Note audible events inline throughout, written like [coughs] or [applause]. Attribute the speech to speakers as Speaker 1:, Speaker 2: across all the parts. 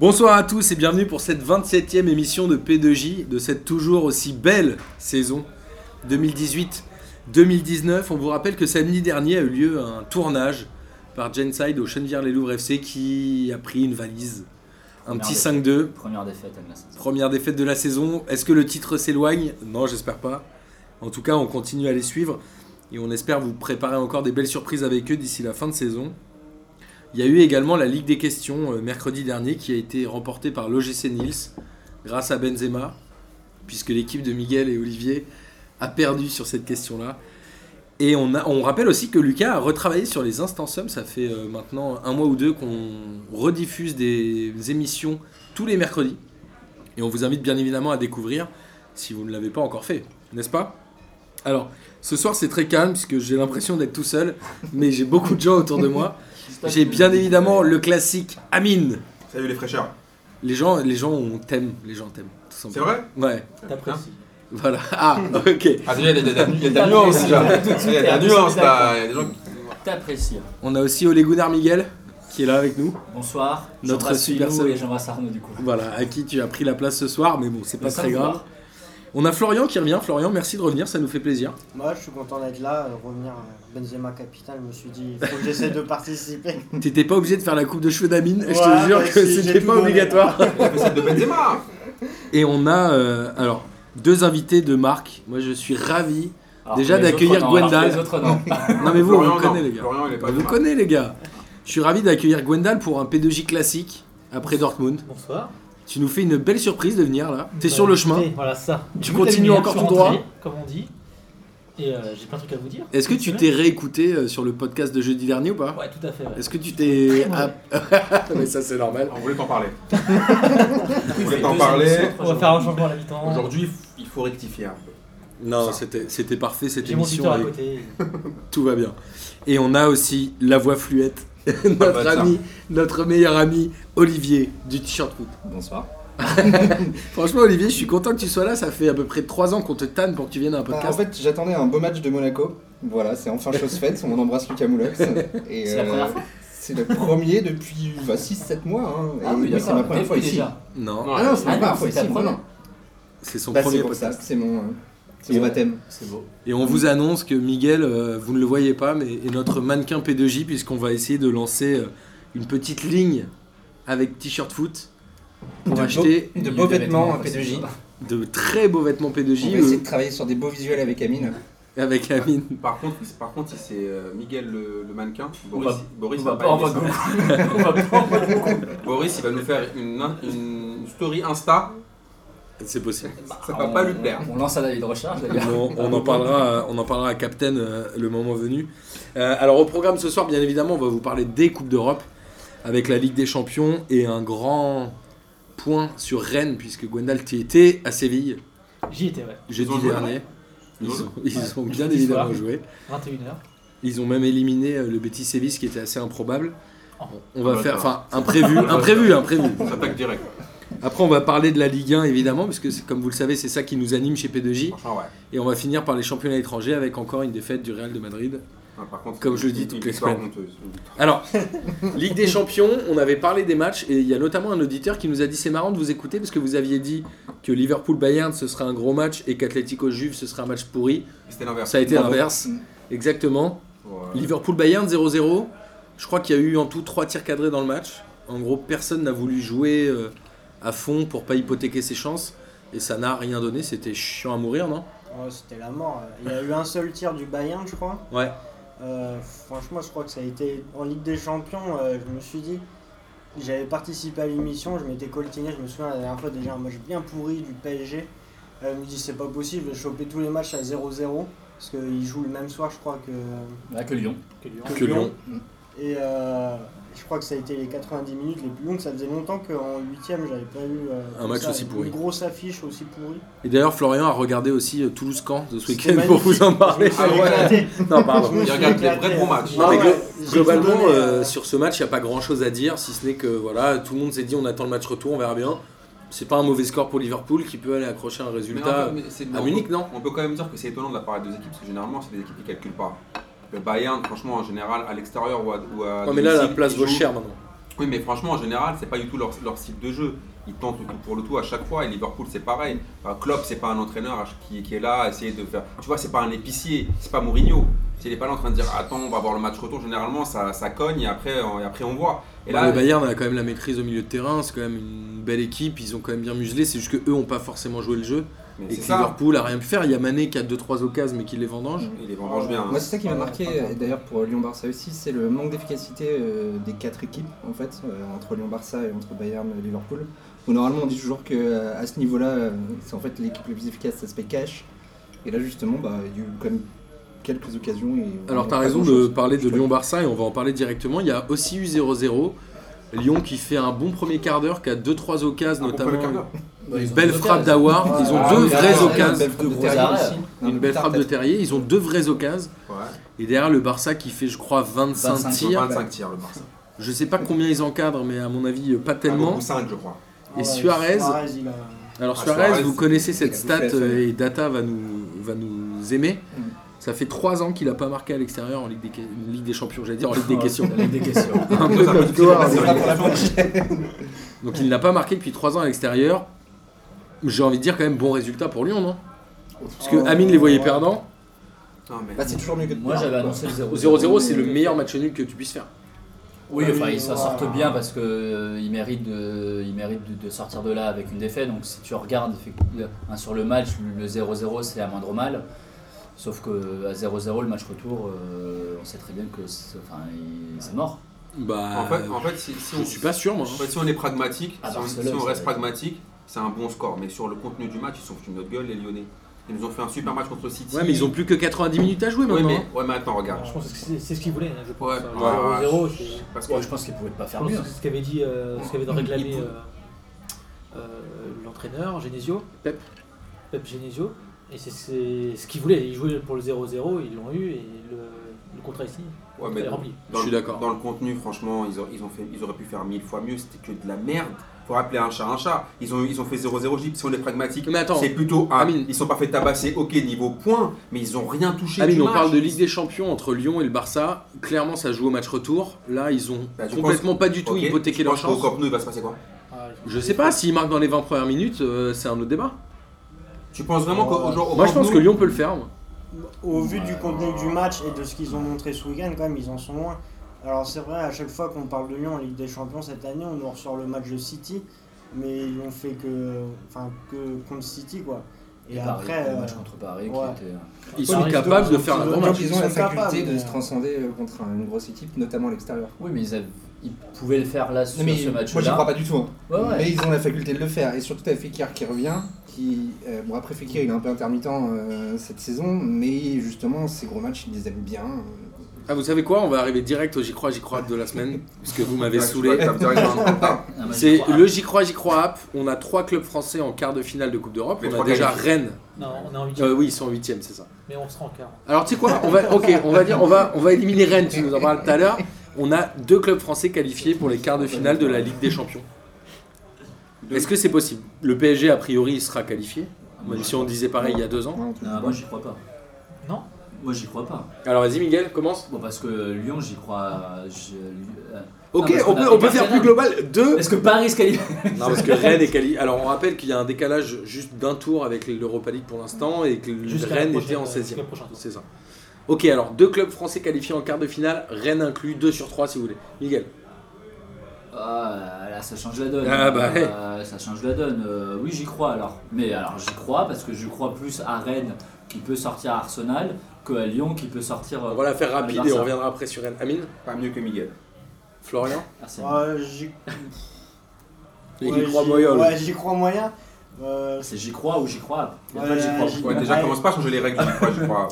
Speaker 1: Bonsoir à tous et bienvenue pour cette 27e émission de P2J de cette toujours aussi belle saison 2018-2019. On vous rappelle que samedi dernier a eu lieu un tournage par Genside au Chennevières-les-Louvres FC qui a pris une valise. Un
Speaker 2: Première
Speaker 1: petit
Speaker 2: défaite.
Speaker 1: 5-2,
Speaker 2: Première défaite à Glassens.
Speaker 1: première défaite de la saison. Est-ce que le titre s'éloigne Non, j'espère pas. En tout cas, on continue à les suivre et on espère vous préparer encore des belles surprises avec eux d'ici la fin de saison. Il y a eu également la Ligue des questions euh, mercredi dernier qui a été remportée par l'OGC Niels grâce à Benzema, puisque l'équipe de Miguel et Olivier a perdu sur cette question-là. Et on, a- on rappelle aussi que Lucas a retravaillé sur les instants sommes. Ça fait euh, maintenant un mois ou deux qu'on rediffuse des émissions tous les mercredis. Et on vous invite bien évidemment à découvrir si vous ne l'avez pas encore fait, n'est-ce pas Alors, ce soir c'est très calme puisque j'ai l'impression d'être tout seul, mais j'ai beaucoup de gens autour de
Speaker 3: [laughs]
Speaker 1: moi. J'ai bien évidemment le classique Amine.
Speaker 4: Salut les fraîcheurs.
Speaker 1: Les gens, les gens on t'aime, les gens t'aiment. tout
Speaker 4: C'est
Speaker 1: simplement.
Speaker 4: vrai
Speaker 1: Ouais,
Speaker 3: T'apprécies.
Speaker 1: voilà. Ah, ok.
Speaker 4: Ah, il y a des- des- il y a de la nuance déjà. Il y a de la nuance là. Il y a des gens qui-
Speaker 2: T'apprécies. hein.
Speaker 1: On a aussi Olegunar Miguel qui est là avec nous.
Speaker 2: Bonsoir.
Speaker 1: Notre
Speaker 2: J'embrasse
Speaker 1: super
Speaker 2: Philou
Speaker 1: sœur.
Speaker 2: et j'embrasse Arnaud du coup.
Speaker 1: Voilà, à qui tu as pris la place ce soir, mais bon, c'est pas
Speaker 2: Ça
Speaker 1: très
Speaker 2: vous
Speaker 1: grave.
Speaker 2: va
Speaker 1: On a Florian qui revient. Florian, merci de revenir, ça nous fait plaisir.
Speaker 3: [laughs] Moi, je suis content d'être là, euh, revenir à Benzema Capital. Je me suis dit, il faut que j'essaie de [laughs] participer.
Speaker 1: T'étais pas obligé de faire la coupe de cheveux d'Amine, je te
Speaker 3: Ouais,
Speaker 1: jure
Speaker 3: bah,
Speaker 1: que
Speaker 3: si, j'ai
Speaker 1: c'était
Speaker 3: tout
Speaker 1: pas
Speaker 3: donné.
Speaker 1: obligatoire.
Speaker 4: La facette de Benzema.
Speaker 1: Et on a euh, alors deux invités de marque. Moi je suis ravi.
Speaker 2: Alors
Speaker 1: Déjà
Speaker 2: que les
Speaker 1: d'accueillir
Speaker 2: autres, non, alors que
Speaker 1: Gwendal.
Speaker 2: Les autres non. Ah,
Speaker 1: Non mais vous, on
Speaker 4: Florian,
Speaker 1: vous connaît
Speaker 4: non.
Speaker 1: les gars.
Speaker 4: Florian, il est pas
Speaker 1: On vous
Speaker 4: mal.
Speaker 1: connaît les gars. Je suis ravi d'accueillir Gwendal pour un P2J classique après Dortmund.
Speaker 5: Bonsoir.
Speaker 1: Tu nous fais une belle surprise de venir là. T'es
Speaker 5: Bah,
Speaker 1: sur le
Speaker 5: écoutez,
Speaker 1: chemin.
Speaker 5: Voilà ça.
Speaker 1: Tu
Speaker 5: Écoute,
Speaker 1: continues
Speaker 5: Amine,
Speaker 1: encore
Speaker 5: je suis
Speaker 1: tout droit.
Speaker 5: rentré, Comme on dit. Et euh, j'ai plein de trucs à vous dire.
Speaker 1: Est-ce que tu t'es réécouté euh, sur le podcast de jeudi dernier ou pas
Speaker 5: Ouais, tout à fait. ouais.
Speaker 1: Est-ce que tu t'es... Ah, [laughs] mais ça c'est normal.
Speaker 4: On voulait
Speaker 1: [laughs]
Speaker 4: t'en parler. On
Speaker 2: Vous
Speaker 4: voulait t'en parler.
Speaker 5: On
Speaker 2: Ah
Speaker 5: va faire un changement à la mi-temps.
Speaker 4: Aujourd'hui, il faut rectifier un peu.
Speaker 1: Non,
Speaker 4: Ça.
Speaker 1: c'était c'était parfait cette
Speaker 5: J'ai mon
Speaker 1: émission.
Speaker 5: tuteur à
Speaker 1: elle est-
Speaker 5: côté.
Speaker 1: Tout va bien. Et on a aussi la voix fluette, [laughs]
Speaker 4: Ah
Speaker 1: notre
Speaker 4: bah, tiens.
Speaker 1: ami, notre meilleur ami, Olivier du T-shirt foot.
Speaker 2: Bonsoir.
Speaker 1: Franchement, Olivier, je suis content que tu sois là. Ça fait à peu près 3 ans qu'on te tanne pour que tu viennes à un
Speaker 6: Bah,
Speaker 1: podcast.
Speaker 6: en fait, j'attendais un beau match de Monaco. Voilà, c'est enfin
Speaker 2: [laughs]
Speaker 6: chose faite. On embrasse Lucas Moulox. Et,
Speaker 2: C'est la
Speaker 6: euh,
Speaker 2: première fois
Speaker 6: C'est le premier depuis bah, 6-7 mois. hein. Et
Speaker 2: Ah oui,
Speaker 6: oui,
Speaker 2: d'accord.
Speaker 6: c'est ma première
Speaker 2: Depuis
Speaker 6: fois ici.
Speaker 2: déjà.
Speaker 1: Non,
Speaker 6: Ah non, c'est
Speaker 2: Ah
Speaker 6: ma
Speaker 2: non,
Speaker 6: première fois
Speaker 2: c'est ta
Speaker 6: ici. Non,
Speaker 2: première.
Speaker 6: non.
Speaker 1: c'est son
Speaker 6: Bah, c'est
Speaker 1: premier
Speaker 6: pour ça.
Speaker 1: podcast.
Speaker 6: C'est mon, euh, c'est
Speaker 1: Et
Speaker 6: mon
Speaker 1: on-
Speaker 6: baptême.
Speaker 2: C'est beau.
Speaker 1: Et on vous annonce que Miguel, euh, vous ne le voyez pas, mais est notre mannequin P2J, puisqu'on va essayer de lancer euh, une petite ligne avec T-shirt foot pour
Speaker 6: De beaux-
Speaker 1: acheter
Speaker 6: De beaux vêtements à
Speaker 2: parce que-
Speaker 6: P2J.
Speaker 1: de très beaux vêtements
Speaker 6: On
Speaker 1: P2J
Speaker 6: va essayer
Speaker 1: euh,
Speaker 6: de travailler sur des beaux visuels avec Amine.
Speaker 1: avec Amine.
Speaker 4: Par contre, par contre, si c'est euh, Miguel le, le mannequin,
Speaker 2: On
Speaker 4: Boris,
Speaker 2: va-
Speaker 4: Boris,
Speaker 2: on
Speaker 4: va
Speaker 2: va
Speaker 4: pas
Speaker 2: pas en
Speaker 4: aimer
Speaker 2: mode
Speaker 4: ça.
Speaker 2: [laughs] On va pas en mode beaucoup.
Speaker 4: Boris, il va nous faire une, in- une story Insta.
Speaker 1: C'est possible.
Speaker 4: Ça va
Speaker 2: On-
Speaker 4: pas lui plaire.
Speaker 2: On lance un avis de recherche d'ailleurs.
Speaker 1: on, on en parlera, euh, on en parlera à Captain euh, le moment venu. Euh, alors au programme ce soir, bien évidemment, on va vous parler des Coupes d'Europe avec la Ligue des Champions et un grand point sur Rennes puisque Gwendal t'y était à Séville
Speaker 5: J'y étais, ouais.
Speaker 1: jeudi
Speaker 4: ont joué,
Speaker 1: dernier.
Speaker 4: Ils
Speaker 1: Ils,
Speaker 4: ont
Speaker 1: ont, ils ont
Speaker 5: Ouais,
Speaker 1: bien
Speaker 5: jeudi
Speaker 1: évidemment
Speaker 5: soir.
Speaker 1: joué.
Speaker 5: 21h.
Speaker 1: Ils ont même éliminé euh, le Betis Séville, ce qui était assez improbable.
Speaker 5: Oh.
Speaker 1: On va
Speaker 4: Oh,
Speaker 1: faire, enfin,
Speaker 4: d'accord.
Speaker 1: imprévu,
Speaker 4: Oh,
Speaker 1: imprévu, imprévu.
Speaker 4: On s'attaque direct.
Speaker 1: Après, on va parler de la Ligue 1 évidemment, parce que c'est- comme vous le savez, c'est ça qui nous anime chez P2J.
Speaker 4: Franchement, ouais.
Speaker 1: Et on va finir par les championnats étrangers avec encore une défaite du Real de Madrid
Speaker 4: Non, par contre,
Speaker 1: Comme
Speaker 4: c'est
Speaker 1: je le dis
Speaker 4: une
Speaker 1: toutes les
Speaker 4: victoire
Speaker 1: semaines.
Speaker 4: honteuse. Une victoire.
Speaker 1: Alors, [laughs] Ligue des Champions, on avait parlé des matchs et il y a notamment un auditeur qui nous a dit c'est marrant de vous écouter parce que vous aviez dit que Liverpool-Bayern ce serait un gros match et qu'Atlético-Juve ce serait un match pourri.
Speaker 4: C'était l'inverse.
Speaker 1: Ça a été
Speaker 6: Bravo.
Speaker 1: l'inverse. Exactement.
Speaker 4: Voilà.
Speaker 1: Liverpool-Bayern 0-0. Je crois qu'il y a eu en tout 3 tirs cadrés dans le match. En gros, personne n'a voulu jouer euh, à fond pour pas hypothéquer ses chances et ça n'a rien donné. C'était chiant à mourir, non
Speaker 3: Oh, C'était la mort. Il y a eu un seul tir du Bayern, je crois.
Speaker 1: Ouais.
Speaker 3: Euh, franchement, je crois que ça a été en Ligue des Champions. euh, je me suis dit, j'avais participé à l'émission, je m'étais coltiné. Je me souviens la dernière fois déjà un match bien pourri du PSG. Euh, je me dis, c'est pas possible, je vais choper tous les matchs à 0-0. Parce qu'ils jouent le même soir, je crois, que, euh,
Speaker 2: Là que Lyon.
Speaker 5: hein.
Speaker 1: Que Lyon.
Speaker 3: Et euh, je crois que ça a été les 90 minutes les plus longues. Ça faisait longtemps qu'en 8 j'avais pas eu euh,
Speaker 1: Un
Speaker 3: comme
Speaker 1: match
Speaker 3: ça,
Speaker 1: aussi pourri.
Speaker 3: Une grosse affiche aussi pourrie.
Speaker 1: Et d'ailleurs, Florian a regardé aussi euh, Toulouse-Camp de ce
Speaker 3: C'était
Speaker 1: week-end pour vous en parler.
Speaker 3: magnifique. Je me suis
Speaker 1: [laughs] Non,
Speaker 4: Ah ouais.
Speaker 3: éclaté. Je me
Speaker 1: pardon.
Speaker 4: Il
Speaker 3: suis
Speaker 4: regarde les
Speaker 3: éclaté.
Speaker 4: vrais gros matchs.
Speaker 1: Non, mais glo-
Speaker 3: j'ai tout
Speaker 1: Globalement,
Speaker 3: donné,
Speaker 1: euh,
Speaker 3: euh,
Speaker 1: sur ce match, il n'y a pas grand chose à dire, si ce n'est que voilà, tout le monde s'est dit on attend le match retour, on verra bien. C'est pas un mauvais score pour Liverpool qui peut aller accrocher un
Speaker 4: Mais
Speaker 1: résultat.
Speaker 4: un peu- mais c'est-
Speaker 1: à
Speaker 4: on
Speaker 1: Munich,
Speaker 4: peut-
Speaker 1: non
Speaker 4: On peut quand même dire que c'est étonnant de la part des deux équipes, parce que généralement, c'est des équipes qui calculent pas. Le Bayern, franchement, en général, à l'extérieur ou à. Ou à
Speaker 1: Ouais, mais là, la
Speaker 4: domicile,
Speaker 1: place
Speaker 4: ils
Speaker 1: vaut
Speaker 4: jouent-
Speaker 1: cher maintenant.
Speaker 4: Oui, mais franchement, en général, c'est pas du tout leur, leur style de jeu. Ils tentent le coup pour le tout à chaque fois. Et Liverpool, c'est pareil. Enfin, Klopp, c'est pas un entraîneur à ch- qui, qui est là à essayer de faire. Tu vois, c'est pas un épicier, c'est pas Mourinho. Il n'est pas là en train de dire attends, on va voir le match retour. Généralement, ça, ça cogne et après, on, et après on voit. Et
Speaker 1: Bah,
Speaker 4: là, euh,
Speaker 1: le Bayern a quand même la maîtrise au milieu de terrain, c'est quand même une belle équipe, ils ont quand même bien muselé, c'est juste que eux ont pas forcément joué le jeu
Speaker 4: mais
Speaker 1: bah, et
Speaker 4: c'est
Speaker 1: que
Speaker 4: ça.
Speaker 1: Liverpool a rien pu faire. Il y a Mané qui a 2-3 occasions mais qui les vendange.
Speaker 4: Il les vendange bien. hein.
Speaker 6: Moi, c'est ça qui m'a
Speaker 3: Ouais,
Speaker 6: marqué,
Speaker 3: pardon.
Speaker 6: et d'ailleurs pour Lyon-Barça aussi, c'est le manque d'efficacité euh, des quatre équipes, en fait, euh, entre Lyon-Barça et entre Bayern-Liverpool. Où normalement, on dit toujours que euh, à ce niveau-là, euh, c'est en fait l'équipe la plus efficace, ça se paye cash. Et là, justement, bah, il y a eu quand même quelques occasions. Et
Speaker 1: Alors t'as
Speaker 6: pas
Speaker 1: raison de
Speaker 6: grand-chose.
Speaker 1: parler de
Speaker 6: Je trouve.
Speaker 1: Lyon-Barça et on va en parler directement. Il y a aussi eu 0-0. Lyon qui fait un bon premier quart d'heure, qui a 2-3 occasions
Speaker 4: Un bon premier quart
Speaker 1: notamment.
Speaker 4: d'heure.
Speaker 1: Une belle frappe d'Awar, ils ont
Speaker 6: Ah,
Speaker 1: deux
Speaker 6: oui,
Speaker 1: vraies
Speaker 6: d'accord, une
Speaker 1: occasions.
Speaker 6: belle frappe de
Speaker 3: de
Speaker 6: Terrier
Speaker 2: Terrier
Speaker 6: aussi.
Speaker 2: aussi.
Speaker 6: Non,
Speaker 1: Une belle
Speaker 6: tard,
Speaker 1: frappe de
Speaker 6: peut-être.
Speaker 1: Terrier, ils ont deux vraies occasions.
Speaker 4: Ouais.
Speaker 1: Et derrière le Barça qui fait je crois 25,
Speaker 6: 25
Speaker 1: tirs.
Speaker 4: 25 tirs le Barça.
Speaker 1: Je sais pas combien ils encadrent mais à mon avis pas
Speaker 4: Ou
Speaker 1: tellement.
Speaker 4: 5, je crois.
Speaker 1: Et Suarez-
Speaker 3: il a-
Speaker 1: Alors
Speaker 4: Ah,
Speaker 1: Suarez,
Speaker 4: Suarez,
Speaker 1: vous connaissez
Speaker 6: il
Speaker 1: cette
Speaker 6: a tout
Speaker 1: stat
Speaker 6: fait, ça.
Speaker 1: euh, et Data va nous, va nous aimer.
Speaker 6: Mm.
Speaker 1: Ça fait 3 ans qu'il n'a pas marqué à l'extérieur en Ligue des, que- Ligue des Champions, j'allais dire en Ligue des
Speaker 2: Ah,
Speaker 1: questions.
Speaker 2: la Ligue des questions.
Speaker 1: Un peu
Speaker 4: Ça, ça
Speaker 1: comme
Speaker 4: me dit
Speaker 1: Goar.
Speaker 4: pas, c'est
Speaker 6: C'est
Speaker 4: vrai.
Speaker 6: pas pour la prochaine.
Speaker 1: Donc il n'a pas marqué depuis 3 ans à l'extérieur. J'ai envie de dire quand même bon résultat pour Lyon, non Parce que
Speaker 3: Oh,
Speaker 1: Amine les voyait
Speaker 3: ouais.
Speaker 1: perdants.
Speaker 4: Non, mais-
Speaker 6: Bah, c'est toujours mieux que de
Speaker 2: Moi
Speaker 6: perdre,
Speaker 2: j'avais
Speaker 6: quoi.
Speaker 2: annoncé le 0-0.
Speaker 1: 0-0, c'est le meilleur match nul que tu puisses faire.
Speaker 2: Oui, enfin, ils s'en
Speaker 3: Ouais.
Speaker 2: sortent bien parce que euh, ils méritent, de, ils méritent de, de sortir de là avec une défaite. Donc, si tu regardes effectivement, hein, sur le match, le 0-0, c'est à moindre mal. Sauf que à 0-0, le match retour, euh, on sait très bien que c'est enfin, il- c'est mort.
Speaker 1: Bah,
Speaker 4: En fait, en fait, si, si
Speaker 1: je
Speaker 4: on,
Speaker 1: suis pas sûr, moi.
Speaker 4: en fait, si on est pragmatique,
Speaker 2: Ah,
Speaker 4: si on,
Speaker 2: Barcelone,
Speaker 4: si on
Speaker 2: ça
Speaker 4: reste
Speaker 2: va être-
Speaker 4: pragmatique, c'est un bon score. Mais sur le contenu du match, ils sont foutus de notre gueule, les Lyonnais. Ils nous ont fait un super match contre City.
Speaker 1: Ouais, mais ils ont hein. plus que 90 minutes à jouer
Speaker 4: Ouais,
Speaker 1: maintenant.
Speaker 4: mais, ouais, mais attends, regarde.
Speaker 5: Je pense que c'est c'est ce qu'il voulait, je pense.
Speaker 4: Ouais,
Speaker 5: Euh,
Speaker 4: ouais.
Speaker 5: 0-0, c'est.
Speaker 4: Parce que
Speaker 2: Ouais, je pense qu'ils pouvaient pas
Speaker 5: Je
Speaker 2: faire
Speaker 5: pense
Speaker 2: mieux.
Speaker 5: que c'est ce qu'avait dit, euh, ce qu'avait réclamé
Speaker 2: Il-
Speaker 5: euh, euh, l'entraîneur Genesio,
Speaker 1: Pep.
Speaker 5: Pep Genesio, et c'est- c'est ce qu'il voulait. Ils jouaient pour le 0-0, ils l'ont eu et le, le contrat est signé.
Speaker 4: Ouais,
Speaker 5: Il
Speaker 4: mais
Speaker 5: est rempli.
Speaker 1: Je suis
Speaker 4: le-
Speaker 1: d'accord.
Speaker 4: Dans le contenu, franchement, ils, ont- ils ont fait, ils auraient pu faire mille fois mieux. C'était que de la merde. Faut rappeler un chat un chat. Ils ont, ils ont fait 0-0 je dis, Si on est pragmatique,
Speaker 1: Mais attends,
Speaker 4: c'est plutôt un.
Speaker 1: Amine.
Speaker 4: Ils sont pas fait tabasser, ok, niveau points, mais ils ont rien touché.
Speaker 1: Amine,
Speaker 4: du
Speaker 1: on
Speaker 4: match.
Speaker 1: parle de Ligue des Champions entre Lyon et le Barça. Clairement, ça joue au match retour. Là, ils ont
Speaker 4: Bah, tu
Speaker 1: complètement pas du tout
Speaker 4: Ok,
Speaker 1: hypothéqué
Speaker 4: tu
Speaker 1: leur
Speaker 4: penses qu'au
Speaker 1: chance.
Speaker 4: Camp Nou, il va se passer quoi
Speaker 5: Ah, ils ont-
Speaker 1: Je sais pas, s'ils marquent dans les 20 premières minutes, euh, c'est un autre débat.
Speaker 4: Tu penses vraiment qu'au jour. au
Speaker 1: Euh, Moi, je
Speaker 4: Camp
Speaker 1: pense
Speaker 4: Nou-
Speaker 1: que Lyon peut le faire. moi.
Speaker 3: Au vu du contenu du match et de ce qu'ils ont montré ce week-end, quand même, ils en sont loin. Alors c'est vrai, à chaque fois qu'on parle de Lyon en Ligue des Champions cette année, on nous ressort le match de City, mais ils n'ont fait que, enfin, que contre City, quoi. Et,
Speaker 2: Paris,
Speaker 3: après,
Speaker 2: le
Speaker 3: euh,
Speaker 2: match contre Paris
Speaker 3: ouais.
Speaker 2: qui était. euh,
Speaker 1: Ils
Speaker 5: Ils
Speaker 1: sont
Speaker 5: sont
Speaker 1: capables de
Speaker 5: plutôt-
Speaker 1: faire un
Speaker 3: ils
Speaker 1: grand
Speaker 3: sont-
Speaker 1: match.
Speaker 6: Donc, ils ont
Speaker 3: Ils
Speaker 6: la
Speaker 3: sont
Speaker 6: faculté
Speaker 3: capables,
Speaker 6: de
Speaker 3: mais-
Speaker 6: se transcender euh, contre une grosse équipe, notamment à l'extérieur.
Speaker 2: Oui, mais ils, avaient- ils pouvaient le faire là sur
Speaker 6: Non, mais
Speaker 2: ce
Speaker 6: moi j'y crois
Speaker 2: match-là.
Speaker 6: pas du tout. hein.
Speaker 2: Ouais, ouais.
Speaker 6: Mais ils ont la faculté de le faire. Et surtout t'as Fekir qui revient, qui euh, bon après Fekir il est un peu intermittent euh, cette saison, mais justement ces gros matchs ils les aiment bien. euh,
Speaker 1: Ah, vous savez quoi On va arriver direct au J'y crois, J'y crois de la semaine, parce que vous m'avez
Speaker 4: Ouais, tu
Speaker 1: saoulé.
Speaker 4: vois, t'as directement- Putain,
Speaker 2: Ah, moi,
Speaker 1: [laughs]
Speaker 2: j'y
Speaker 1: C'est
Speaker 2: crois.
Speaker 1: le J'y crois, J'y crois app. On a trois clubs français en quart de finale de Coupe d'Europe.
Speaker 4: Les
Speaker 1: On a
Speaker 4: trois
Speaker 1: déjà
Speaker 4: qualifiés.
Speaker 1: Rennes.
Speaker 5: Non, on est en 8
Speaker 1: Euh, oui, ils sont en huitième, c'est ça.
Speaker 5: mais on se rend en quart.
Speaker 1: Alors, tu sais quoi on va, Ok, on va dire, on va, on va éliminer Rennes. Tu nous en parles tout à l'heure. On a deux clubs français qualifiés pour les quarts de finale de la Ligue des Champions.
Speaker 4: Deux.
Speaker 1: Est-ce que c'est possible Le PSG, a priori, il sera qualifié,
Speaker 2: Ah, moi,
Speaker 1: même
Speaker 2: j'y
Speaker 1: si on
Speaker 2: crois
Speaker 1: disait pareil il y a deux
Speaker 6: Ouais,
Speaker 1: ans.
Speaker 6: en tout
Speaker 2: pas.
Speaker 6: cas.
Speaker 2: Non, moi j'y crois pas.
Speaker 5: Non
Speaker 2: Moi j'y crois pas.
Speaker 1: Alors, vas-y, Miguel, commence.
Speaker 2: Bon, parce que Lyon, j'y crois. je- euh,
Speaker 1: Ok,
Speaker 2: parce qu'on
Speaker 1: on
Speaker 2: a
Speaker 1: peut,
Speaker 2: fait
Speaker 1: on peut faire plus
Speaker 2: Barcelone.
Speaker 1: global. Deux.
Speaker 2: Est-ce que Paris se qualifie
Speaker 1: Non, parce que Rennes est qualifié. Alors, on rappelle qu'il y a un décalage juste d'un tour avec l'Europa League pour l'instant et que le-
Speaker 5: Jusqu'à la
Speaker 1: Rennes
Speaker 5: prochaine-
Speaker 1: était en
Speaker 5: jusqu'à
Speaker 1: 16e.
Speaker 5: le prochain tour.
Speaker 1: C'est ça. Ok, alors deux clubs français qualifiés en quart de finale, Rennes inclus, 2 sur 3 si vous voulez. Miguel.
Speaker 2: Ah là, ça change la donne.
Speaker 1: Ah, bah,
Speaker 2: Euh, ça change la donne. Euh, oui, j'y crois alors. Mais alors, j'y crois parce que je crois plus à Rennes qui peut sortir Arsenal que à Lyon qui peut sortir. euh,
Speaker 1: On va la faire rapide et
Speaker 2: Barça.
Speaker 1: on reviendra après sur Rennes. Amine,
Speaker 4: Pas mieux que Miguel.
Speaker 1: Florian
Speaker 2: Arsenal.
Speaker 3: ouais, j'y
Speaker 1: et
Speaker 3: ouais,
Speaker 1: les trois
Speaker 3: [laughs] j'y-
Speaker 1: Boyols.
Speaker 3: ouais, j'y crois moyen. Euh,
Speaker 2: C'est j'y crois ou j'y crois. Il y a
Speaker 3: Ouais,
Speaker 2: pas de j'y crois.
Speaker 3: j'y-
Speaker 4: Ouais, déjà,
Speaker 3: Ouais.
Speaker 4: commence pas à changer les règles, j'y crois, j'y crois.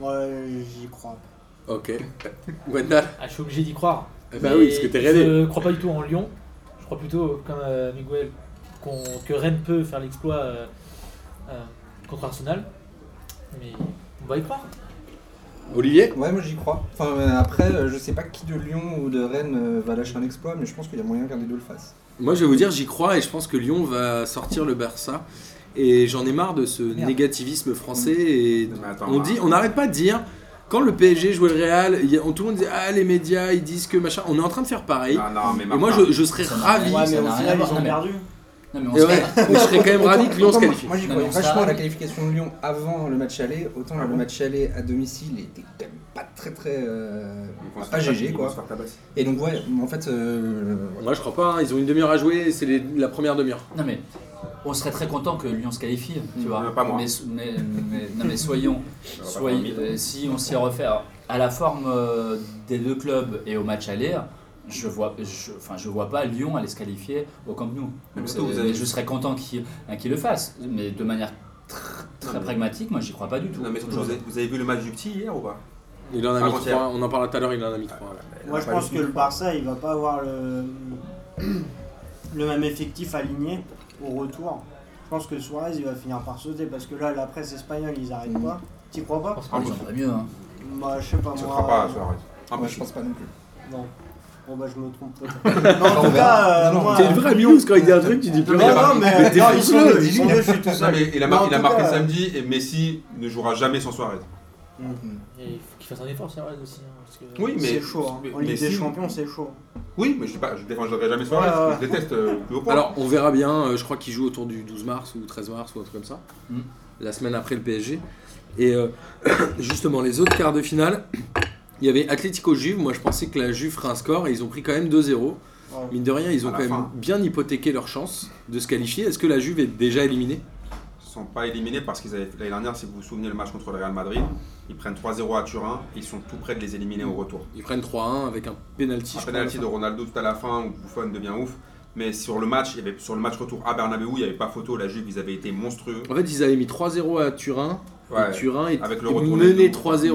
Speaker 3: ouais, j'y crois.
Speaker 1: Ok. Wendell
Speaker 5: Ah, je suis obligé d'y croire.
Speaker 1: Eh Bah oui, parce que t'es Rennes.
Speaker 5: Je crois pas du tout en Lyon. Je crois plutôt, comme euh, Miguel, qu'on- que Rennes peut faire l'exploit euh, euh, contre Arsenal. Mais on va y croire.
Speaker 1: Olivier
Speaker 6: Ouais, moi j'y crois. Enfin, euh, après, euh, je sais pas qui de Lyon ou de Rennes euh, va lâcher un exploit, mais je pense qu'il y a moyen qu'un des deux le fasse.
Speaker 1: Moi je vais vous dire, j'y crois et je pense que Lyon va sortir le Barça. Et j'en ai marre de ce
Speaker 5: Merde.
Speaker 2: Mm.
Speaker 1: négativisme français et
Speaker 4: Mais attends,
Speaker 1: on dit, on n'arrête pas de dire Quand le PSG jouait le Real, il y a- on- tout le monde disait Ah, les médias, ils disent que machin. On est en train de faire pareil.
Speaker 4: Ah non, mais
Speaker 1: Et moi,
Speaker 4: Martin,
Speaker 1: je, je serais
Speaker 2: Ça n'a
Speaker 1: ravi.
Speaker 2: rien
Speaker 3: Ouais,
Speaker 2: ça
Speaker 3: mais
Speaker 2: n'a
Speaker 3: au
Speaker 2: rien à
Speaker 3: final,
Speaker 2: voir,
Speaker 3: ils
Speaker 2: non,
Speaker 3: ont
Speaker 2: mais-
Speaker 3: perdu.
Speaker 2: Non, mais on
Speaker 1: Et
Speaker 2: se
Speaker 1: ouais,
Speaker 2: calme.
Speaker 1: mais je serais quand
Speaker 2: [laughs]
Speaker 1: même
Speaker 6: Autant-
Speaker 1: ravi que l'on se
Speaker 6: autant moi-
Speaker 1: qualifie.
Speaker 6: Moi, j'y
Speaker 2: Non,
Speaker 6: croyais
Speaker 2: mais on
Speaker 6: vachement à la
Speaker 2: s'arrête.
Speaker 6: qualification de Lyon avant le match aller. Autant le match aller à domicile était quand même pas très très. euh,
Speaker 4: ils vont se
Speaker 6: pas
Speaker 4: faire-
Speaker 6: GG
Speaker 4: ils vont
Speaker 6: quoi.
Speaker 4: se faire tabasser.
Speaker 6: Et donc, ouais, en fait. euh,
Speaker 1: Moi, je crois pas. hein. Ils ont une demi-heure à jouer et c'est les- la première demi-heure.
Speaker 2: Non mais on serait très content que Lyon se qualifie, tu
Speaker 3: Mm.
Speaker 2: vois.
Speaker 4: Non, pas moi.
Speaker 2: Mais, mais- mais- non mais soyons,
Speaker 4: Ça va pas hein.
Speaker 2: soyons-
Speaker 4: faire
Speaker 2: euh, si on s'y refait alors, à la forme euh, des deux clubs et au match aller, je vois, je, enfin je vois pas Lyon aller se qualifier au Camp Nou.
Speaker 4: Mais
Speaker 2: Donc,
Speaker 4: plutôt,
Speaker 2: c'est-
Speaker 4: vous avez-
Speaker 2: Je serais content qu'il hein, qu'il le fasse, mais de manière tr- très
Speaker 4: Non, mais-
Speaker 2: pragmatique, moi j'y crois pas du euh, tout.
Speaker 4: Non, mais surtout, vous avez, vous avez vu le match du petit hier ou pas
Speaker 1: Il en a mis
Speaker 4: Avant-hier.
Speaker 1: trois. On en parlera tout à l'heure. Il en a mis trois. ouais.
Speaker 4: Euh,
Speaker 3: Moi, je pense que le Barça, il va pas avoir le, le même effectif aligné au retour. Je pense que Suarez, il va finir par sauter parce que là, la presse espagnole, ils
Speaker 5: Mm.
Speaker 3: arrêtent pas. T'y crois pas
Speaker 2: Ah, mais ça va mieux. hein.
Speaker 3: Bah, je sais pas,
Speaker 4: Tu ne
Speaker 3: moi.
Speaker 4: crois pas, Suarez. Ah,
Speaker 6: moi,
Speaker 4: bah,
Speaker 6: je pense pas non plus.
Speaker 3: Non. Bon, bah, je me trompe
Speaker 4: [laughs]
Speaker 3: peut-être. Non, en tout cas, euh,
Speaker 6: Non, non,
Speaker 3: moi.
Speaker 1: T'es une vraie news quand il dit un truc, tu dis
Speaker 3: Non,
Speaker 1: plus rien.
Speaker 3: non, mais
Speaker 1: t'es
Speaker 3: non, ils sont
Speaker 1: fou,
Speaker 3: deux, ils sont deux, je suis tout
Speaker 4: Non,
Speaker 3: seul.
Speaker 4: mais il a,
Speaker 3: Mais
Speaker 4: mar-
Speaker 3: en
Speaker 4: il a
Speaker 3: tout
Speaker 4: marqué
Speaker 3: cas,
Speaker 4: samedi et Messi ne jouera jamais sans Suarez.
Speaker 5: Et il faut qu'il fasse un effort, c'est vrai aussi. hein, parce que-
Speaker 4: Oui, mais.
Speaker 3: C'est chaud, hein.
Speaker 4: mais-
Speaker 3: en Ligue
Speaker 4: Messi-
Speaker 3: des Champions, c'est chaud.
Speaker 4: Oui, mais je ne je défendrai jamais Suarez.
Speaker 3: Ouais, ouais,
Speaker 4: Je déteste euh, le haut point.
Speaker 1: Alors, on verra bien. euh, Je crois qu'il joue autour du 12 mars ou 13 mars ou un truc comme ça.
Speaker 2: Mm.
Speaker 1: La semaine après le PSG. Et euh, [coughs] justement, les autres quarts de finale, [coughs] il y avait Atlético Juve. Moi, je pensais que la Juve ferait un score et ils ont pris quand même 2-0.
Speaker 3: Ouais.
Speaker 1: Mine de rien, ils ont
Speaker 4: À la
Speaker 1: quand même
Speaker 4: fin.
Speaker 1: bien hypothéqué leur chance de se qualifier. Est-ce que la Juve est déjà éliminée
Speaker 4: Ils ne sont pas éliminés parce qu'ils avaient l'année dernière, si vous vous souvenez, le match contre le Real Madrid, ils prennent 3-0 à Turin et ils sont tout près de les éliminer au retour.
Speaker 1: Ils prennent 3-1 avec un penalty.
Speaker 4: Un
Speaker 1: je crois,
Speaker 4: penalty
Speaker 1: à
Speaker 4: de
Speaker 1: la fin.
Speaker 4: Ronaldo tout à la fin où Buffon devient ouf. Mais sur le match, il y avait, sur le match retour à Bernabeu, il n'y avait pas photo. La Juve, ils avaient été monstrueux.
Speaker 1: En fait, ils avaient mis 3-0 à Turin.
Speaker 4: Ouais.
Speaker 1: Et Turin est
Speaker 4: Avec le retour
Speaker 1: mené
Speaker 4: des deux.
Speaker 1: 3-0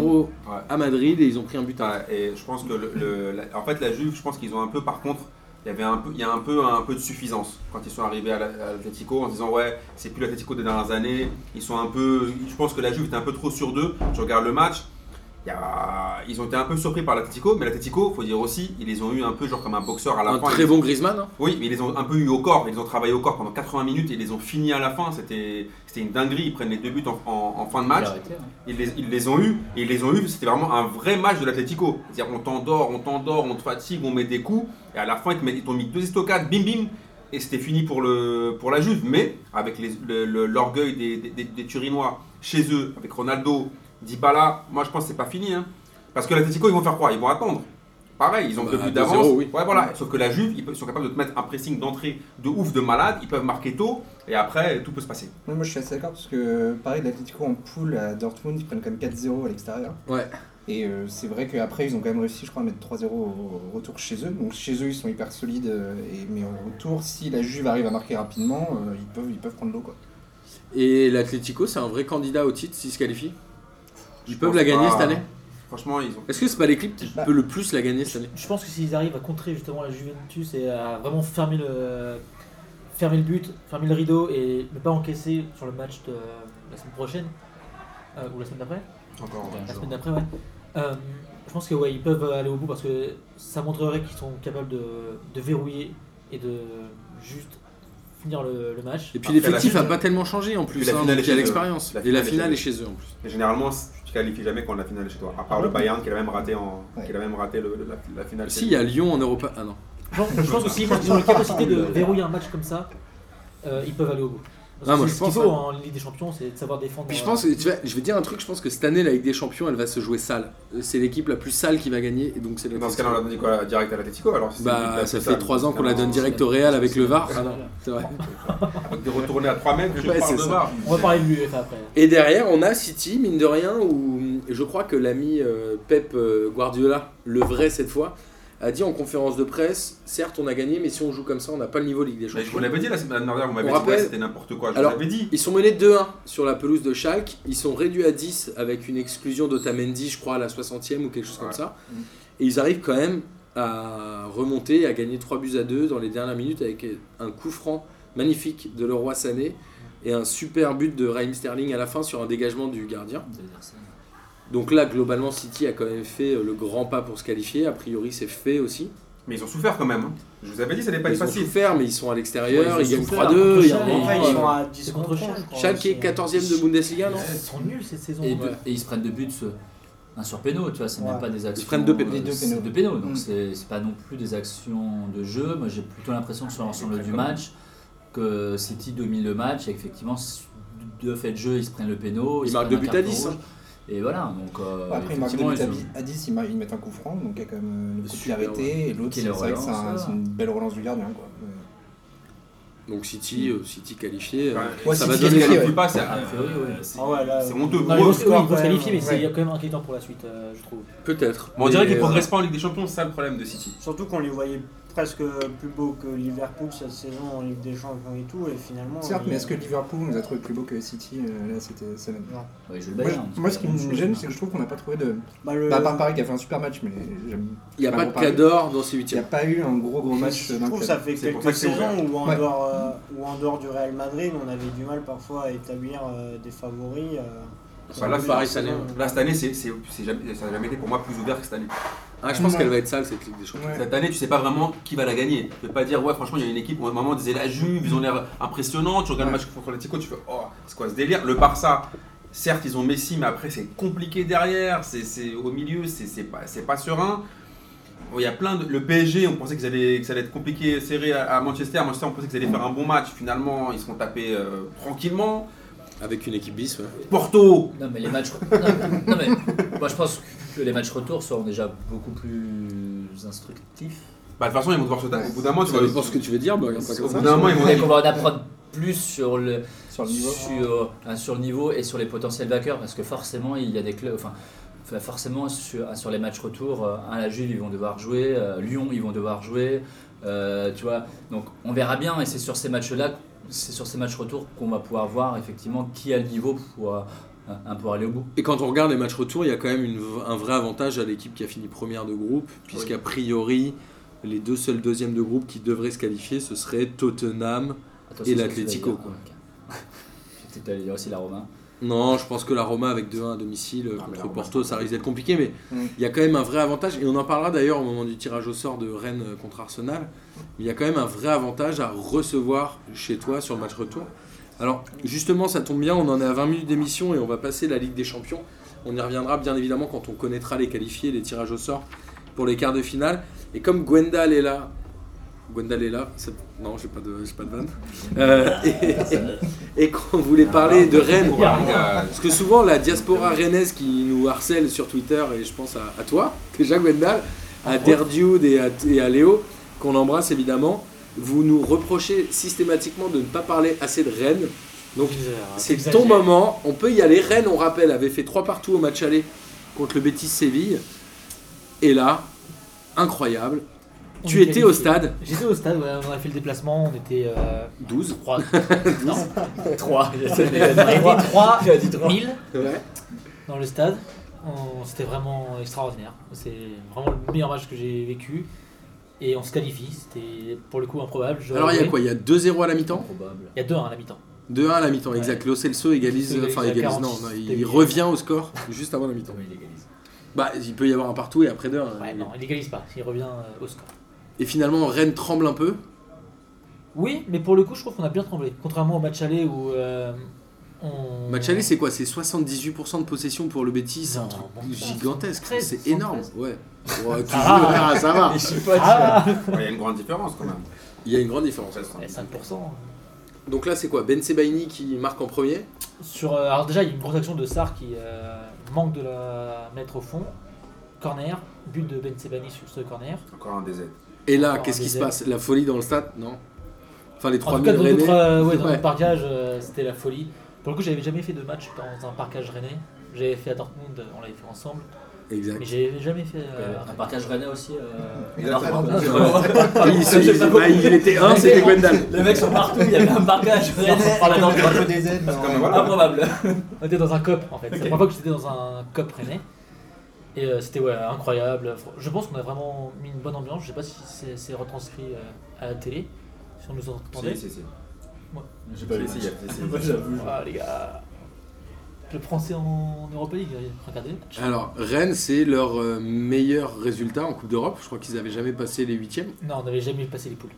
Speaker 4: Ouais.
Speaker 1: à Madrid et ils ont pris un but à
Speaker 4: Ouais, et je pense que le, le- la- en fait la Juve, je pense qu'ils ont un peu par contre, il y avait un peu, il y a un peu un peu de suffisance quand ils sont arrivés à la- à l'Atlético en se disant ouais c'est plus l'Atlético des dernières années, ils sont un peu, je pense que la Juve était un peu trop sur d'eux. Je regarde le match, il y a- ils ont été un peu surpris par l'Atlético, mais l'Atlético, faut dire aussi, ils les ont eu un peu genre comme un boxeur à la
Speaker 1: un
Speaker 4: fin.
Speaker 1: très
Speaker 4: Ils-
Speaker 1: bon Griezmann. hein.
Speaker 4: Oui, mais ils les ont un peu eu au corps, ils ont travaillé au corps pendant 80 minutes et ils les ont finis à la fin. C'était c'était une dinguerie, ils prennent les deux buts en, en- en fin de
Speaker 2: Faut
Speaker 4: match.
Speaker 2: l'arrêter, hein.
Speaker 4: Ils les, ils les ont eus, et ils les ont eus, c'était vraiment un vrai match de l'Atletico. C'est-à-dire, on t'endort, on t'endort, on te fatigue, on met des coups, et à la fin, ils te mettent- ils t'ont mis deux estocades, bim bim, et c'était fini pour, le, pour la Juve. Mais avec les- le- le- l'orgueil des, des- des- des Turinois chez eux, avec Ronaldo, Dybala, moi je pense que c'est pas fini. hein. Parce que l'Atletico, ils vont faire quoi Ils vont attendre. Pareil, ils ont
Speaker 1: Bah,
Speaker 4: deux buts
Speaker 1: 2-0,
Speaker 4: d'avance.
Speaker 1: oui.
Speaker 4: Ouais, voilà. Sauf que la Juve, ils peuvent- ils sont capables de te mettre un pressing d'entrée de ouf de malade, ils peuvent marquer tôt, et après, tout peut se passer.
Speaker 6: Ouais, moi je suis assez d'accord parce que pareil, l'Atletico en poule à Dortmund, ils prennent quand même 4-0 à l'extérieur.
Speaker 1: Ouais.
Speaker 6: Et euh, c'est vrai qu'après, ils ont quand même réussi, je crois, à mettre 3-0 au retour chez eux. Donc chez eux, ils sont hyper solides. euh, et, mais au retour, si la Juve arrive à marquer rapidement, euh, ils, peuvent, ils peuvent prendre l'eau. quoi.
Speaker 1: Et l'Atlético, c'est un vrai candidat au titre s'ils se qualifient. Ils
Speaker 4: Je
Speaker 1: peuvent
Speaker 4: pense
Speaker 1: la gagner
Speaker 4: pas.
Speaker 1: cette année.
Speaker 4: Franchement, ils ont.
Speaker 1: Est-ce que c'est pas l'équipe qui
Speaker 6: Bah.
Speaker 1: peut le plus la gagner cette année
Speaker 5: Je pense que s'ils arrivent à contrer justement la Juventus et à vraiment fermer le, fermer le but, fermer le rideau et ne pas encaisser sur le match de la semaine prochaine euh, ou la semaine d'après,
Speaker 4: Encore.
Speaker 2: Un
Speaker 5: la
Speaker 2: jour.
Speaker 5: semaine d'après, ouais. Euh, je pense que ouais, ils peuvent aller au bout parce que ça montrerait qu'ils sont capables de, de verrouiller et de juste finir le, le match.
Speaker 1: Et puis
Speaker 4: Après,
Speaker 1: l'effectif
Speaker 4: la
Speaker 1: a
Speaker 4: finale-
Speaker 1: pas tellement changé en plus.
Speaker 4: la
Speaker 1: hein,
Speaker 4: finale
Speaker 1: donc il y
Speaker 4: est
Speaker 1: a
Speaker 4: chez eux.
Speaker 1: l'expérience.
Speaker 4: La
Speaker 1: Et la
Speaker 4: finale est
Speaker 1: finale est
Speaker 4: chez
Speaker 1: chez eux en plus.
Speaker 4: Et généralement, tu te qualifies jamais quand la finale est chez toi. À part
Speaker 5: Ah
Speaker 4: le
Speaker 5: ouais
Speaker 4: Bayern qui a même raté, en,
Speaker 6: Ouais.
Speaker 4: qui a même raté le- le- la, la finale.
Speaker 1: Si, il y a Lyon en Europa. Ah non.
Speaker 5: Je pense, je pense aussi qu'ils ont la capacité de verrouiller un match comme ça, euh, ils peuvent aller au bout. Parce
Speaker 1: Ah,
Speaker 5: que
Speaker 1: moi,
Speaker 5: c'est
Speaker 1: je
Speaker 5: ce qu'il
Speaker 1: pense,
Speaker 5: faut
Speaker 1: hein.
Speaker 5: en Ligue des Champions, c'est de savoir défendre.
Speaker 1: Puis je
Speaker 5: euh,
Speaker 1: pense, tu vois, je vais dire un truc, je pense que cette année, la Ligue des Champions, elle va se jouer sale. Euh, C'est l'équipe la plus sale qui va gagner. Et donc c'est
Speaker 4: Dans ce
Speaker 1: l'Atlético.
Speaker 4: cas-là, on l'a donné quoi Direct à l'Atletico alors si c'est une
Speaker 1: Bah,
Speaker 4: place
Speaker 1: ça
Speaker 4: de
Speaker 1: fait
Speaker 4: salle.
Speaker 1: 3 ans qu'on la
Speaker 4: Non,
Speaker 1: donne
Speaker 2: c'est-
Speaker 1: direct au Real avec le VAR.
Speaker 2: c'est-
Speaker 1: Ah non, c'est vrai.
Speaker 4: Avec des retournées à 3 mètres, je
Speaker 1: Ouais,
Speaker 4: pars
Speaker 1: c'est
Speaker 4: de
Speaker 1: ça.
Speaker 4: barre.
Speaker 5: On va parler de l'UEFA après.
Speaker 1: Et derrière, on a City, mine de rien, où je crois que l'ami euh, Pep euh, Guardiola, le vrai cette fois, a dit en conférence de presse certes, on a gagné, mais si on joue comme ça, on n'a pas le niveau Ligue des
Speaker 4: Mais je vous
Speaker 1: Champions.
Speaker 4: l'avais dit la semaine dernière, on m'avait
Speaker 1: On
Speaker 4: dit ouais,
Speaker 1: rappelle-
Speaker 4: c'était n'importe quoi. Je
Speaker 1: Alors-
Speaker 4: vous l'avais dit.
Speaker 1: Ils sont menés 2-1 sur la pelouse de Schalke. Ils sont réduits à 10 avec une exclusion d'Otamendi, je crois, à la 60e ou quelque chose comme
Speaker 4: Ouais.
Speaker 1: ça.
Speaker 6: Mm.
Speaker 1: Et ils arrivent quand même à remonter, et à gagner 3 buts à 2 dans les dernières minutes avec un coup franc magnifique de Leroy Sané et un super but de Raheem Sterling à la fin sur un dégagement du gardien. Donc là, globalement, City a quand même fait euh, le grand pas pour se qualifier. A priori, c'est fait aussi.
Speaker 4: Mais ils ont souffert quand même. hein. Je vous avais dit, c'était pas
Speaker 1: Ils
Speaker 4: être
Speaker 1: sont
Speaker 4: facile.
Speaker 1: souffert, mais ils sont à l'extérieur.
Speaker 2: Ouais,
Speaker 1: ils
Speaker 2: ils ont
Speaker 1: gagnent 3-2.
Speaker 2: souffert
Speaker 5: contre
Speaker 1: il y a un
Speaker 5: Schalke.
Speaker 1: moment,
Speaker 3: Après, ils sont
Speaker 1: euh,
Speaker 3: à 10
Speaker 5: c'est
Speaker 3: contre 11,
Speaker 5: contre
Speaker 3: je
Speaker 5: Schalke.
Speaker 3: crois.
Speaker 1: Schalke est
Speaker 3: aussi.
Speaker 1: 14e de Bundesliga, non
Speaker 5: Ils sont nuls cette saison.
Speaker 2: Et, ils
Speaker 5: Ouais.
Speaker 2: pe- et ils se prennent deux buts. ceux. euh, un sur pénaux, tu vois, c'est même
Speaker 3: Ouais.
Speaker 2: pas des actions.
Speaker 1: prennent deux pénaux.
Speaker 2: euh,
Speaker 6: Les deux
Speaker 2: c'est
Speaker 6: pénaux.
Speaker 2: deux pénaux, donc
Speaker 6: Mm.
Speaker 2: c'est c'est pas non plus des actions de jeu. Moi j'ai plutôt l'impression
Speaker 6: Ah,
Speaker 2: que sur l'ensemble du match, que City domine le match et effectivement, de fait de jeu, ils se prennent le pénaux.
Speaker 1: Ils
Speaker 2: se
Speaker 1: marquent
Speaker 2: prennent
Speaker 1: deux
Speaker 2: un
Speaker 1: buts à
Speaker 2: carton
Speaker 1: 10,
Speaker 2: rouge.
Speaker 1: hein.
Speaker 2: Et voilà, donc. euh,
Speaker 6: Après, il marque deux
Speaker 2: effectivement,
Speaker 6: buts à
Speaker 2: ils ont-
Speaker 6: dix- à 10, il, mar- il met un coup franc, donc il y a quand même euh, le coup de pied
Speaker 1: Super,
Speaker 6: arrêté, et l'autre, c'est
Speaker 2: Quelle
Speaker 6: c'est vrai que c'est
Speaker 2: relance,
Speaker 6: un-
Speaker 2: là.
Speaker 6: c'est une belle relance du gardien. Quoi. Euh,
Speaker 1: Donc City, euh, City qualifié. euh,
Speaker 4: Enfin,
Speaker 6: Ouais,
Speaker 1: ça
Speaker 6: City
Speaker 1: va donner.
Speaker 4: si elle
Speaker 6: qualifié,
Speaker 4: qualifie
Speaker 6: ouais.
Speaker 4: pas, c'est
Speaker 2: A priori, ouais.
Speaker 4: c'est-
Speaker 3: Ah ouais, là,
Speaker 4: c'est
Speaker 3: euh,
Speaker 4: honteux.
Speaker 5: Non, ils
Speaker 4: Bon,
Speaker 5: vont
Speaker 3: gros
Speaker 5: se- oui,
Speaker 3: score,
Speaker 5: ils vont se
Speaker 3: quand même.
Speaker 5: qualifier, mais c'est
Speaker 6: Ouais.
Speaker 5: quand même inquiétant pour la suite, euh, je trouve.
Speaker 1: Peut-être.
Speaker 4: on dirait
Speaker 1: mais,
Speaker 4: qu'ils
Speaker 1: euh,
Speaker 4: progressent pas en Ligue des Champions, c'est ça le problème de City.
Speaker 3: Surtout qu'on les voyait presque plus beaux que Liverpool cette saison en Ligue des Champions et tout, et finalement.
Speaker 6: Certes,
Speaker 3: euh,
Speaker 6: mais est-ce que Liverpool nous a trouvé plus beau que City euh, là cette semaine
Speaker 2: Ouais, je le
Speaker 6: Moi,
Speaker 2: Bayern,
Speaker 6: je- moi, ce qui me
Speaker 2: c'est la même
Speaker 6: gêne,
Speaker 2: chose,
Speaker 6: c'est que je trouve qu'on n'a pas trouvé de.
Speaker 3: bah, le-
Speaker 6: Bah, à part Paris qui a fait un super match, mais j'aime-
Speaker 1: Il n'y a
Speaker 6: Bah,
Speaker 1: pas
Speaker 6: bon,
Speaker 1: de
Speaker 6: pareil.
Speaker 1: cador dans ces
Speaker 6: il n'y a
Speaker 1: huitièmes.
Speaker 6: pas eu un gros gros match
Speaker 3: Je
Speaker 6: d'un
Speaker 3: trouve que
Speaker 6: club.
Speaker 3: ça fait
Speaker 4: C'est pour
Speaker 3: quelques
Speaker 4: ça que c'est
Speaker 3: saisons où en,
Speaker 6: Ouais.
Speaker 3: dehors, euh, où en dehors du Real Madrid, on avait du mal parfois à établir euh, des favoris. euh.
Speaker 4: Enfin, là,
Speaker 1: Paris,
Speaker 3: Cette
Speaker 1: cette année,
Speaker 3: saison,
Speaker 4: Là, cette année, c'est- c'est- c'est jamais- ça n'a jamais été pour moi plus ouvert que cette année.
Speaker 1: Ah, je pense
Speaker 6: Ouais.
Speaker 1: qu'elle va être sale cette Ligue des Champions.
Speaker 6: Ouais.
Speaker 4: Cette année, tu sais pas vraiment qui va la gagner. Tu peux pas dire, ouais, franchement, il y a une équipe où à un moment on disait la Juve, ils ont l'air impressionnants. Tu regardes le
Speaker 6: Ouais.
Speaker 4: match contre l'Atletico, tu fais, oh, c'est quoi ce délire Le Barça, certes, ils ont Messi, mais après, c'est compliqué derrière. C'est c'est au milieu, c'est c'est pas, c'est pas serein. Bon, Il y a plein de. Le PSG, on pensait qu'ils allaient- que ça allait être compliqué, serré à à Manchester. À Manchester, on pensait qu'ils allaient faire un bon match. Finalement, ils se sont tapés euh, tranquillement.
Speaker 1: Avec une équipe bis. ouais.
Speaker 4: Porto,
Speaker 2: Non mais les matchs. non, non, mais moi je pense que les matchs retour seront déjà beaucoup plus instructifs.
Speaker 4: bah, de toute façon, ils vont devoir se taper. Au bout d'un moment,
Speaker 1: Je
Speaker 4: tu
Speaker 1: sais
Speaker 4: vas-
Speaker 1: pas ce que tu veux dire, bah, regarde pas
Speaker 4: Au
Speaker 1: comme
Speaker 4: bout
Speaker 1: ça.
Speaker 4: d'un moment, ils vont.
Speaker 2: Et qu'on va en apprendre plus sur le,
Speaker 6: sur le niveau.
Speaker 2: sur, hein, sur le niveau et sur les potentiels vainqueurs parce que forcément il y a des clubs. Enfin, enfin, forcément sur, sur les matchs retour, euh, à la Juve ils vont devoir jouer, euh, Lyon ils vont devoir jouer, euh, tu vois. Donc on verra bien et c'est sur ces matchs-là, c'est sur ces matchs retour qu'on va pouvoir voir effectivement qui a le niveau pour, euh, hein, pour aller au bout.
Speaker 1: Et quand on regarde les matchs retour, il y a quand même une v- un vrai avantage à l'équipe qui a fini première de groupe, puisqu'a priori, les deux seuls deuxièmes de groupe qui devraient se qualifier, ce serait Tottenham.
Speaker 2: Attention,
Speaker 1: Et
Speaker 2: c'est ce que
Speaker 1: l'Atlético,
Speaker 2: tu vas dire. J'étais [laughs] peut-être allé dire aussi la Roma.
Speaker 1: Non, je pense que la Roma avec 2-1 à domicile euh,
Speaker 4: Ah, mais la
Speaker 1: contre
Speaker 4: Roma,
Speaker 1: Porto, ça risque d'être compliqué, mais
Speaker 6: Mm.
Speaker 1: il y a quand même un vrai avantage, et on en parlera d'ailleurs au moment du tirage au sort de Rennes euh, contre Arsenal, mais il y a quand même un vrai avantage à recevoir chez toi sur le match retour. Alors justement, ça tombe bien, on en est à 20 minutes d'émission et on va passer la Ligue des Champions. On y reviendra bien évidemment quand on connaîtra les qualifiés, les tirages au sort pour les quarts de finale. Et comme Gwendal est là, Gwendal est là, c'est- non, j'ai pas de, j'ai pas de vanne. Euh, et, et qu'on voulait parler de Rennes,
Speaker 4: Rennes.
Speaker 1: parce que souvent, la diaspora rennaise qui nous harcèle sur Twitter, et je pense à, à toi, [laughs] déjà Gwendal, à Derdude et à, et à Léo, qu'on embrasse évidemment, vous nous reprochez systématiquement de ne pas parler assez de Rennes. Donc,
Speaker 5: Ah,
Speaker 1: c'est
Speaker 5: hein.
Speaker 1: ton moment, on peut y aller. Rennes, on rappelle, avait fait trois partout au match aller contre le Betis Séville. Et là, incroyable,
Speaker 5: On
Speaker 1: Tu
Speaker 5: est
Speaker 1: étais au
Speaker 5: qualifié.
Speaker 1: stade.
Speaker 5: J'étais au stade, ouais, on a fait le déplacement, on était. Euh,
Speaker 1: 12. [laughs]
Speaker 5: 3.
Speaker 2: 3.
Speaker 5: on était 3
Speaker 2: Il a dit trois.
Speaker 5: 000
Speaker 1: Ouais.
Speaker 5: dans le stade. On- C'était vraiment extraordinaire. C'est vraiment le meilleur match que j'ai vécu. Et on se qualifie, c'était pour le coup improbable. je dois
Speaker 1: Alors, il y a
Speaker 5: avouer.
Speaker 1: quoi Il y a 2-0 à la mi-temps
Speaker 2: Probable.
Speaker 5: Il y a hein, 2-1 à la mi-temps.
Speaker 1: 2-1 à la mi-temps, exact. Lo Celso égalise,
Speaker 5: Celso
Speaker 1: enfin
Speaker 5: égalise à
Speaker 1: égalise, non,
Speaker 5: 46,
Speaker 1: non,
Speaker 5: c'était
Speaker 1: il
Speaker 5: bien.
Speaker 1: revient au score juste avant la mi-temps.
Speaker 2: Comment il égalise
Speaker 1: Bah, il peut y avoir un partout et après deux. un.
Speaker 5: Ouais, non, il égalise pas, il revient euh, au score.
Speaker 1: Et finalement, Rennes tremble un peu.
Speaker 5: Oui, mais pour le coup, je trouve qu'on a bien tremblé. Contrairement au match aller où euh, on.
Speaker 1: Match aller, c'est quoi C'est 78% de possession pour le Betis. C'est un
Speaker 5: Non,
Speaker 1: truc
Speaker 5: bon,
Speaker 1: gigantesque.
Speaker 5: 73,
Speaker 1: C'est énorme.
Speaker 5: 73. [laughs]
Speaker 1: Ouais. Ouais,
Speaker 5: Ça
Speaker 1: toujours,
Speaker 5: va.
Speaker 1: ah, ça
Speaker 5: [laughs]
Speaker 1: va.
Speaker 5: Ah
Speaker 4: Il y a une grande différence quand même.
Speaker 1: Il y a une grande différence.
Speaker 5: Ouais, 5%.
Speaker 1: Donc là, c'est quoi Ben Sebaini qui marque en premier.
Speaker 5: Sur, euh, alors déjà, il y a une grosse action de Sar qui euh, manque de la mettre au fond. Corner, but de Ben Sebani sur ce corner.
Speaker 4: Encore un DZ.
Speaker 1: Et là,
Speaker 5: Encore
Speaker 1: qu'est-ce qui se
Speaker 5: deuxième.
Speaker 1: passe La folie dans le stade Non Enfin, les
Speaker 5: En
Speaker 1: 3000
Speaker 5: tout cas, dans
Speaker 1: Rennais.
Speaker 5: notre, euh, ouais, dans
Speaker 1: Ouais.
Speaker 5: notre parkage, euh, c'était la folie. Pour le coup, j'avais jamais fait de match dans un parkage rennais. J'avais fait à Dortmund, on l'avait fait ensemble. Mais [laughs]
Speaker 1: Exact.
Speaker 5: j'avais jamais fait. euh,
Speaker 2: Un partage rennais aussi. euh,
Speaker 6: Il a fait
Speaker 2: alors, [laughs]
Speaker 6: un-
Speaker 1: Oui,
Speaker 5: [laughs]
Speaker 1: il, se- il- bah, il était un, c'était Gwendal.
Speaker 2: Les mecs sont partout, il y avait un barrage. [laughs] Par la norme,
Speaker 6: Contre des aides, non.
Speaker 4: Comme voilà.
Speaker 2: improbable.
Speaker 5: On était dans un cop en fait. C'est la première fois que j'étais dans un cop rennais. Et euh, c'était ouais, incroyable. Je pense qu'on a vraiment mis une bonne ambiance. Je sais pas si c'est c'est retranscrit euh, à la télé, si on nous entendait.
Speaker 4: Si, si, si.
Speaker 2: J'ai
Speaker 4: Si, si, il y a- si, si.
Speaker 1: [laughs]
Speaker 5: Ah les gars. Le français en Europa League, euh, regardez.
Speaker 1: Alors, Rennes, c'est leur euh, meilleur résultat en Coupe d'Europe. Je crois qu'ils n'avaient jamais passé les huitièmes.
Speaker 5: Non, on n'avait jamais passé les poules.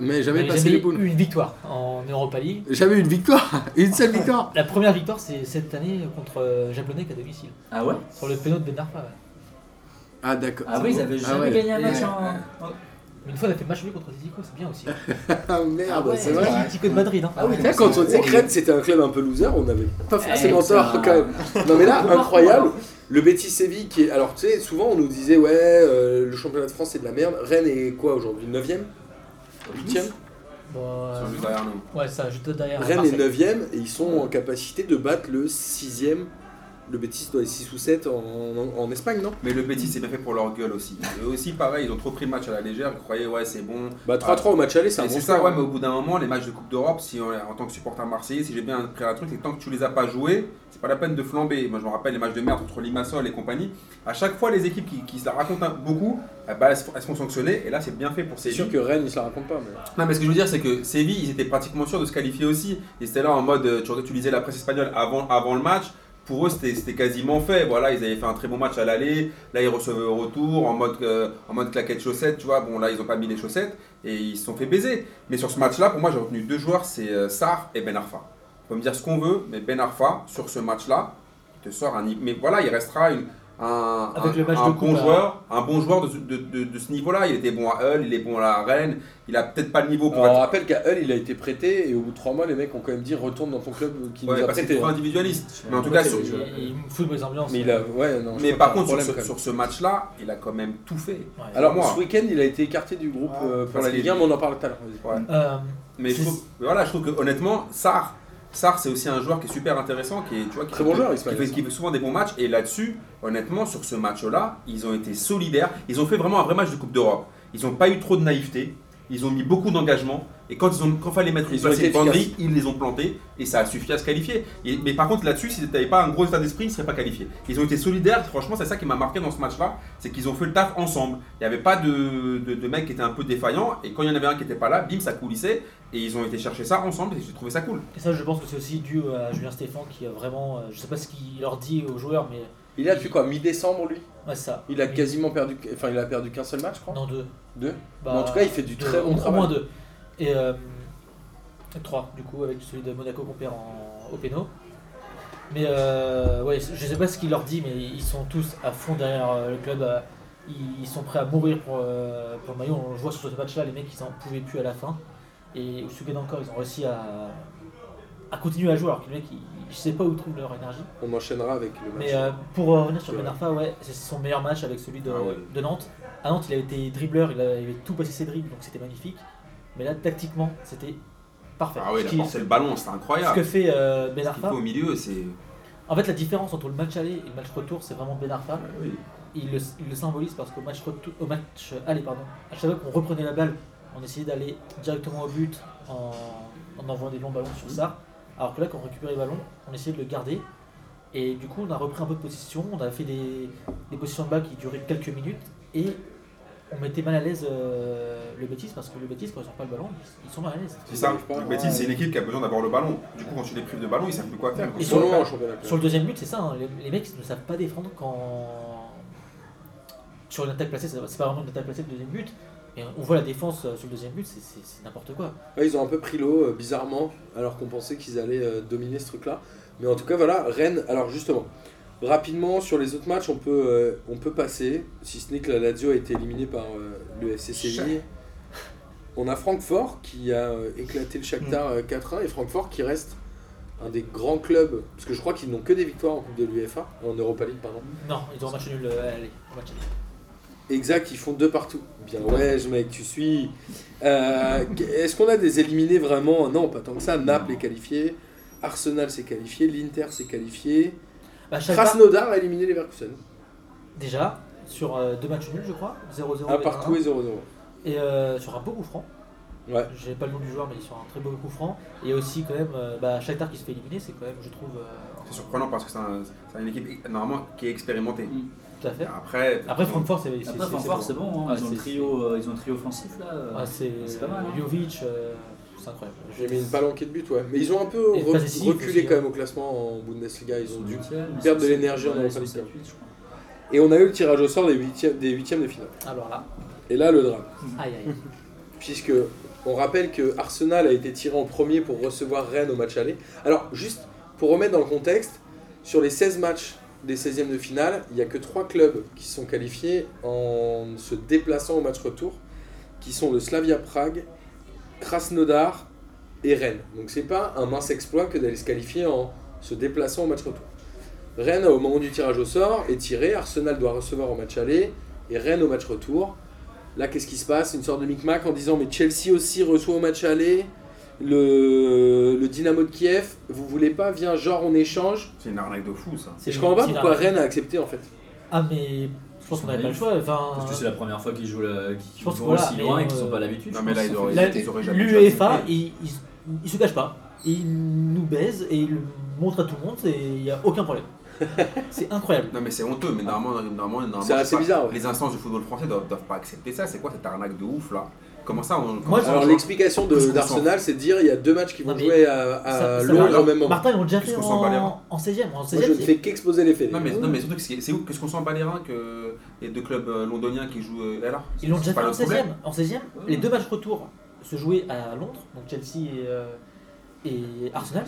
Speaker 1: Mais
Speaker 5: On
Speaker 1: jamais
Speaker 5: n'avait
Speaker 1: passé les
Speaker 5: jamais
Speaker 1: poules.
Speaker 5: eu une victoire en Europa League.
Speaker 1: Jamais une victoire, [laughs] une seule victoire.
Speaker 5: La première victoire, c'est cette année contre euh, Jablonec à domicile,
Speaker 2: Ah ouais
Speaker 5: sur le péno de Ben Arfa, ouais.
Speaker 1: Ah d'accord.
Speaker 2: Ah oui, ils avaient jamais
Speaker 1: ouais.
Speaker 2: gagné un match
Speaker 1: Ouais.
Speaker 2: en.
Speaker 5: Mais euh, une fois, on a fait match nul contre Zizico, c'est bien aussi.
Speaker 1: Ah merde,
Speaker 2: Ah ouais,
Speaker 1: c'est
Speaker 2: ouais.
Speaker 1: vrai.
Speaker 5: Zizico de Madrid, hein.
Speaker 2: Ah oui,
Speaker 1: Tu sais, quand on disait que Rennes c'était un club un peu loser, on n'avait pas forcément
Speaker 2: Eh,
Speaker 1: tort
Speaker 2: ça-
Speaker 1: quand même. Non mais là, incroyable, le Betis Séville qui est... Alors tu sais, souvent on nous disait ouais, euh, le championnat de France c'est de la merde. Rennes est quoi aujourd'hui 9ème 8ème
Speaker 5: Bon, euh,
Speaker 4: Sur juste derrière nous.
Speaker 5: ouais, ça, juste derrière.
Speaker 1: Rennes
Speaker 5: Marseille.
Speaker 1: est 9ème et ils sont en capacité de battre le 6ème. Le Betis doit être 6 ou 7 en, en- en Espagne, non
Speaker 4: Mais le Betis, c'est bien fait pour leur gueule aussi. Eux aussi, pareil, ils ont trop pris le match à la légère. Ils croyaient, ouais, c'est bon.
Speaker 1: Bah 3-3 au match aller, c'est un
Speaker 4: Et
Speaker 1: bon
Speaker 4: c'est ça,
Speaker 1: score. hein.
Speaker 4: ouais, mais au bout d'un moment, les matchs de Coupe d'Europe, si on- en tant que supporter marseillais, si j'ai bien pris un truc, c'est que tant que tu les as pas joués, c'est pas la peine de flamber. Moi, je me rappelle les matchs de merde entre Limassol et compagnie. À chaque fois, les équipes qui, qui se la racontent un- beaucoup, eh ben, elles, se, font- elles se font sanctionner. Et là, c'est bien fait pour
Speaker 1: C'est sûr
Speaker 4: Séville.
Speaker 1: que Rennes, ils se la racontent pas. Mais...
Speaker 4: Non, mais ce que je veux dire, c'est que Séville, ils étaient pratiquement sûrs de se qualifier aussi. Ils étaient là en mode, euh, tu, tu lisais la presse espagnole avant, avant le match. Pour eux, c'était c'était quasiment fait. Voilà, ils avaient fait un très bon match à l'aller. Là, ils recevaient au retour en mode, euh, en mode claquette chaussette. Tu vois, bon, là, ils n'ont pas mis les chaussettes et ils se sont fait baiser. Mais sur ce match-là, pour moi, j'ai retenu deux joueurs c'est euh, Sarr et Ben Arfa. On peut me dire ce qu'on veut, mais Ben Arfa, sur ce match-là, il te sort un. Mais voilà, il restera une- un,
Speaker 5: Avec
Speaker 4: un-
Speaker 5: le match
Speaker 4: un
Speaker 5: de coupe,
Speaker 4: bon
Speaker 5: là.
Speaker 4: joueur, un bon joueur de, ce- de- de- de ce niveau-là. Il était bon à Hull, il est bon à la Rennes. Il a peut-être pas le niveau pour
Speaker 1: Alors, on
Speaker 4: être.
Speaker 1: rappelle qu'à Hull, il a été prêté et au bout de 3 mois, les mecs ont quand même dit retourne dans ton club qui
Speaker 4: Ouais,
Speaker 1: nous a
Speaker 4: parce que
Speaker 1: prêté.
Speaker 4: c'est trop
Speaker 1: hein.
Speaker 4: individualiste. Mais en tout
Speaker 5: Ouais,
Speaker 4: cas,
Speaker 5: c'est-
Speaker 4: sur,
Speaker 5: il, il me fout de mes ambiances.
Speaker 1: Mais il a, ouais, non, je
Speaker 4: mais
Speaker 1: crois
Speaker 4: par
Speaker 1: qu'il y a un
Speaker 4: contre, sur,
Speaker 1: problème, quand
Speaker 4: ce-
Speaker 1: même.
Speaker 4: sur ce match-là, il a quand même tout fait.
Speaker 5: Ouais.
Speaker 1: Alors,
Speaker 4: Moi.
Speaker 1: ce week-end, il a été écarté du groupe
Speaker 5: Ah,
Speaker 3: Ouais.
Speaker 1: euh, pour
Speaker 4: Parce
Speaker 1: la
Speaker 4: qu'il
Speaker 1: Ligue 1, mais on en parle tout à l'heure. vas-y.
Speaker 4: Ouais.
Speaker 5: Euh,
Speaker 4: Mais je
Speaker 5: C'est-
Speaker 4: trouve, mais voilà, je trouve que honnêtement, Sar, Sar c'est aussi un joueur qui est super intéressant, qui est, tu vois, qui
Speaker 1: Très
Speaker 4: fait-
Speaker 1: bon joueur,
Speaker 4: qui fait,
Speaker 1: Ismaël.
Speaker 4: qui fait souvent des bons matchs. Et là-dessus, honnêtement, sur ce match-là, ils ont été solidaires. Ils ont fait vraiment un vrai match de Coupe d'Europe. Ils n'ont pas eu trop de naïveté. Ils ont mis beaucoup d'engagement. Et quand ils ont, quand fallait mettre une
Speaker 1: Ils ont
Speaker 4: place
Speaker 1: été
Speaker 4: une banderie, ils les ont plantés. Et ça a suffi à se qualifier. Et- mais par contre, là-dessus, s'ils n'avaient pas un gros état d'esprit, ils ne seraient pas qualifiés. Ils ont été solidaires. Franchement, c'est ça qui m'a marqué dans ce match-là. C'est qu'ils ont fait le taf ensemble. Il n'y avait pas de, de, de mec qui était un peu défaillant. Et quand il y en avait un qui n'était pas là, bim, ça coulissait. Et ils ont été chercher ça ensemble et j'ai trouvé ça cool.
Speaker 5: et ça, je pense que c'est aussi dû à Julien Stéphane qui a vraiment. euh, Je sais pas ce qu'il leur dit aux joueurs, mais.
Speaker 1: Il a depuis quoi Mi-décembre, lui
Speaker 5: Ouais, ça.
Speaker 1: Il a
Speaker 5: Mais-
Speaker 1: quasiment perdu, enfin, il a perdu qu'un seul match, je crois.
Speaker 5: Non, deux.
Speaker 1: Deux
Speaker 5: Bah,
Speaker 1: Mais en tout cas, il fait du
Speaker 5: deux,
Speaker 1: très bon
Speaker 5: au-
Speaker 1: travail.
Speaker 5: Au moins deux. Et. euh, trois, du coup, avec celui de Monaco qu'on perd en- au péno. Mais euh, ouais, je sais pas ce qu'il leur dit, mais ils sont tous à fond derrière euh, le club. euh, Ils ils sont prêts à mourir pour, euh, pour le maillot. On le voit sur ce match-là, les mecs, ils en pouvaient plus à la fin. Et au Sugan encore, ils ont réussi à, à continuer à jouer, alors que les mecs, ils, je sais pas où trouvent leur énergie.
Speaker 1: On enchaînera avec le match.
Speaker 5: Mais euh, pour euh, revenir sur
Speaker 1: C'est
Speaker 5: Ben
Speaker 1: vrai.
Speaker 5: Arfa, ouais, c'est son meilleur match avec celui de,
Speaker 4: Ah ouais.
Speaker 5: de Nantes. À Nantes, il avait été dribbleur, il avait tout passé ses dribbles, donc c'était magnifique. Mais là, tactiquement, c'était parfait.
Speaker 4: Ah ouais,
Speaker 5: ce,
Speaker 4: il a
Speaker 5: qui-
Speaker 4: porté le ballon, c'était
Speaker 5: ce que
Speaker 4: incroyable.
Speaker 5: fait euh, Ben
Speaker 4: Ce qu'il fait
Speaker 5: Arfa.
Speaker 4: au milieu, c'est.
Speaker 5: En fait, la différence entre le match aller et le match retour, c'est vraiment Ben Arfa.
Speaker 4: Ah Oui.
Speaker 5: Il le, il le symbolise parce qu'au match, retour- au match aller, pardon, à chaque fois qu'on reprenait la balle, on essayait d'aller directement au but en, en envoyant des longs ballons sur ça. Alors que là, quand on récupérait le ballon, on essayait de le garder. Et du coup, on a repris un peu de position, on a fait des, des positions de bas qui duraient quelques minutes. Et on mettait mal à l'aise euh, le bêtise parce que le bêtise, quand ils n'ont pas le ballon, ils sont mal à l'aise.
Speaker 4: C'est ça.
Speaker 1: Ouais.
Speaker 4: Le Betis, c'est une équipe qui a besoin d'avoir le ballon. Du coup, quand tu les prives de ballon, ils savent plus quoi faire.
Speaker 1: Ils
Speaker 5: Ils
Speaker 1: sont
Speaker 5: sont-
Speaker 1: loin en championnat.
Speaker 5: Sur le deuxième but, c'est ça, hein, les, les mecs ne savent pas défendre quand. Sur une attaque placée, c'est c'est pas vraiment une attaque placée le deuxième but. Et on voit la défense euh, sur le deuxième but, c'est- c'est c'est n'importe quoi.
Speaker 1: Ouais, ils ont un peu pris l'eau, euh, bizarrement, alors qu'on pensait qu'ils allaient euh, dominer ce truc-là. Mais en tout cas, voilà, Rennes. Alors, justement, rapidement, sur les autres matchs, on peut, euh, on peut passer. Si ce n'est que la Lazio a été éliminée par euh, le FC Séville. On a Francfort qui a euh, éclaté le Shakhtar euh, 4-1 et Francfort qui reste un des grands clubs. Parce que je crois qu'ils n'ont que des victoires en Coupe de l'UEFA, en Europa League, pardon.
Speaker 5: Non, ils ont un match nul euh, allez, un match nul.
Speaker 1: Exact, ils font deux partout. Bien ouais, je mec, tu suis. Euh, Est-ce qu'on a des éliminés vraiment Non, pas tant que ça. Naples est qualifié, Arsenal s'est qualifié, l'Inter s'est qualifié,
Speaker 5: Bah, Shakhtar,
Speaker 1: Krasnodar a éliminé Leverkusen.
Speaker 5: déjà, sur euh, deux matchs nuls, je crois, 0-0.
Speaker 1: Un partout et 0-0.
Speaker 5: Et euh, sur un beau coup franc,
Speaker 1: Ouais.
Speaker 5: j'ai pas le nom du joueur, mais sur un très beau coup franc. Et aussi, quand même, euh, bah, Shakhtar qui se fait éliminer, c'est quand même, je trouve, euh,
Speaker 4: C'est surprenant parce que c'est un- c'est une équipe normalement qui est expérimentée.
Speaker 5: tout à fait.
Speaker 4: Après,
Speaker 5: Après, Francfort, c'est. c'est-
Speaker 2: Après,
Speaker 5: c'est-
Speaker 2: Francfort,
Speaker 5: c'est
Speaker 2: c'est bon,
Speaker 5: Ah,
Speaker 2: hein, ils, ont
Speaker 5: c'est-
Speaker 2: le trio, euh, ils ont le trio offensif là. euh,
Speaker 5: Ah, c'est
Speaker 2: c'est pas mal, hein.
Speaker 5: Jovic, euh, c'est incroyable.
Speaker 1: J'ai mis une palanquée de buts, ouais. Mais ils ont un peu
Speaker 5: Et
Speaker 1: re-
Speaker 5: pas décisif
Speaker 1: reculé
Speaker 5: aussi,
Speaker 1: quand
Speaker 5: hein.
Speaker 1: même au classement en Bundesliga. Ils ont dû.
Speaker 2: huitièmes, ils
Speaker 1: perdre
Speaker 2: sont
Speaker 1: de l'énergie en
Speaker 2: sept- ouais, ils sont
Speaker 1: Europe League.
Speaker 2: 7-8, je crois.
Speaker 1: Et on a eu le tirage au sort des huitièmes des, huitièmes de finale.
Speaker 5: Alors là,
Speaker 1: Et là, le drame.
Speaker 5: aïe aïe.
Speaker 1: Puisque On rappelle que Arsenal a été tiré en premier pour recevoir Rennes au match aller. Alors, juste pour remettre dans le contexte, sur les 16 matchs des 16e de finale, il n'y a que 3 clubs qui sont qualifiés en se déplaçant au match retour, qui sont le Slavia Prague, Krasnodar et Rennes. Donc, c'est pas un mince exploit que d'aller se qualifier en se déplaçant au match retour. Rennes, au moment du tirage au sort, est tiré. Arsenal doit recevoir au match aller et Rennes au match retour. Là, qu'est-ce qui se passe Une sorte de micmac en disant mais Chelsea aussi reçoit au match aller le, le Dynamo de Kiev. Vous voulez pas Viens, genre on échange.
Speaker 4: C'est une arnaque de fou ça.
Speaker 1: Et je comprends pas pourquoi Rennes a accepté en fait.
Speaker 5: Ah, mais je pense qu'on n'avait pas le choix. Enfin,
Speaker 2: Parce que c'est la première fois qu'ils jouent, la... qu'ils
Speaker 5: Ah. Je pense
Speaker 2: vont
Speaker 5: que voilà,
Speaker 2: aussi
Speaker 5: mais,
Speaker 2: loin et qu'ils
Speaker 5: euh,
Speaker 2: sont pas l'habitude.
Speaker 4: Non
Speaker 2: je
Speaker 4: mais là
Speaker 2: pense.
Speaker 4: ils auraient,
Speaker 5: La-
Speaker 4: ils auraient jamais dû
Speaker 5: L'UEFA,
Speaker 4: accepter.
Speaker 5: il, il, il se cache pas. Il nous baise et il le montre à tout le monde et il n'y a aucun problème. c'est incroyable.
Speaker 4: Non mais c'est honteux, mais normalement, normalement, normalement,
Speaker 1: C'est assez
Speaker 4: je sais pas,
Speaker 1: bizarre, ouais.
Speaker 4: les instances du football français doivent, doivent pas accepter ça. C'est quoi cette arnaque de ouf là Comment ça on, comment
Speaker 5: Moi,
Speaker 4: ça,
Speaker 1: Alors
Speaker 4: on-
Speaker 1: l'explication de-
Speaker 4: Qu'est-ce qu'on
Speaker 1: d'Arsenal, c'est de dire il y a deux matchs qui vont
Speaker 5: Non, mais
Speaker 1: jouer à, à
Speaker 5: ça- ça
Speaker 1: Londres
Speaker 5: va.
Speaker 1: au Euh, même moment.
Speaker 5: Martin, ils l'ont déjà
Speaker 4: Qu'est-ce
Speaker 5: fait
Speaker 4: qu'on s'en bat les reins
Speaker 5: en, en 16ème. En
Speaker 1: Moi, je
Speaker 5: 16ème,
Speaker 1: ne fais qu'exposer les faits.
Speaker 4: Non mais, non mais surtout que c'est c'est ouf, qu'est-ce qu'on sent pas les reins que les deux clubs euh, londoniens qui jouent euh, là
Speaker 5: Ils l'ont
Speaker 4: C'est
Speaker 5: déjà
Speaker 4: pas
Speaker 5: fait en
Speaker 4: notre problème.
Speaker 5: 16ème. En 16ème, les deux matchs retour se jouaient à Londres, donc Chelsea et, euh, et Arsenal.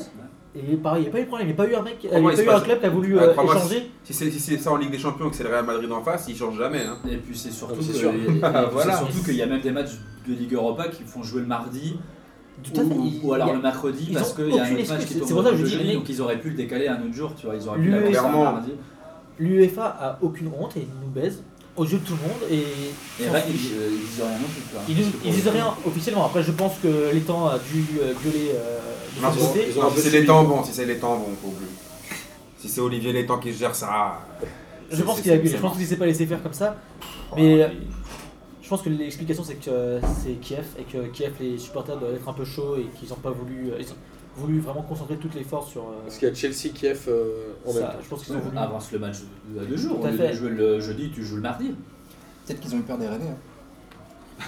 Speaker 5: Et pareil, il n'y a pas eu de problème. Il n'y a pas eu un mec, il y a
Speaker 4: Comment il
Speaker 5: pas
Speaker 4: se
Speaker 5: eu un
Speaker 4: passe
Speaker 5: club qui a voulu
Speaker 4: Ah,
Speaker 5: euh,
Speaker 4: crois-moi,
Speaker 5: échanger.
Speaker 4: Si c'est si c'est ça en Ligue des Champions et que c'est le Real Madrid en face, ils changent jamais. Hein.
Speaker 2: Et puis c'est surtout
Speaker 1: Ah, c'est
Speaker 2: que-
Speaker 1: sûr.
Speaker 2: et- et puis
Speaker 4: Voilà.
Speaker 2: c'est surtout qu'il y a même des matchs de Ligue Europa qui font jouer le mardi
Speaker 5: Tout à fait,
Speaker 2: ou,
Speaker 5: il-
Speaker 2: ou alors
Speaker 5: il y a-
Speaker 2: le mercredi
Speaker 5: ils
Speaker 2: parce
Speaker 5: ont
Speaker 2: qu'il y a un
Speaker 5: aucune
Speaker 2: autre match
Speaker 5: excuse.
Speaker 2: qui
Speaker 5: C'est
Speaker 2: tourne
Speaker 5: pour ça que
Speaker 2: le
Speaker 5: je dis,
Speaker 2: jeudi,
Speaker 5: les-
Speaker 2: donc ils auraient pu le décaler à un autre jour, tu vois, ils auraient pu
Speaker 5: Lui,
Speaker 2: la faire
Speaker 4: clairement.
Speaker 2: le mardi.
Speaker 5: L'UEFA a aucune honte et il nous baise aux yeux de tout le monde. Et
Speaker 2: Et
Speaker 5: s'en
Speaker 2: Rennes,
Speaker 5: fiche.
Speaker 2: ils euh, ils disent rien non plus. tu vois.
Speaker 5: Ils disent,
Speaker 2: Parce que
Speaker 5: ils disent
Speaker 2: pour le
Speaker 5: rien officiellement. Après, je pense que l'État a dû euh, gueuler euh, de
Speaker 4: Non,
Speaker 5: son
Speaker 1: bon,
Speaker 5: côté.
Speaker 1: ils ont un
Speaker 4: Non,
Speaker 1: peu
Speaker 4: si c'est
Speaker 1: suivi.
Speaker 4: les temps bons, si c'est les temps bons, faut oublier. Si c'est Olivier Létang qui gère ça.
Speaker 5: Je
Speaker 4: c'est-
Speaker 5: pense
Speaker 4: c'est-
Speaker 5: qu'il a
Speaker 4: c'est-
Speaker 5: gueulé.
Speaker 4: c'est
Speaker 5: Je pense
Speaker 4: mort.
Speaker 5: qu'il s'est pas laissé faire comme ça.
Speaker 4: Oh,
Speaker 5: Mais euh,
Speaker 4: il-
Speaker 5: je pense que l'explication, c'est que euh, c'est Kiev et que Kiev, les supporters doivent être un peu chauds et qu'ils n'ont pas voulu. euh, Ils ont voulu vraiment concentrer toutes les forces sur. euh,
Speaker 1: Parce qu'il y a Chelsea, Kiev euh, en même
Speaker 5: ça.
Speaker 1: temps.
Speaker 5: Je pense qu'ils ont
Speaker 2: coup,
Speaker 5: voulu.
Speaker 2: on avance le match à deux jours.
Speaker 5: Tout
Speaker 2: Au
Speaker 5: à
Speaker 2: lieu
Speaker 5: fait.
Speaker 2: de jouer le jeudi, tu joues le mardi.
Speaker 6: Peut-être qu'ils ont eu peur des Rennais. hein.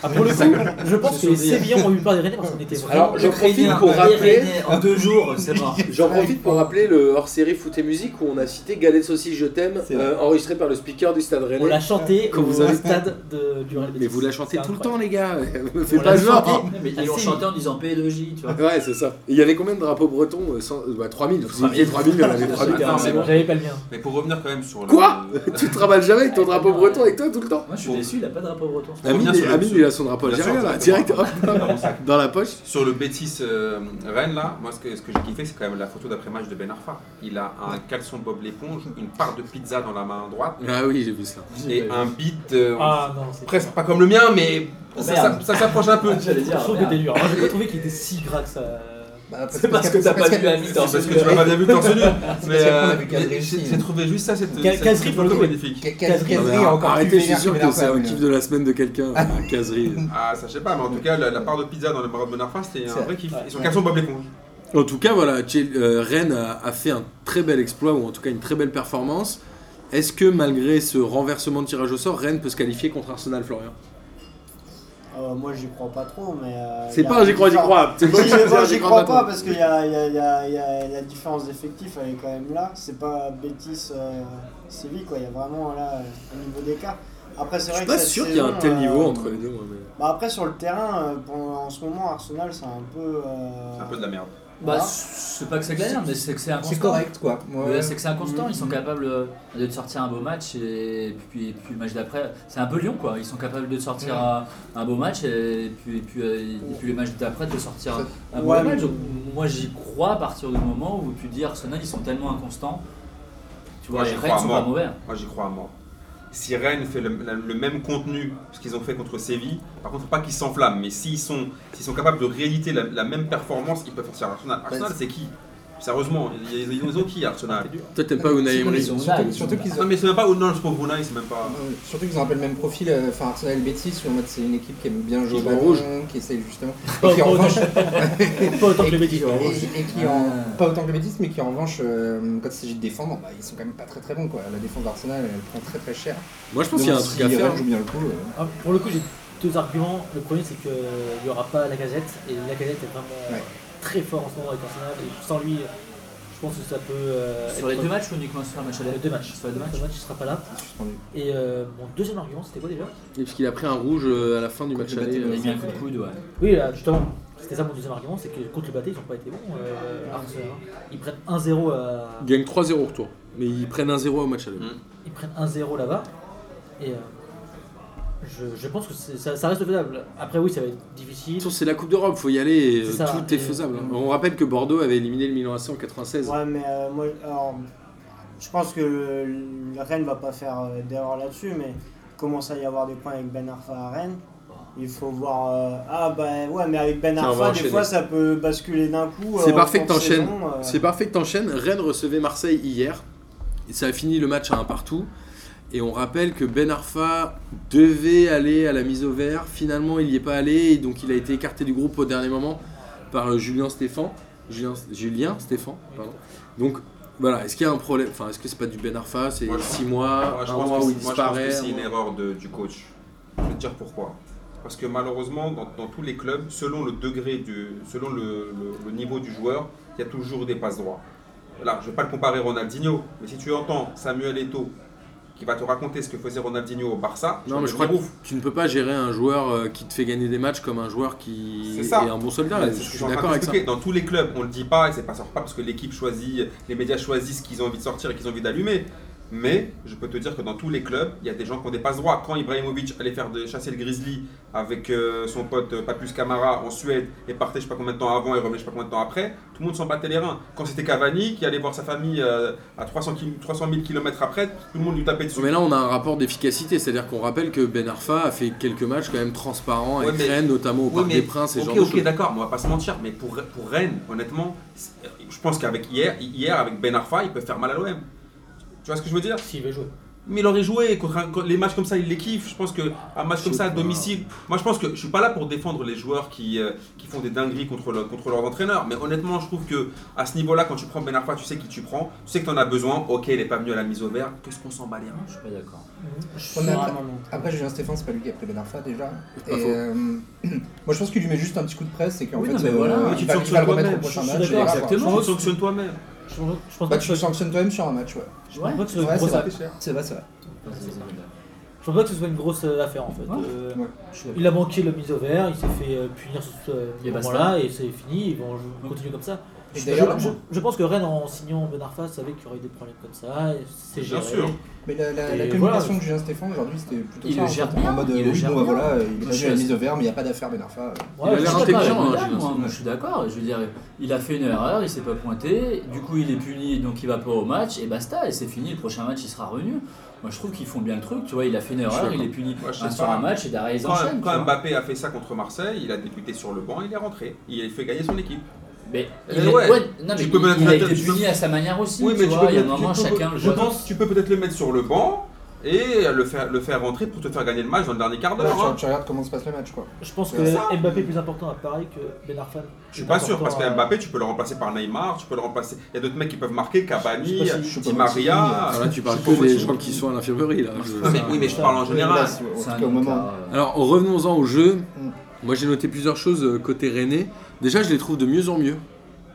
Speaker 5: Ah, pour le coup, je pense
Speaker 2: Je
Speaker 5: que les
Speaker 2: suis sûr.
Speaker 5: Sévillans ont eu peur des Rennais parce qu'on était vraiment. hein.
Speaker 1: Alors, je profite pour rappeler.
Speaker 2: Rennais, en deux jours, c'est mort.
Speaker 1: J'en profite pour rappeler le hors-série Foot et Musique où on a cité Galette Saucisse Je t'aime,
Speaker 6: C'est vrai.
Speaker 1: euh, enregistré par le speaker du Stade
Speaker 5: on l'a
Speaker 1: Rennais.
Speaker 5: chanté
Speaker 1: Comme
Speaker 5: au
Speaker 1: vous avez-
Speaker 5: stade de, du Real Betis.
Speaker 1: Mais vous la chantez
Speaker 5: C'est
Speaker 1: tout le temps,
Speaker 5: incroyable.
Speaker 1: les gars. Me
Speaker 5: On
Speaker 1: faites
Speaker 5: l'a
Speaker 1: pas genre.
Speaker 5: chanté.
Speaker 2: Mais ils l'ont
Speaker 5: Ah, si.
Speaker 2: chanté en disant P2J, tu vois.
Speaker 1: Ouais, c'est ça. Et il y avait combien de drapeaux bretons euh, cent- euh, bah, 3000. Vous
Speaker 2: 3000.
Speaker 1: étiez 3000, il y en avait 3000.
Speaker 4: Attends,
Speaker 1: c'est
Speaker 4: mais
Speaker 1: bon.
Speaker 5: J'avais pas le mien.
Speaker 4: Mais pour revenir quand même sur le.
Speaker 1: Quoi [laughs] Tu te ramales jamais avec ton drapeau breton avec toi tout le temps
Speaker 2: Moi, je suis déçu, il a pas de drapeau breton.
Speaker 4: On revient
Speaker 1: Bah, Amine,
Speaker 4: sur le-
Speaker 1: Amine, il a son drapeau
Speaker 4: Bien sûr,
Speaker 1: algérien là,
Speaker 4: exactement.
Speaker 1: direct hop, dans la poche.
Speaker 4: Sur le Betis euh, Rennes là, moi ce que, ce que j'ai kiffé c'est quand même la photo d'après match de Ben Arfa. Il a un caleçon Bob l'éponge, une part de pizza dans la main droite
Speaker 1: Ah oui, j'ai vu ça.
Speaker 4: et un beat euh,
Speaker 5: Ah non, c'est
Speaker 4: presque pas comme le mien mais
Speaker 2: Oh,
Speaker 4: ça,
Speaker 2: merde.
Speaker 4: ça- ça s'approche un peu.
Speaker 2: J'allais
Speaker 5: Je
Speaker 2: dire.
Speaker 5: trouve que
Speaker 2: merde.
Speaker 5: t'es
Speaker 1: hein.
Speaker 5: dur. Moi, j'ai pas trouvé qu'il était si gras que ça.
Speaker 6: Bah, parce
Speaker 2: C'est parce que t'as pas vu la mise
Speaker 4: C'est parce que tu m'as pas bien vu torse nu. Mais
Speaker 6: parce qu'on
Speaker 4: euh,
Speaker 6: a vu Kadri
Speaker 4: mais j'ai
Speaker 6: aussi.
Speaker 4: j'ai trouvé juste ça cette
Speaker 5: Ka-
Speaker 4: cette
Speaker 5: Kadri, pour le
Speaker 4: photo
Speaker 5: coup, est-
Speaker 4: magnifique.
Speaker 6: Caserie
Speaker 1: Non, mais
Speaker 6: a encore
Speaker 1: arrêtez,
Speaker 6: plus
Speaker 1: je suis
Speaker 6: vénère
Speaker 1: sûr
Speaker 6: que
Speaker 1: que c'est un
Speaker 6: Benarfa,
Speaker 1: kiff
Speaker 6: oui.
Speaker 1: de la semaine de
Speaker 6: [laughs]
Speaker 1: quelqu'un, hein, un caserie.
Speaker 4: Ah ça je sais pas mais en tout cas la, la part de pizza dans le marin de Ben Arfa c'était un
Speaker 6: C'est-
Speaker 4: vrai kiff.
Speaker 5: ouais.
Speaker 4: Et son caleçon Bob l'éponge.
Speaker 1: En tout cas, voilà, Chel- euh, Rennes a, a fait un très bel exploit, ou en tout cas une très belle performance. Est-ce que malgré ce renversement de tirage au sort, Rennes peut se qualifier contre Arsenal, Florian
Speaker 3: Ah, Euh, moi, j'y crois pas trop, mais. euh,
Speaker 1: C'est
Speaker 3: y a-
Speaker 1: pas un j'y crois, j'y
Speaker 3: [laughs]
Speaker 1: crois. C'est [laughs] pas
Speaker 3: Si,
Speaker 1: un
Speaker 3: je- moi, j'y crois pas
Speaker 1: maintenant.
Speaker 3: parce qu'il y a, y a- y a- y a- la différence d'effectifs, elle est quand même là. C'est pas Bétis euh, Séville, quoi. Il y a vraiment là euh, un niveau d'écart. Après, c'est
Speaker 1: Je suis
Speaker 3: vrai que
Speaker 1: pas
Speaker 3: cette
Speaker 1: sûr qu'il y a un
Speaker 3: saison,
Speaker 1: tel
Speaker 3: euh,
Speaker 1: niveau entre les deux. moi, mais-
Speaker 3: Bah après, sur le terrain, euh, pour- en ce moment, Arsenal, c'est un peu. euh,
Speaker 4: C'est un peu de la merde.
Speaker 2: Bah,
Speaker 3: voilà.
Speaker 2: c'est pas que c'est de la merde, mais c'est que c'est un
Speaker 6: C'est
Speaker 2: constant.
Speaker 6: correct quoi. Moi,
Speaker 2: Ouais, c'est que c'est inconstant, ils sont
Speaker 6: Mhm.
Speaker 2: capables euh, de te sortir un beau match et puis, puis le match d'après. C'est un peu Lyon quoi, ils sont capables de te sortir
Speaker 6: Ouais.
Speaker 2: un, un beau match et puis, et puis, euh, et puis le match d'après de te sortir
Speaker 6: Ça-
Speaker 2: un beau
Speaker 3: Ouais,
Speaker 2: match.
Speaker 3: mais-
Speaker 2: Donc, moi j'y crois à partir du moment où tu dis Arsenal ils sont tellement inconstants. Tu vois,
Speaker 4: Moi, j'y
Speaker 2: les
Speaker 4: crois
Speaker 2: Reds
Speaker 4: à
Speaker 2: sont
Speaker 4: mort.
Speaker 2: pas mauvais.
Speaker 4: Moi j'y crois à mort. Si Rennes fait le, la- le même contenu, ce qu'ils ont fait contre Séville, par contre, faut pas qu'ils s'enflamment. Mais s'ils sont, s'ils sont capables de rééditer la, la même performance, ils peuvent sortir Arsenal. Arsenal, c'est qui Sérieusement, ils, ils- ils ont qui Arsenal
Speaker 1: Toi, t'aimes pas Unai Emery
Speaker 2: ils ont-
Speaker 6: Surtout- Surtout qu'ils
Speaker 4: Non,
Speaker 6: ont.
Speaker 4: mais c'est même pas. oh Non, je trouve Brunei, c'est même pas.
Speaker 6: Euh, Surtout qu'ils ont un peu le même profil, euh, enfin Arsenal Betis, où en mode c'est une équipe qui aime bien jouer au
Speaker 1: Ils
Speaker 6: ballon,
Speaker 1: vont rouge.
Speaker 6: qui essaye justement.
Speaker 5: Pas
Speaker 6: Et qui en
Speaker 5: autant-
Speaker 6: revanche.
Speaker 5: Pas autant que
Speaker 6: et
Speaker 5: les
Speaker 6: qui-
Speaker 5: Bétis.
Speaker 6: [laughs] et- et qui en-
Speaker 2: Ah.
Speaker 6: Pas autant que les Betis, mais qui en revanche, euh, quand il s'agit de défendre, bah, ils sont quand même pas très très bons quoi. La défense d'Arsenal, elle prend très très cher.
Speaker 1: Moi, je pense qu'il y a un
Speaker 6: Donc,
Speaker 1: truc
Speaker 6: si
Speaker 1: à
Speaker 6: Rennes
Speaker 1: faire.
Speaker 6: joue bien le coup. euh,
Speaker 5: Ah, Pour le coup, j'ai deux arguments. Le premier, c'est euh, qu'il n'y aura pas la casette. Et la casette est vraiment euh,
Speaker 6: Ouais.
Speaker 5: très fort en ce moment avec Arsenal. Et sans lui, je Je pense que ça peut. euh,
Speaker 2: Sur les
Speaker 5: être-
Speaker 2: deux matchs ou uniquement sur le match
Speaker 5: Sur
Speaker 2: aller
Speaker 5: les deux matchs.
Speaker 2: Sur les deux matchs.
Speaker 5: Sur le match, il sera pas là.
Speaker 6: c'est suspendu.
Speaker 5: Et euh, mon deuxième argument, c'était quoi déjà
Speaker 1: Et Puisqu'il a pris un rouge euh, à la fin du match
Speaker 6: le
Speaker 1: aller.
Speaker 6: Battle
Speaker 2: Il a
Speaker 1: euh,
Speaker 2: mis un coup de coude, ouais.
Speaker 5: Oui, là, justement, c'était ça mon deuxième argument, c'est que contre le Baté, ils n'ont pas été bons. euh, Arsenal. ils prennent 1-0 à...
Speaker 1: Ils gagnent 3-0 au retour. Mais ils prennent 1-0 au match aller.
Speaker 4: Mm.
Speaker 5: ils prennent 1-0 là-bas. Et euh, je, je pense que c'est- ça, ça reste faisable. Après, oui, ça va être difficile.
Speaker 1: Surtout, C'est la Coupe d'Europe, faut y aller, et, euh,
Speaker 5: C'est ça,
Speaker 1: tout est
Speaker 5: et-
Speaker 1: faisable. hein. On rappelle que Bordeaux avait éliminé le Milan AC en 96.
Speaker 3: Ouais, mais euh, moi, alors, je pense que le, le Rennes va pas faire euh, d'erreur là-dessus, mais commence à y avoir des points avec Ben Arfa à Rennes. Il faut voir. euh, ah, bah ouais, mais avec Ben
Speaker 1: Tiens, on va
Speaker 3: Arfa, des
Speaker 1: enchaîner.
Speaker 3: fois, ça peut basculer d'un coup.
Speaker 1: C'est
Speaker 3: euh, en
Speaker 1: parfait
Speaker 3: fin
Speaker 1: que
Speaker 3: de
Speaker 1: t'enchaînes.
Speaker 3: saison, euh,
Speaker 1: C'est parfait que t'enchaînes. Rennes recevait Marseille hier. Et ça a fini le match à un partout. Et on rappelle que Ben Arfa devait aller à la mise au vert. Finalement, il n'y est pas allé. Et donc, il a été écarté du groupe au dernier moment par euh, Julien Stéphane. Julien, Julien Stéphane, pardon. Donc, voilà. Est-ce qu'il y a un problème Enfin, est-ce que c'est pas du Ben Arfa C'est
Speaker 4: Moi, je-
Speaker 1: 6 mois,
Speaker 4: Moi, je
Speaker 1: un
Speaker 4: pense
Speaker 1: mois
Speaker 4: que
Speaker 1: où
Speaker 4: c'est-
Speaker 1: il
Speaker 4: moi, je pense que
Speaker 1: disparaît.
Speaker 4: c'est une erreur de- du coach. Je vais te dire pourquoi. Parce que malheureusement, dans, dans tous les clubs, selon le degré, du, selon le, le- le niveau du joueur, il y a toujours des passes droits. Là, je ne vais pas le comparer à Ronaldinho, mais si tu entends Samuel Eto'o qui va te raconter ce que faisait Ronaldinho au Barça,
Speaker 1: Non, mais je crois que tu ne peux pas gérer un joueur euh, qui te fait gagner des matchs comme un joueur qui
Speaker 4: C'est
Speaker 1: est,
Speaker 4: ça.
Speaker 1: un bon soldat.
Speaker 4: Ouais,
Speaker 1: je
Speaker 4: c'est ce que
Speaker 1: suis
Speaker 4: je suis en
Speaker 1: d'accord
Speaker 4: train
Speaker 1: avec ça.
Speaker 4: d'expliquer. Dans tous les clubs, on le dit pas et c'est pas sort pas parce que l'équipe choisit, les médias choisissent ce qu'ils ont envie de sortir et qu'ils ont envie d'allumer. Mais je peux te dire que dans tous les clubs, il y a des gens qui ont des passes droits. Quand Ibrahimovic allait faire de, chasser le Grizzly avec euh, son pote euh, Papus Camara en Suède et partait je sais pas combien de temps avant et revenait je sais pas combien de temps après, tout le monde s'en battait les reins. Quand c'était Cavani qui allait voir sa famille euh, à 300, kil- 300 000 km après, tout le monde lui tapait dessus.
Speaker 1: Mais là, on a un rapport d'efficacité, c'est-à-dire qu'on rappelle que Ben Arfa a fait quelques matchs quand même transparents avec
Speaker 4: Ouais, mais-
Speaker 1: Rennes, notamment au
Speaker 4: Oui,
Speaker 1: Parc
Speaker 4: mais-
Speaker 1: des Princes et ce
Speaker 4: Ok,
Speaker 1: genre Hein, de
Speaker 4: ok,
Speaker 1: choses.
Speaker 4: d'accord, mais on va pas se mentir, mais pour, pour Rennes, honnêtement, c'est- je pense qu'avec hier, hier, avec Ben Arfa, il peut faire mal à l'OM. Tu vois ce que je veux dire
Speaker 5: S'il veut jouer.
Speaker 4: Mais il aurait joué, contre un- contre- les matchs comme ça, il les kiffe. Je pense que un match comme ça à domicile, moi je pense que je suis pas là pour défendre les joueurs qui, euh, qui font des dingueries contre, le- contre leurs entraîneurs, mais honnêtement, je trouve que à ce niveau-là, quand tu prends Ben Arfa, tu sais qui tu prends, tu sais que tu en as besoin, ok, il est pas venu à la mise au vert, qu'est-ce qu'on s'en bat les reins
Speaker 2: Je suis pas d'accord.
Speaker 3: je
Speaker 6: Ouais, mais
Speaker 3: suis
Speaker 6: après-
Speaker 3: vraiment-
Speaker 6: Après, Julien Stéphane, c'est pas lui qui a pris Ben Arfa déjà.
Speaker 1: pas
Speaker 6: Et
Speaker 1: faux.
Speaker 6: euh, moi, je pense qu'il lui met juste un petit coup de presse et qu'en
Speaker 2: Oui,
Speaker 6: fait,
Speaker 2: non, mais
Speaker 6: euh,
Speaker 2: voilà,
Speaker 6: il,
Speaker 4: tu te
Speaker 6: va, il
Speaker 4: sanctionnes
Speaker 6: va le remettre au
Speaker 4: toi-même.
Speaker 6: prochain
Speaker 5: Je suis
Speaker 6: match. et
Speaker 5: d'accord,
Speaker 6: voilà,
Speaker 2: exactement.
Speaker 4: Tu te sanctionnes toi-même.
Speaker 5: Je, je pense
Speaker 6: quoi. Bah,
Speaker 5: pas que
Speaker 6: tu le
Speaker 5: ce soit,
Speaker 6: sanctionnes toi-même sur un match, ouais.
Speaker 5: je pense pas que ce soit une
Speaker 6: Ouais, c'est
Speaker 5: grosse
Speaker 6: vrai,
Speaker 5: affaire.
Speaker 6: c'est vrai, c'est vrai.
Speaker 5: Je pense pas que ce soit une grosse euh, affaire en fait.
Speaker 2: Ouais.
Speaker 5: Euh,
Speaker 6: Ouais.
Speaker 5: Il a manqué la mise au vert, il s'est fait euh, punir sur ce
Speaker 2: Et basta.
Speaker 5: moment-là et c'est fini, ils vont jou- continuer comme ça.
Speaker 6: Et
Speaker 5: Je,
Speaker 6: d'ailleurs,
Speaker 5: je- je pense que Rennes en signant Ben Arfa savait qu'il y aurait eu des problèmes comme ça, et c'est
Speaker 4: Bien
Speaker 5: géré.
Speaker 4: sûr.
Speaker 6: Mais la, la- la
Speaker 5: Et
Speaker 6: communication
Speaker 5: voilà.
Speaker 6: de Julien Stéphane aujourd'hui, c'était plutôt
Speaker 2: Il
Speaker 6: ça,
Speaker 2: le
Speaker 6: en fait,
Speaker 2: gère
Speaker 6: en
Speaker 2: bien,
Speaker 6: mode euh,
Speaker 2: il le
Speaker 6: oui,
Speaker 2: gère
Speaker 6: bon, bah
Speaker 2: bien.
Speaker 6: voilà, il est
Speaker 2: Moi,
Speaker 6: pas
Speaker 2: je
Speaker 6: venu
Speaker 2: suis
Speaker 6: à la
Speaker 2: assez-
Speaker 6: mise au vert, mais il n'y a pas d'affaire Ben Arfa.
Speaker 5: Ouais,
Speaker 1: Il a
Speaker 5: je
Speaker 1: l'air
Speaker 5: suis d'accord avec
Speaker 1: intelligent,
Speaker 5: Zidane,
Speaker 1: hein, Julien.
Speaker 5: moi.
Speaker 2: Moi, je suis d'accord, je veux dire, il a fait une erreur, il s'est pas pointé, du coup il est puni, donc il va pas au match, et basta, et c'est fini, le prochain match il sera revenu. Moi je trouve qu'ils font bien le truc, tu vois, il a fait une erreur,
Speaker 1: d'accord.
Speaker 2: il est puni
Speaker 4: Moi, je sais
Speaker 2: un sur
Speaker 4: pas.
Speaker 2: un match, et derrière ils
Speaker 4: Quand,
Speaker 2: enchaînent. tu
Speaker 4: quand
Speaker 2: vois.
Speaker 4: Mbappé a fait ça contre Marseille, il a débuté sur le banc, il est rentré. Il a fait gagner son équipe.
Speaker 2: Mais
Speaker 4: Euh,
Speaker 2: il est-
Speaker 4: ouais.
Speaker 2: ouais, non,
Speaker 4: Tu
Speaker 2: mais
Speaker 4: peux
Speaker 2: il-
Speaker 4: mettre
Speaker 2: il
Speaker 4: la
Speaker 2: a été
Speaker 4: tête- tu
Speaker 2: puni
Speaker 4: peux-
Speaker 2: à sa manière aussi,
Speaker 4: Oui,
Speaker 2: tu
Speaker 4: mais tu
Speaker 2: vois,
Speaker 4: peux
Speaker 2: il y a un
Speaker 4: peut-être-
Speaker 2: moment
Speaker 4: tu peux-
Speaker 2: chacun le
Speaker 4: Je
Speaker 2: voit.
Speaker 4: pense tu peux peut-être le mettre sur le banc et le faire, le faire rentrer pour te faire gagner le match dans le dernier quart
Speaker 6: Ouais,
Speaker 4: d'heure. hein.
Speaker 6: tu, tu regardes comment se passe le match, quoi.
Speaker 5: Je pense
Speaker 4: C'est ça.
Speaker 5: que Mbappé est plus important à Paris que Ben Arfa.
Speaker 4: Je suis pas sûr parce que
Speaker 5: euh,
Speaker 4: Mbappé, tu peux le remplacer par Neymar, tu peux le remplacer. Il y a d'autres mecs qui peuvent marquer, Cavani,
Speaker 6: Je sais pas si-
Speaker 4: Di Maria.
Speaker 1: Alors là, tu parles
Speaker 4: Je
Speaker 1: que
Speaker 4: sais pas
Speaker 1: des
Speaker 4: si-
Speaker 1: gens qui sont à l'infirmerie. là. Je-
Speaker 4: Mais- oui, mais je parle en général.
Speaker 6: Là, c'est- en tout
Speaker 2: C'est
Speaker 6: cas,
Speaker 2: un
Speaker 6: au moment.
Speaker 2: Lucas, euh,
Speaker 1: Alors, revenons-en au jeu.
Speaker 6: Mm.
Speaker 1: Moi, j'ai noté plusieurs choses euh, côté Rennais. Déjà, je les trouve de mieux en mieux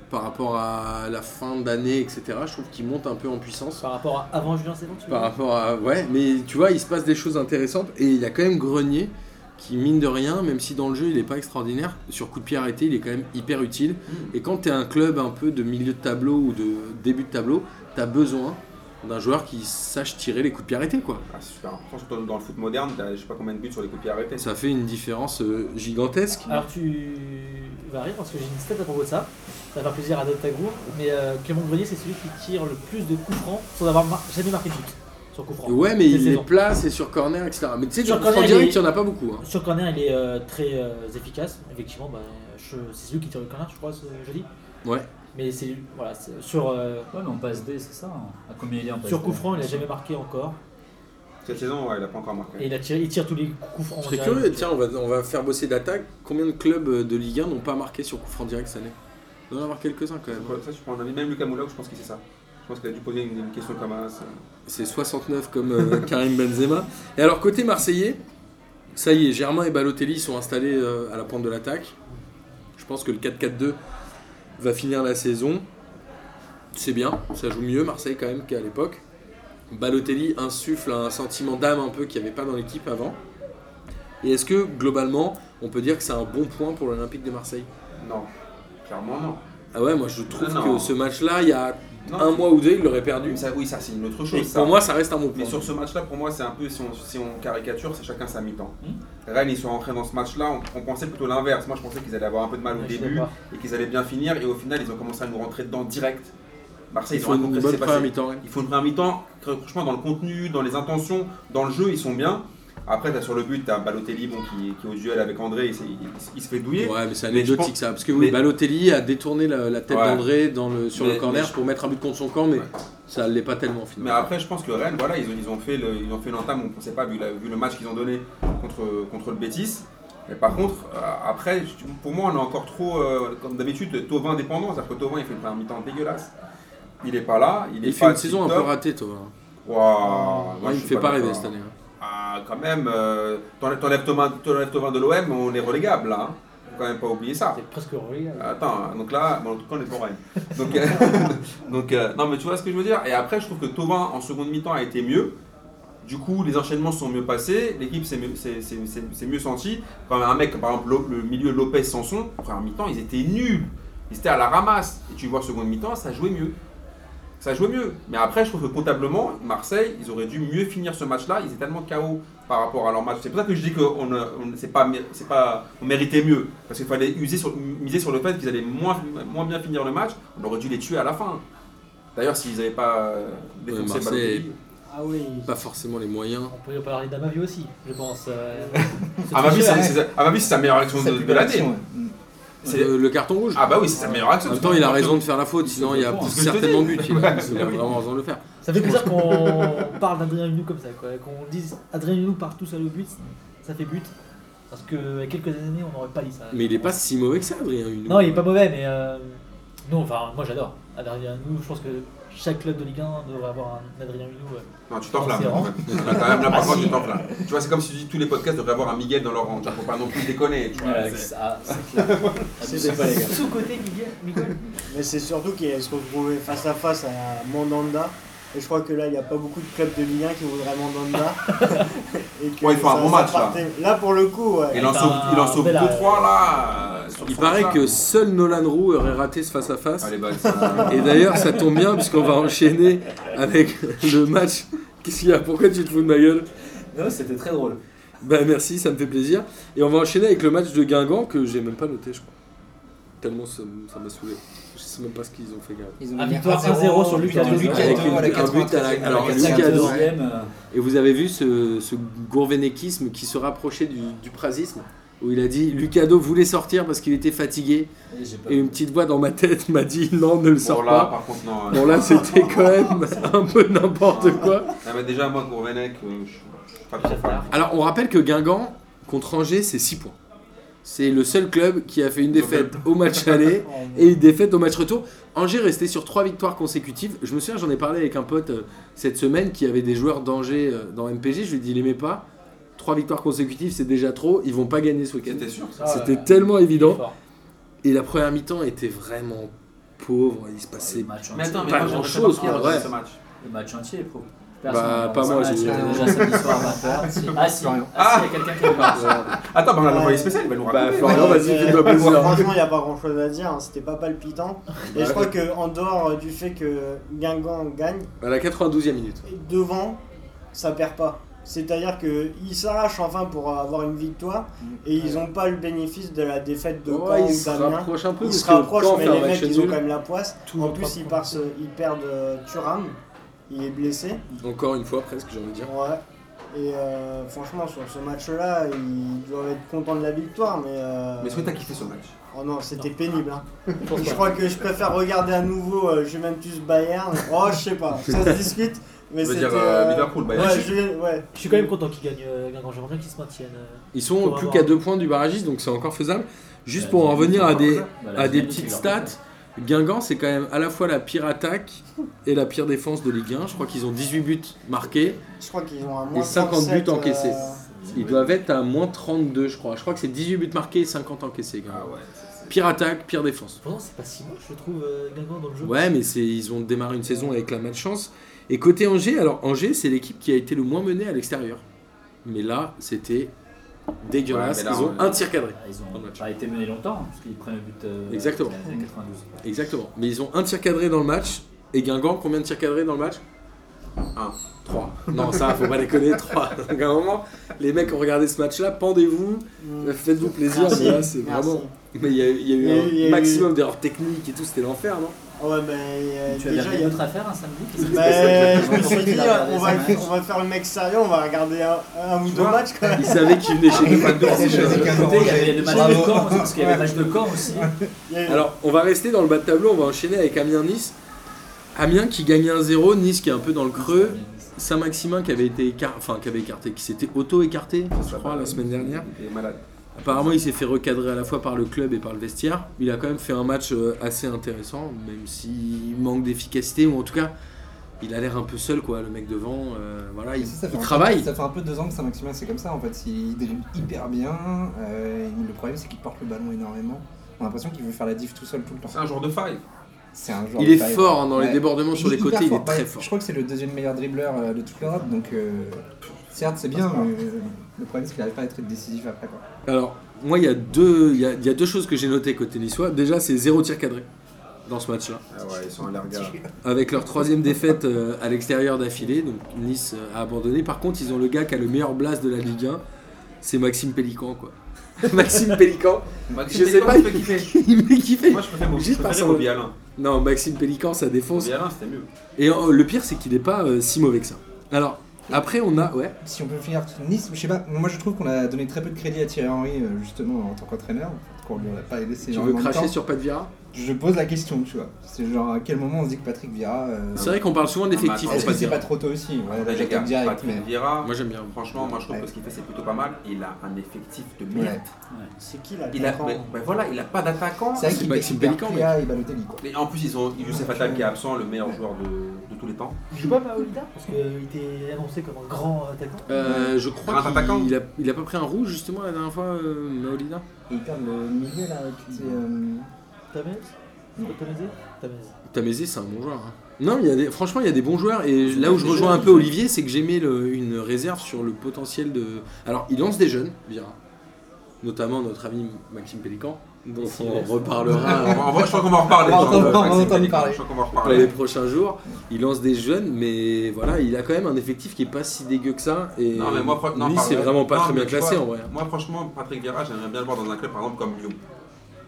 Speaker 1: par rapport à la fin d'année, etc. Je trouve qu'ils montent un peu en puissance.
Speaker 5: Par rapport à avant Julien Cézanne, tu veux
Speaker 1: Par
Speaker 5: dire
Speaker 1: rapport à. Ouais, mais tu vois, il se passe des choses intéressantes et il y a quand même Grenier qui, mine de rien, même si dans le jeu il n'est pas extraordinaire, sur coup de pied arrêté, il est quand même hyper utile.
Speaker 5: Mm.
Speaker 1: Et quand tu es un club un peu de milieu de tableau ou de début de tableau, tu as besoin d'un joueur qui sache tirer les coups de pied arrêtés, quoi.
Speaker 4: Ah, c'est super important, surtout dans- dans le foot moderne, t'as- je sais pas combien de buts sur les coups de pied arrêtés.
Speaker 1: Ça fait une différence euh, gigantesque.
Speaker 5: Alors tu vas rire parce que j'ai une stat à propos de ça. Ça va faire plaisir à Delta Group. Mais euh, Clément Grenier, c'est celui qui tire le plus de coups francs sans avoir mar- jamais marqué de but sur coup franc.
Speaker 1: Ouais, mais
Speaker 5: Cette
Speaker 1: il les
Speaker 5: saison.
Speaker 1: place et sur corner, etc. Mais tu sais,
Speaker 5: Sur
Speaker 1: sur corner,
Speaker 5: corner,
Speaker 1: direct,
Speaker 5: il
Speaker 1: il n'y en a pas beaucoup. hein.
Speaker 5: Sur corner, il est euh, très euh, efficace. Effectivement, bah, je- c'est celui qui tire le corner, je crois, ce jeudi.
Speaker 1: Ouais.
Speaker 5: Mais c'est voilà, c'est- sur euh,
Speaker 2: Ouais, mais on passe D, c'est ça. hein. À combien il est en passe
Speaker 5: sur
Speaker 2: D
Speaker 5: coup franc, il a jamais marqué encore.
Speaker 4: Cette saison, ouais, il a pas encore marqué.
Speaker 5: Et il, a tiré- il tire tous les coups francs.
Speaker 1: Je serais
Speaker 5: en
Speaker 1: curieux,
Speaker 5: direct.
Speaker 1: tiens, on va, on va faire bosser d'attaque. Combien de clubs euh, de Ligue 1 n'ont pas marqué sur coup franc direct cette année Il doit y en avoir quelques-uns quand même. hein.
Speaker 4: Ouais, Euh, Ça, je prends un avis. Même Lucas Moula, je pense qu'il sait ça. Je pense qu'il a dû poser une, une question comme ça.
Speaker 1: C'est 69 comme euh, [laughs] Karim Benzema. Et alors côté marseillais, ça y est, Germain et Balotelli sont installés euh, à la pointe de l'attaque. Je pense que le 4-4-2 va finir la saison. C'est bien, ça joue mieux Marseille quand même qu'à l'époque. Balotelli insuffle un sentiment d'âme un peu qu'il n'y avait pas dans l'équipe avant. Et est-ce que globalement, on peut dire que c'est un bon point pour l'Olympique de Marseille
Speaker 4: Non, clairement non.
Speaker 1: Ah ouais, moi je trouve
Speaker 4: Ah non.
Speaker 1: que ce match-là, il y a
Speaker 4: Non,
Speaker 1: un mois ou deux, il l'aurait perdu.
Speaker 4: mais ça, oui, ça c'est une autre
Speaker 1: Et
Speaker 4: chose. ça.
Speaker 1: pour moi, ça reste un bon point.
Speaker 4: Mais sur ce match-là, pour moi, c'est un peu, si on, si on caricature, c'est chacun sa mi-temps.
Speaker 5: Hmm
Speaker 4: Rennes, ils sont rentrés dans ce match-là, on, on pensait plutôt l'inverse. Moi, je pensais qu'ils allaient avoir un peu de mal au
Speaker 5: Ouais, je suis
Speaker 4: début
Speaker 5: d'accord.
Speaker 4: et qu'ils allaient bien finir. Et au final, ils ont commencé à nous rentrer dedans direct. Marseille,
Speaker 1: Ils
Speaker 4: ils,
Speaker 1: font
Speaker 4: ont
Speaker 1: une
Speaker 4: compris ce qui
Speaker 1: bonne
Speaker 4: s'est
Speaker 1: première
Speaker 4: passé.
Speaker 1: mi-temps. ouais.
Speaker 4: Il faut une première mi-temps, très franchement, dans le contenu, dans les intentions, dans le jeu, ils sont bien. Après, t'as sur le but, t'as Balotelli bon, qui, qui est au duel avec André, il, s'est- il- il se fait douiller.
Speaker 1: Ouais, mais c'est
Speaker 4: Mais je
Speaker 1: anecdotique
Speaker 4: pense-
Speaker 1: ça. Parce que oui,
Speaker 4: mais-
Speaker 1: Balotelli a détourné la, la tête
Speaker 4: Ouais.
Speaker 1: d'André dans le, sur
Speaker 4: Mais-
Speaker 1: le corner
Speaker 4: mais je-
Speaker 1: pour mettre un but contre son camp, mais
Speaker 4: Ouais.
Speaker 1: ça ne l'est pas tellement
Speaker 4: Mais
Speaker 1: finalement.
Speaker 4: après, je pense que Rennes, voilà, ils ont, ils ont fait le- ils ont fait l'entame, on ne pensait pas, vu, la- vu le match qu'ils ont donné contre, contre le Bétis. Mais par contre, euh, après, je- pour moi, on est encore trop, euh, comme d'habitude, Tovin dépendant. C'est-à-dire que Tovin, il fait un mi-temps dégueulasse. Il est pas là, il est
Speaker 1: il
Speaker 4: pas
Speaker 1: fait une saison un peu
Speaker 4: tip-top.
Speaker 1: ratée, toi. hein.
Speaker 4: Waouh, moi,
Speaker 1: Ouais,
Speaker 4: je
Speaker 1: il me
Speaker 4: suis
Speaker 1: fait pas rêver
Speaker 4: d'accord.
Speaker 1: cette année. hein.
Speaker 4: Ah, quand même, euh, t'enlèves t'enlèves Thomas- t'enlèves Tovin de l'OM, on est relégable là. hein. Faut quand même pas oublier ça.
Speaker 5: C'est presque horrible.
Speaker 4: Attends, donc là, bon, en tout cas, on est pour Rennes. Donc, euh, [laughs] donc euh, non, mais tu vois ce que je veux dire. Et après, je trouve que Tovin en seconde mi-temps a été mieux. Du coup, les enchaînements sont mieux passés, l'équipe s'est mieux, s'est- s'est- s'est- s'est mieux sentie. Quand un mec, comme par exemple, Lo- le milieu Lopez-Sanson, première mi-temps, ils étaient nuls. Ils étaient à la ramasse. Et tu vois, seconde mi-temps, ça jouait mieux. Ça jouait mieux. Mais après, je trouve que comptablement, Marseille, ils auraient dû mieux finir ce match-là. Ils étaient tellement KO par rapport à leur match. C'est pour ça que je dis qu'on euh, on- c'est pas, mé- c'est pas, on méritait mieux. Parce qu'il fallait user sur, miser sur le fait qu'ils allaient moins, moins bien finir le match. On aurait dû les tuer à la fin. D'ailleurs, s'ils n'avaient pas euh, défoncé
Speaker 1: Marseille
Speaker 4: Balotelli.
Speaker 3: Ah oui.
Speaker 1: Pas forcément les moyens.
Speaker 5: On pourrait parler d'Amavi aussi, je pense. euh,
Speaker 4: Ah bah oui,
Speaker 6: c'est
Speaker 4: c'est
Speaker 6: vrai.
Speaker 4: c'est- ah bah oui, c'est sa meilleure action
Speaker 6: Sa
Speaker 4: de,
Speaker 6: plus
Speaker 4: de
Speaker 6: belle
Speaker 4: l'année.
Speaker 6: action, ouais. Mm.
Speaker 4: C'est-
Speaker 1: Le, le carton rouge.
Speaker 4: Ah bah oui, c'est sa meilleure action.
Speaker 1: en même temps, il a raison de faire la faute,
Speaker 6: Ils
Speaker 1: sinon
Speaker 6: sont
Speaker 1: il y a
Speaker 6: forts,
Speaker 4: hein.
Speaker 1: certainement but. Il a il a
Speaker 4: Oui.
Speaker 1: vraiment raison de le faire.
Speaker 5: Ça fait plaisir qu'on parle d'Adrien Hunou comme ça, quoi. Qu'on dise Adrien Hunou part tout seul au but, ça fait but. Parce que il y a quelques années, on n'aurait pas dit ça.
Speaker 1: Mais il est pas si mauvais que ça, Adrien. Huneau.
Speaker 5: Non, il est pas mauvais, mais. Euh... Non, enfin, moi j'adore Adrien Hunou. Je pense que chaque club de Ligue 1 devrait avoir un Adrien Hunou. euh.
Speaker 4: Non, tu t'enflammes.
Speaker 5: C'est rare.
Speaker 4: Là, quand même, là, par
Speaker 5: Ah,
Speaker 4: contre,
Speaker 5: si.
Speaker 4: tu t'enflammes. Tu vois, c'est comme si tu dis tous les podcasts devraient avoir un Miguel dans leur rang. Tu vois, Faut pas non plus déconner. Tu vois,
Speaker 2: Ouais,
Speaker 4: C'est-
Speaker 2: ça, c'est clair. Abusez Ah, pas, les gars.
Speaker 5: Sous-côté, Miguel. Miguel.
Speaker 3: Mais c'est surtout qu'ils se retrouvaient face à face à Mandanda. Et je crois que là, il n'y a pas beaucoup de clubs de Ligue 1 qui voudraient
Speaker 1: [laughs]
Speaker 3: Mandanda. [laughs] et que
Speaker 4: Ouais, il faut un
Speaker 3: ça-
Speaker 4: bon
Speaker 3: ça
Speaker 4: match, là.
Speaker 3: partait- Là, pour le coup, ouais.
Speaker 4: Il en
Speaker 5: Bah,
Speaker 4: sauve, il en sauve
Speaker 5: mais là,
Speaker 4: 2-3 là. euh, sur
Speaker 1: Il
Speaker 4: son
Speaker 1: paraît
Speaker 4: match,
Speaker 1: que
Speaker 4: là.
Speaker 1: seul Nolan Roux aurait raté ce face-à-face.
Speaker 4: Allez, bah, c'est-
Speaker 1: Et d'ailleurs, ça tombe bien puisqu'on va enchaîner avec le match. Qu'est-ce qu'il y a Pourquoi tu te fous de ma gueule
Speaker 2: Non, c'était très drôle.
Speaker 1: Bah merci, ça me fait plaisir. Et on va enchaîner avec le match de Guingamp que j'ai même pas noté, je crois. Tellement ça m- ça m'a saoulé. Je sais même pas ce qu'ils ont fait, Guingamp.
Speaker 6: Ils ont
Speaker 5: Ah,
Speaker 6: mis
Speaker 5: victoire
Speaker 6: 1-0,
Speaker 5: 1-0 sur Lucas
Speaker 6: but de
Speaker 5: Dou-
Speaker 1: avec
Speaker 6: Dou- à la
Speaker 1: une- un but à la-
Speaker 6: 93e,
Speaker 1: alors,
Speaker 6: à la
Speaker 1: Lucas
Speaker 6: 92e.
Speaker 1: Dou-
Speaker 2: deuxième. euh,
Speaker 1: Et vous avez vu ce, ce gourvenéquisme qui se rapprochait du, du prazisme où il a dit Lucado voulait sortir parce qu'il était fatigué
Speaker 2: et j'ai pas-
Speaker 1: et une petite voix dans ma tête m'a dit non ne le
Speaker 4: Bon,
Speaker 1: sors pas.
Speaker 4: là, par contre, non. euh,
Speaker 1: Bon là c'était quand même un peu n'importe quoi.
Speaker 4: Ah, mais déjà, moi, Gourvenec, euh, je je suis pas trop fan.
Speaker 5: J'adore.
Speaker 1: Alors on rappelle que Guingamp contre Angers c'est 6 points. C'est le seul club qui a fait une défaite au match aller
Speaker 3: [laughs] Oh,
Speaker 1: et une défaite au match retour. Angers restait sur trois victoires consécutives. Je me souviens, j'en ai parlé avec un pote euh, cette semaine qui avait des joueurs d'Angers euh, dans MPG. Je lui ai dit, il aimait pas. Trois victoires consécutives, c'est déjà trop. Ils vont pas gagner ce week-end.
Speaker 4: C'était sûr. ça.
Speaker 5: Ah,
Speaker 1: C'était
Speaker 5: ouais.
Speaker 1: tellement évident.
Speaker 5: Fort.
Speaker 1: Et la première mi-temps était vraiment pauvre. Il se
Speaker 2: le
Speaker 1: passait.
Speaker 3: Ah,
Speaker 2: match hein.
Speaker 4: Mais
Speaker 2: entier.
Speaker 4: attends, mais
Speaker 1: Pas
Speaker 4: moi, j'aimerais
Speaker 1: grand-chose,
Speaker 4: savoir qui
Speaker 1: quoi,
Speaker 4: a
Speaker 1: Ah, ouais.
Speaker 4: regardé ce match.
Speaker 2: Le match entier, est pro.
Speaker 1: Bah, pas moi, j'ai-
Speaker 2: C'était déjà samedi soir à 20h. Ah, si,
Speaker 6: Florian.
Speaker 2: ah, si, il y a quelqu'un qui regarde.
Speaker 4: Attends, bah, on a l'envoyé
Speaker 3: Ouais.
Speaker 4: spécial, il va nous
Speaker 1: Bah,
Speaker 4: raconter.
Speaker 1: Florian, vas-y, fais-toi
Speaker 3: Ouais,
Speaker 1: plaisir.
Speaker 3: Franchement, il n'y a pas grand chose à dire, hein, c'était pas palpitant. Et je crois que en dehors du fait que Guingamp gagne,
Speaker 1: À la 92e minute.
Speaker 3: devant, ça perd pas. C'est-à-dire qu'ils s'arrachent enfin pour avoir une victoire et ils n'ont pas le bénéfice de la défaite de
Speaker 1: Ouais,
Speaker 3: Caen
Speaker 1: ils
Speaker 3: ou
Speaker 1: se
Speaker 3: d'Amiens.
Speaker 1: rapprochent un peu.
Speaker 3: Ils
Speaker 1: parce
Speaker 3: se
Speaker 1: que
Speaker 3: rapprochent,
Speaker 1: Caen
Speaker 3: mais
Speaker 1: fait un
Speaker 3: les
Speaker 1: match
Speaker 3: mecs, ils ont
Speaker 1: nul.
Speaker 3: quand même la poisse.
Speaker 5: Tout
Speaker 3: en
Speaker 5: va
Speaker 3: plus,
Speaker 5: pas
Speaker 3: ils,
Speaker 5: prendre.
Speaker 3: partent, ils perdent euh, Thuram, il est blessé.
Speaker 1: Encore une fois, presque, j'ai envie de dire.
Speaker 3: Ouais. Et euh, franchement, sur ce match-là, ils doivent être contents de la victoire, mais. euh,
Speaker 4: Mais est-ce que t'as kiffé ce match
Speaker 3: Oh non, c'était pénible. Hein. Je crois que je préfère regarder à nouveau euh, Juventus Bayern. Oh, je sais pas, ça se discute. Mais
Speaker 4: Je veux
Speaker 3: c'était.
Speaker 4: dire euh,
Speaker 3: euh,
Speaker 4: Liverpool, bah,
Speaker 3: Ouais, Juven- ouais.
Speaker 5: Je suis quand même content qu'il gagne euh, Guingamp. J'aimerais bien qu'il se maintienne. euh.
Speaker 1: Ils sont
Speaker 5: Pour
Speaker 1: plus
Speaker 5: avoir-
Speaker 1: qu'à deux points du barragiste, donc c'est encore faisable. Juste
Speaker 2: Bah,
Speaker 1: pour en
Speaker 2: dis-
Speaker 1: revenir à des,
Speaker 2: Bah, la
Speaker 1: à des
Speaker 2: dynamique,
Speaker 1: petites
Speaker 2: il leur
Speaker 1: stats, Guingamp, c'est quand même à la fois la pire attaque et la pire défense de Ligue 1. Je crois qu'ils ont 18 buts marqués.
Speaker 3: Je crois qu'ils ont un moins
Speaker 1: Et 50 buts
Speaker 3: 37, euh,
Speaker 1: encaissés.
Speaker 2: fait.
Speaker 1: Ils doivent être à moins 32, je crois. Je crois que c'est 18 buts marqués et 50 encaissés. Guingamp.
Speaker 4: Ah ouais, c'est-
Speaker 1: Pire attaque, pire défense.
Speaker 5: Pourtant, c'est pas si moche, je trouve, euh, Guingamp dans le jeu.
Speaker 1: Ouais, mais c'est, ils ont démarré une saison avec la malchance. Et côté Angers, alors Angers, c'est l'équipe qui a été le moins menée à l'extérieur. Mais là, c'était dégueulasse.
Speaker 4: Ouais, mais là,
Speaker 1: ils ont
Speaker 4: on-
Speaker 1: un tir cadré.
Speaker 2: Bah, Ils
Speaker 1: Dans le
Speaker 2: ont
Speaker 1: match.
Speaker 2: pas été menés longtemps, hein, parce qu'ils prennent le but euh,
Speaker 1: Exactement.
Speaker 2: à la 92.
Speaker 1: Exactement. Mais ils ont un tir cadré dans le match. Et Guingamp, combien de tirs cadrés dans le match
Speaker 4: Un.
Speaker 1: 3. Non, ça, faut pas déconner, 3. [laughs] Donc à un moment, les mecs ont regardé ce match-là, pendez-vous,
Speaker 3: Mm.
Speaker 1: faites-vous plaisir.
Speaker 3: Merci.
Speaker 1: mais là, c'est
Speaker 3: Merci.
Speaker 1: vraiment. Mais il y a, il y a eu
Speaker 3: Il y a eu- il y a
Speaker 1: un
Speaker 3: eu-
Speaker 1: maximum d'erreurs techniques et tout, c'était l'enfer, non
Speaker 3: Ah Ouais, bah, euh,
Speaker 2: Tu avais
Speaker 3: déjà, il y
Speaker 2: rien
Speaker 3: a [laughs]
Speaker 2: d'autre à faire un samedi qu'est-ce qui se
Speaker 3: Bah,
Speaker 2: passait
Speaker 3: je me suis dit,
Speaker 2: Pourquoi tu l'as regardé
Speaker 3: on va,
Speaker 2: ce match
Speaker 3: on va faire le mec sérieux, on va regarder un, un ou
Speaker 4: Tu
Speaker 3: deux
Speaker 4: vois
Speaker 3: matchs quand même.
Speaker 1: Ils savaient qu'ils venaient chez nous.
Speaker 3: Ah
Speaker 2: Écoutez, Il y avait le match de camp, parce qu'il y avait le match de camp aussi.
Speaker 3: Il y a
Speaker 1: [laughs]
Speaker 3: eu-
Speaker 1: Alors, on va rester dans le bas de tableau, on va enchaîner avec Amiens-Nice. Amiens qui gagne 1-0, Nice qui est un peu dans le [laughs] creux, Saint-Maximin qui avait été écar- enfin, qui avait écarté, qui s'était auto-écarté, je crois, la semaine dernière.
Speaker 4: Il est malade.
Speaker 1: Apparemment, il s'est fait recadrer à la fois par le club et par le vestiaire. Il a quand même fait un match euh, assez intéressant, même s'il manque d'efficacité, ou en tout cas, il a l'air un peu seul, quoi, le mec devant. euh, voilà, il,
Speaker 6: Ça, ça fait
Speaker 1: il
Speaker 6: un peu-
Speaker 1: travaille.
Speaker 6: Ça fait un peu deux ans que Saint-Maximin, c'est comme ça en fait. Il dribble hyper bien. euh, le problème, c'est qu'il porte le ballon énormément. On a l'impression qu'il veut faire la diff tout seul tout le temps.
Speaker 4: C'est un joueur de faille.
Speaker 6: C'est un joueur
Speaker 1: Il
Speaker 6: de
Speaker 1: est
Speaker 6: taille.
Speaker 1: fort hein, dans les
Speaker 6: Ouais.
Speaker 1: débordements sur les
Speaker 6: hyper
Speaker 1: côtés, il est
Speaker 6: fort.
Speaker 1: très
Speaker 6: Ouais,
Speaker 1: fort.
Speaker 6: Je crois que c'est le deuxième meilleur dribbleur euh, de toute l'Europe, donc euh, certes c'est bien, mais euh, le problème c'est qu'il n'arrive pas à être décisif après. Quoi.
Speaker 1: Alors, moi, il y, a deux- il y a, il y a deux choses que j'ai notées côté niçois. Déjà, c'est zéro tir cadré dans ce match-là.
Speaker 4: Ah ouais, ils sont
Speaker 1: [laughs]
Speaker 4: à l'arrière.
Speaker 1: avec leur troisième défaite euh, à l'extérieur d'affilée. Donc Nice euh, a abandonné. Par contre, ils ont le gars qui a le meilleur blast de la Ligue 1. C'est Maxime Pélican, quoi. [laughs] Maxime Pélican,
Speaker 4: Bah,
Speaker 1: Je sais pas,
Speaker 4: il fait kiffer.
Speaker 1: [laughs] il m'a kiffé.
Speaker 4: Moi,
Speaker 6: [laughs]
Speaker 4: je préfère Bobby.
Speaker 1: Juste
Speaker 4: Je
Speaker 1: par
Speaker 4: préfère
Speaker 1: son-
Speaker 4: Bobby Alain.
Speaker 1: Non, Maxime Pélican, ça défonce.
Speaker 4: Bobby Alain, c'était mieux.
Speaker 1: Et euh, le pire, c'est qu'il n'est pas euh, si mauvais que ça. Alors, après, on a. Ouais.
Speaker 6: Si on peut finir sur Nice, je sais pas, moi je trouve qu'on a donné très peu de crédit à Thierry Henry euh, justement en tant qu'entraîneur, qu'on lui a pas laissé
Speaker 1: Tu veux
Speaker 6: énormément de
Speaker 1: cracher
Speaker 6: temps.
Speaker 1: sur Pat Vira
Speaker 6: Je pose la question, tu vois. C'est genre à quel moment on se dit que Patrick Vira. euh,
Speaker 1: C'est vrai qu'on parle souvent d'effectifs.
Speaker 4: Ah,
Speaker 1: on
Speaker 6: Est-ce
Speaker 1: va
Speaker 6: que c'est
Speaker 1: dire.
Speaker 6: pas trop tôt aussi Ouais,
Speaker 4: Après, les gars,
Speaker 6: j'attaque direct,
Speaker 4: Patrick
Speaker 6: mais.
Speaker 4: Vieira,
Speaker 1: Moi, j'aime bien.
Speaker 4: franchement, moi, je trouve
Speaker 6: Ouais.
Speaker 4: que ce qu'il fait, c'est plutôt pas mal. Il a un effectif de
Speaker 6: Ouais.
Speaker 4: merde.
Speaker 3: C'est qui là
Speaker 4: Il a,
Speaker 3: l'attaquant
Speaker 4: mais- mais voilà, il a pas d'attaquant.
Speaker 6: C'est vrai
Speaker 1: C'est
Speaker 6: qu'il
Speaker 1: Maxime
Speaker 6: est hyper
Speaker 1: Pélican,
Speaker 6: Pléa et Balotelli, quoi.
Speaker 4: Et en plus, ils ont Youssef Attal qui est absent, le meilleur joueur de, de tous les temps.
Speaker 5: Il joue pas Maolida Parce qu'il était annoncé comme un grand attaquant.
Speaker 1: Euh, je crois
Speaker 4: Un attaquant.
Speaker 1: qu'il il a, il a pas pris un rouge justement la dernière fois, euh, Maolida.
Speaker 6: Et ils perdent le milieu là, avec ces, euh,
Speaker 5: Tamez C'est pas Tamez Tamez.
Speaker 1: Tamézé, c'est un bon joueur. hein. Non, il y a des... franchement, il y a des bons joueurs. Et
Speaker 2: C'est
Speaker 1: là
Speaker 2: des
Speaker 1: où je
Speaker 2: bons
Speaker 1: rejoins un
Speaker 2: joueurs,
Speaker 1: peu
Speaker 2: ils ont-
Speaker 1: Olivier, c'est que j'ai mis le- une réserve sur le potentiel de. Alors, il lance des jeunes, Vira. Notamment notre ami Maxime Pélican, dont
Speaker 2: Merci,
Speaker 1: on
Speaker 2: merci.
Speaker 1: reparlera [laughs]
Speaker 4: On va- on va- je crois qu'on va en reparler.
Speaker 6: On va
Speaker 4: genre,
Speaker 6: entendre-
Speaker 4: euh,
Speaker 6: on va
Speaker 4: Maxime
Speaker 6: entendre
Speaker 4: Pélican,
Speaker 6: parler.
Speaker 4: Je crois qu'on va en
Speaker 1: dans les
Speaker 4: reparler.
Speaker 1: prochains jours. Il lance des jeunes, mais voilà, il a quand même un effectif qui est pas si dégueu que ça. Et
Speaker 4: Non, mais moi, fr- non,
Speaker 1: lui,
Speaker 4: pardon.
Speaker 1: c'est vraiment pas
Speaker 4: Non,
Speaker 1: très
Speaker 4: mais
Speaker 1: bien
Speaker 4: tu
Speaker 1: classé
Speaker 4: vois,
Speaker 1: en vrai. hein.
Speaker 4: Moi, franchement, Patrick Vieira, j'aimerais bien le voir dans un club, par exemple, comme Lyon.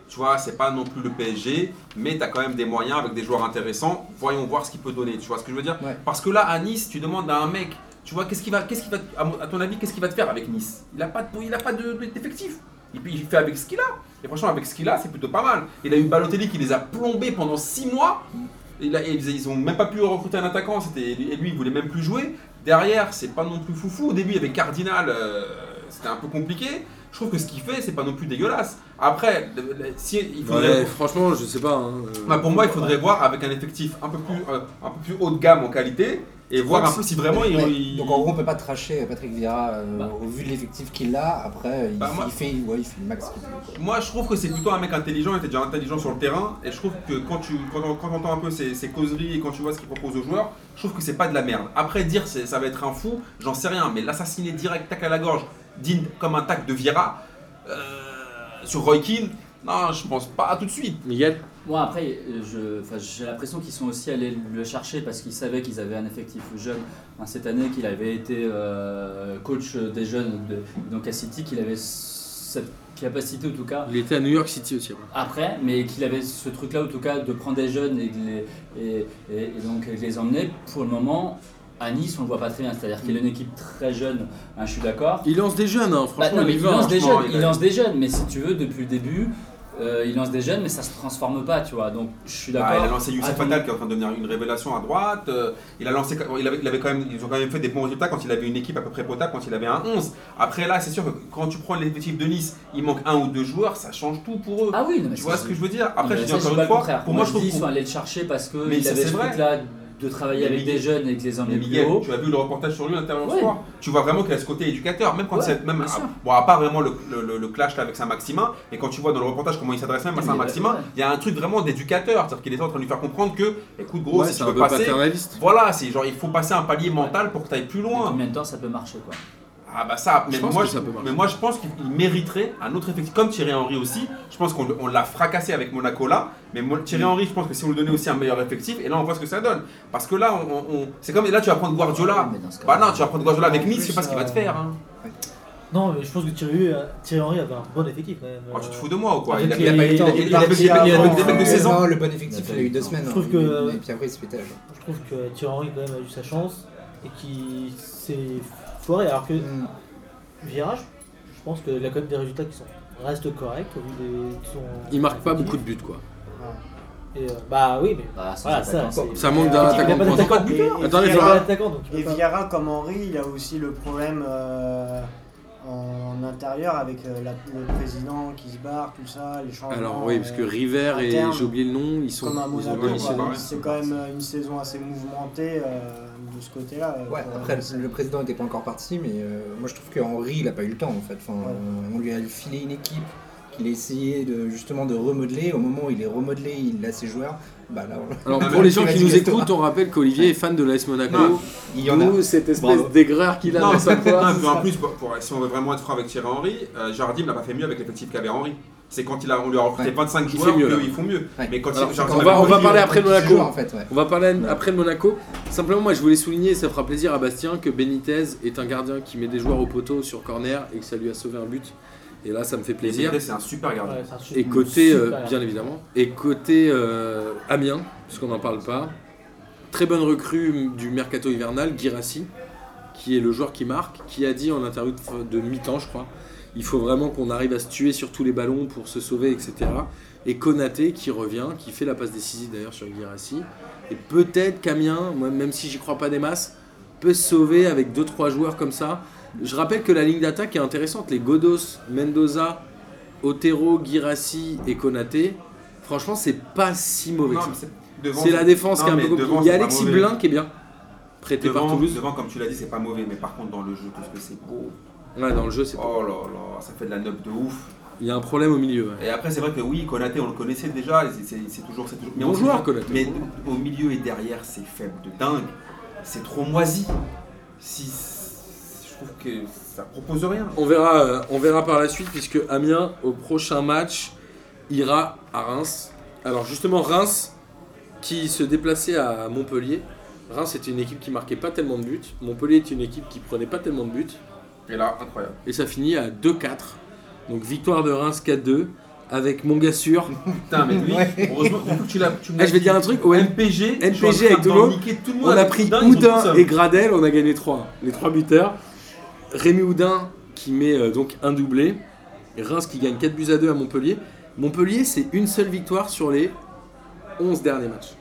Speaker 4: Tu vois, c'est pas non plus le PSG, mais t'as quand même des moyens avec des joueurs intéressants. Voyons voir ce qu'il peut donner. Tu vois ce que je veux dire
Speaker 6: Ouais.
Speaker 4: Parce que là, à Nice, tu demandes à un mec, tu vois, qu'est-ce qu'il va, qu'est-ce qu'il va, à mon- à ton avis, qu'est-ce qu'il va te faire avec Nice Il a pas, de, il a pas de, de- d'effectif. Et puis il fait avec ce qu'il a. Et franchement, avec ce qu'il a, c'est plutôt pas mal. Il a eu Balotelli qui les a plombés pendant 6 mois. Et là, ils, ils ont même pas pu recruter un attaquant. C'était, et lui, il voulait même plus jouer. Derrière, c'est pas non plus foufou. Au début, il y avait Cardinal. euh, c'était un peu compliqué. Je trouve que ce qu'il fait, c'est pas non plus dégueulasse. Après, le- le- si, il faudrait.
Speaker 1: Ouais, franchement, je sais pas. hein, euh,
Speaker 4: Bah, pour moi, il faudrait voir avec un effectif un peu plus, euh, un peu plus haut de gamme en qualité et voir un peu si vraiment il.
Speaker 6: Ouais.
Speaker 4: il-
Speaker 6: Donc en gros, on peut pas tracher Patrick Vieira euh,
Speaker 2: Bah.
Speaker 6: au vu de l'effectif qu'il a. Après, il,
Speaker 4: Bah, moi-
Speaker 6: il fait, ouais, il fait le max qu'il peut. quoi.
Speaker 4: Moi, je trouve que c'est plutôt un mec intelligent, il était déjà intelligent sur le terrain, et je trouve que quand tu quand, on- quand entends un peu ses, ses causeries et quand tu vois ce qu'il propose aux joueurs, je trouve que c'est pas de la merde. Après, dire c'est- ça va être un fou, j'en sais rien, mais l'assassiner direct, tac à la gorge, digne comme un tac de Vieira, euh, sur Roy Keane, non, je pense pas tout de suite.
Speaker 1: Miguel
Speaker 2: Moi après, euh, je- enfin, j'ai l'impression qu'ils sont aussi allés le chercher parce qu'ils savaient qu'ils avaient un effectif jeune Hein, cette année, qu'il avait été euh, coach des jeunes de, donc à City, qu'il avait cette capacité en tout cas
Speaker 1: Il était à New York City aussi. ouais.
Speaker 2: après, mais qu'il avait ce truc-là, en tout cas, de prendre des jeunes et, de les, et, et- et donc de les emmener. Pour le moment, à Nice, on le voit pas très bien. C'est-à-dire qu'il a
Speaker 4: Mm.
Speaker 2: une équipe très jeune, hein, je suis d'accord.
Speaker 1: Il lance des jeunes, hein,
Speaker 2: Bah,
Speaker 1: franchement.
Speaker 2: non, mais
Speaker 1: il y
Speaker 2: il
Speaker 1: va,
Speaker 2: lance
Speaker 1: hein.
Speaker 2: des
Speaker 4: franchement,
Speaker 2: jeunes,
Speaker 4: il
Speaker 2: il
Speaker 4: a-
Speaker 2: lance des jeunes, mais si tu veux, depuis le début, euh, il lance des jeunes, mais ça se transforme pas, tu vois. Donc, je suis
Speaker 4: Ah, il a
Speaker 2: d'accord.
Speaker 4: lancé Youssef
Speaker 2: Attends.
Speaker 4: Attal qui est en train de devenir une révélation à droite. euh, il a lancé, il avait, il avait quand même, ils ont quand même fait des bons résultats quand il avait une équipe à peu près potable, quand il avait un 11. Après là, c'est sûr que quand tu prends l'effectif de Nice, il manque un ou deux joueurs, ça change tout pour eux.
Speaker 2: Ah oui, non, mais
Speaker 4: tu vois
Speaker 2: ça,
Speaker 4: ce que je veux dire Après,
Speaker 2: Non,
Speaker 4: je
Speaker 2: mais
Speaker 4: dis
Speaker 2: ça,
Speaker 4: encore
Speaker 2: pas
Speaker 4: une
Speaker 2: le
Speaker 4: fois,
Speaker 2: contraire.
Speaker 4: pour moi, je trouve
Speaker 2: dis, ils sont
Speaker 4: qu'on-
Speaker 2: allés le chercher parce que
Speaker 4: Mais
Speaker 2: il
Speaker 4: ça,
Speaker 2: avait
Speaker 4: c'est
Speaker 2: ce
Speaker 4: vrai.
Speaker 2: truc-là de travailler
Speaker 4: Mais
Speaker 2: avec
Speaker 4: Miguel-
Speaker 2: des jeunes et de les
Speaker 4: Mais
Speaker 2: emmener plus
Speaker 4: Miguel,
Speaker 2: haut.
Speaker 4: tu as vu le reportage sur lui l'intérieur
Speaker 2: Ouais.
Speaker 4: sport. Tu vois vraiment qu'il a ce côté éducateur, même quand
Speaker 2: Ouais,
Speaker 4: c'est même
Speaker 2: bien sûr.
Speaker 4: bon à part vraiment le, le- le- le clash là avec Saint-Maximin et quand tu vois dans le reportage comment il s'adresse même à
Speaker 2: Mais
Speaker 4: Saint-Maximin,
Speaker 2: ouais.
Speaker 4: il y a un truc vraiment d'éducateur, c'est-à-dire qu'il est en train de lui faire comprendre que écoute gros,
Speaker 1: Ouais,
Speaker 4: si
Speaker 1: c'est
Speaker 4: tu
Speaker 1: un
Speaker 4: veux
Speaker 1: peu
Speaker 4: passer,
Speaker 1: paternaliste.
Speaker 4: voilà, c'est genre il faut passer un palier mental pour que tu ailles plus
Speaker 2: Et
Speaker 4: loin.
Speaker 2: combien de temps ça peut marcher quoi
Speaker 4: Ah bah ça,
Speaker 1: Je
Speaker 4: mais
Speaker 1: pense
Speaker 4: moi,
Speaker 1: que
Speaker 4: je,
Speaker 1: ça peut marcher.
Speaker 4: mais moi je pense qu'il mériterait un autre effectif, comme Thierry Henry aussi. Je pense qu'on on l'a fracassé avec Monaco là, mais Mo- Thierry Henry, je pense que si on lui donnait aussi un meilleur effectif, et là on voit ce que ça donne. Parce que là, on, on- on- c'est comme là tu vas prendre Guardiola.
Speaker 2: Mais dans ce cas-
Speaker 4: Bah non, tu vas prendre Guardiola avec
Speaker 3: En
Speaker 4: Nice, je
Speaker 3: plus,
Speaker 4: sais pas ce qu'il va te
Speaker 3: euh,
Speaker 4: faire. hein.
Speaker 5: Non, mais je pense que Thierry, euh, Thierry Henry avait un bon effectif quand même.
Speaker 4: Oh, tu te
Speaker 5: euh,
Speaker 4: fous de moi ou quoi Il a-
Speaker 5: avec
Speaker 4: il a
Speaker 5: les-
Speaker 4: pas- il a-
Speaker 5: il est
Speaker 4: il a- il a- il a- il a des mecs de 16 ans.
Speaker 6: Non, le bon effectif, il a eu deux semaines.
Speaker 5: Je trouve
Speaker 6: hein,
Speaker 5: que-
Speaker 6: Et puis après, il se fait tâche.
Speaker 5: Je trouve que Thierry Henry quand même a eu sa chance et qu'il s'est foiré. Alors que
Speaker 1: Mm.
Speaker 5: Virage, je pense qu'il a quand même des résultats qui sont, restent corrects au vu des- de son.
Speaker 1: Il marque pas beaucoup de buts, quoi.
Speaker 5: Et, euh, bah oui, mais
Speaker 2: Bah, ça,
Speaker 5: voilà
Speaker 2: c'est
Speaker 5: ça.
Speaker 2: d'accord.
Speaker 5: c'est-
Speaker 1: Ça hein. manque
Speaker 5: Il
Speaker 1: d'un
Speaker 5: a pas
Speaker 1: attaquant de pointe.
Speaker 5: d'attaquant de
Speaker 3: Et-
Speaker 5: buteur.
Speaker 3: et
Speaker 1: Attendez,
Speaker 5: Il
Speaker 1: je vois.
Speaker 5: a pas
Speaker 3: Viera-
Speaker 5: d'attaquant, donc
Speaker 3: Et
Speaker 5: tu peux pas.
Speaker 3: Viera, comme Henri, il a aussi le problème euh, en intérieur avec euh, la- le président qui se barre, tout ça, les changements.
Speaker 1: Alors, oui, parce que
Speaker 3: euh,
Speaker 1: River et
Speaker 3: interne.
Speaker 1: j'ai oublié le nom, ils sont.
Speaker 3: comme à
Speaker 1: ils ont
Speaker 3: Monaco,
Speaker 4: ouais, ils sont
Speaker 3: quoi.
Speaker 4: barrés, ils
Speaker 3: c'est
Speaker 4: sont
Speaker 3: quand même euh, une saison assez mouvementée euh, de ce côté-là.
Speaker 6: Ouais,
Speaker 3: Euh,
Speaker 6: après,
Speaker 3: c'est-
Speaker 6: le, le président n'était pas encore parti, mais euh, moi je trouve que Henry, il a pas eu le temps en fait. Enfin,
Speaker 3: Ouais.
Speaker 6: euh, on lui a filé une équipe qu'il a essayé de, justement de remodeler. Au moment où il est remodelé, il a ses joueurs. Bah là, on-
Speaker 1: Alors,
Speaker 4: Non,
Speaker 1: pour
Speaker 4: mais
Speaker 1: les
Speaker 6: tu
Speaker 1: gens
Speaker 6: vas
Speaker 1: qui
Speaker 6: dire
Speaker 1: nous
Speaker 6: que toi.
Speaker 1: écoutent, on rappelle qu'Olivier est fan de l'AS Monaco.
Speaker 4: Non.
Speaker 6: il y en a.
Speaker 1: D'où cette espèce
Speaker 6: Bravo.
Speaker 1: d'aigreur qu'il a
Speaker 4: Non,
Speaker 1: dans [laughs] sa
Speaker 4: [laughs] non,
Speaker 1: voix.
Speaker 4: mais en plus, pour, pour- si on veut vraiment être franc avec Thierry Henry, euh, Jardim n'a pas fait mieux avec l'effectif qu'avait Henry. C'est quand il a, on lui a recruté
Speaker 6: Ouais.
Speaker 4: 25
Speaker 1: Il
Speaker 4: joueurs
Speaker 1: fait mieux, là.
Speaker 4: qu'ils font mieux.
Speaker 6: Ouais.
Speaker 4: Mais quand
Speaker 1: Alors,
Speaker 4: c'est- Jardim
Speaker 1: on
Speaker 4: avait
Speaker 1: va- on
Speaker 4: Henry,
Speaker 1: va parler
Speaker 4: euh,
Speaker 1: après de
Speaker 6: Petit
Speaker 1: Monaco.
Speaker 6: jeu, en fait, ouais.
Speaker 1: On va parler après de Monaco. Simplement, moi, je voulais souligner, ça fera plaisir à Bastien, que Benitez est un gardien qui met des joueurs au poteau sur corner et que ça lui a sauvé un but. Et là, ça me fait plaisir.
Speaker 4: Benitez, C'est un super gardien.
Speaker 5: Ouais, c'est un super-
Speaker 1: Et côté, euh,
Speaker 5: super
Speaker 1: bien évidemment, et côté euh, Amiens, puisqu'on n'en parle pas, très bonne recrue du mercato hivernal, Girassi, qui est le joueur qui marque, qui a dit en interview de, de mi-temps, je crois, il faut vraiment qu'on arrive à se tuer sur tous les ballons pour se sauver, etc. Et Konaté qui revient, qui fait la passe décisive d'ailleurs sur Girassi. Et peut-être qu'Amiens, moi, même si j'y crois pas des masses, peut se sauver avec 2-3 joueurs comme ça. Je rappelle que la ligne d'attaque est intéressante. Les Godos, Mendoza, Otero, Girassi et Konaté, franchement, c'est pas si mauvais.
Speaker 4: Non,
Speaker 1: que ça.
Speaker 4: mais c'est- devant,
Speaker 1: C'est la défense
Speaker 4: Non,
Speaker 1: qui est un
Speaker 4: mais
Speaker 1: peu compliquée.
Speaker 4: devant,
Speaker 1: Il y a
Speaker 4: c'est pas
Speaker 1: Alexis
Speaker 4: mauvais.
Speaker 1: Blin qui est bien, prêté par
Speaker 4: devant,
Speaker 1: Toulouse.
Speaker 4: devant, comme tu l'as dit, c'est pas mauvais, mais par contre, dans le jeu, tout ce que c'est beau.
Speaker 1: Ouais, dans le jeu, c'est pas-
Speaker 4: Oh là là, ça fait de la nob de ouf.
Speaker 1: Il y a un problème au milieu. ouais.
Speaker 4: Et après, c'est vrai que oui, Konaté, on le connaissait déjà. c'est- C'est c'est toujours, c'est toujours.
Speaker 1: Bon
Speaker 4: on-
Speaker 1: joueur, Konaté.
Speaker 4: Mais au milieu et derrière, c'est faible de dingue. C'est trop moisi. Si, je trouve que ça propose rien.
Speaker 1: On verra, euh, on verra par la suite puisque Amiens au prochain match ira à Reims. Alors justement Reims qui se déplaçait à Montpellier. Reims était une équipe qui marquait pas tellement de buts. Montpellier était une équipe qui prenait pas tellement de buts.
Speaker 4: Et là, incroyable.
Speaker 1: Et ça finit à 2-4. Donc victoire de Reims 4-2 avec mon gars sûr.
Speaker 4: Putain,
Speaker 1: [laughs]
Speaker 4: mais lui, heureusement du coup, tu l'as. tu me
Speaker 1: Eh,
Speaker 4: l'as
Speaker 1: je vais
Speaker 4: dit.
Speaker 1: dire un truc, au M-
Speaker 4: MPG,
Speaker 1: MPG
Speaker 4: je suis en train
Speaker 1: avec
Speaker 4: d'en
Speaker 1: Toulon,
Speaker 4: niquer tout le monde
Speaker 1: On a
Speaker 4: avec
Speaker 1: pris
Speaker 4: Houdin, ils sont tous
Speaker 1: Houdin
Speaker 4: seuls.
Speaker 1: et Gradel, on a gagné 3. Les 3 buteurs. Rémi Houdin qui met euh, donc un doublé. Et Reims qui gagne 4 buts à 2 à Montpellier. Montpellier, c'est une seule victoire sur les 11 derniers matchs.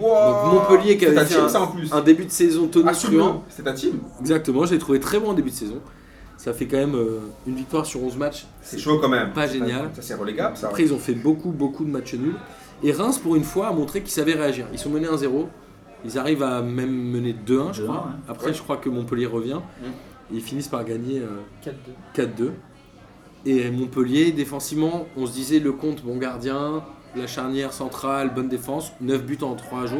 Speaker 4: Wouah.
Speaker 1: Donc Montpellier qui
Speaker 4: Oh,
Speaker 1: avait
Speaker 4: C'est ta
Speaker 1: fait
Speaker 4: team,
Speaker 1: un-
Speaker 4: ça en plus.
Speaker 1: Un début de saison
Speaker 4: Assume-le,
Speaker 1: tonitruant.
Speaker 4: c'est ta team.
Speaker 1: Exactement, j'ai trouvé très bon en début de saison. Ça fait quand même euh, une victoire sur 11 matchs.
Speaker 4: C'est chaud quand même.
Speaker 1: Pas génial.
Speaker 4: Ça, c'est relégable, ça.
Speaker 1: Après, ils ont fait beaucoup, beaucoup de matchs nuls. Et Reims, pour une fois, a montré qu'ils savaient réagir. Ils sont menés 1-0. Ils arrivent à même mener 2-1, je
Speaker 2: 2-1,
Speaker 1: crois.
Speaker 2: ouais.
Speaker 1: Après, je crois que Montpellier revient.
Speaker 4: Mm.
Speaker 1: Et ils finissent par gagner euh,
Speaker 5: 4-2.
Speaker 1: 4-2. Et Montpellier, défensivement, on se disait le compte, bon gardien, la charnière centrale, bonne défense. 9 buts en 3 jours.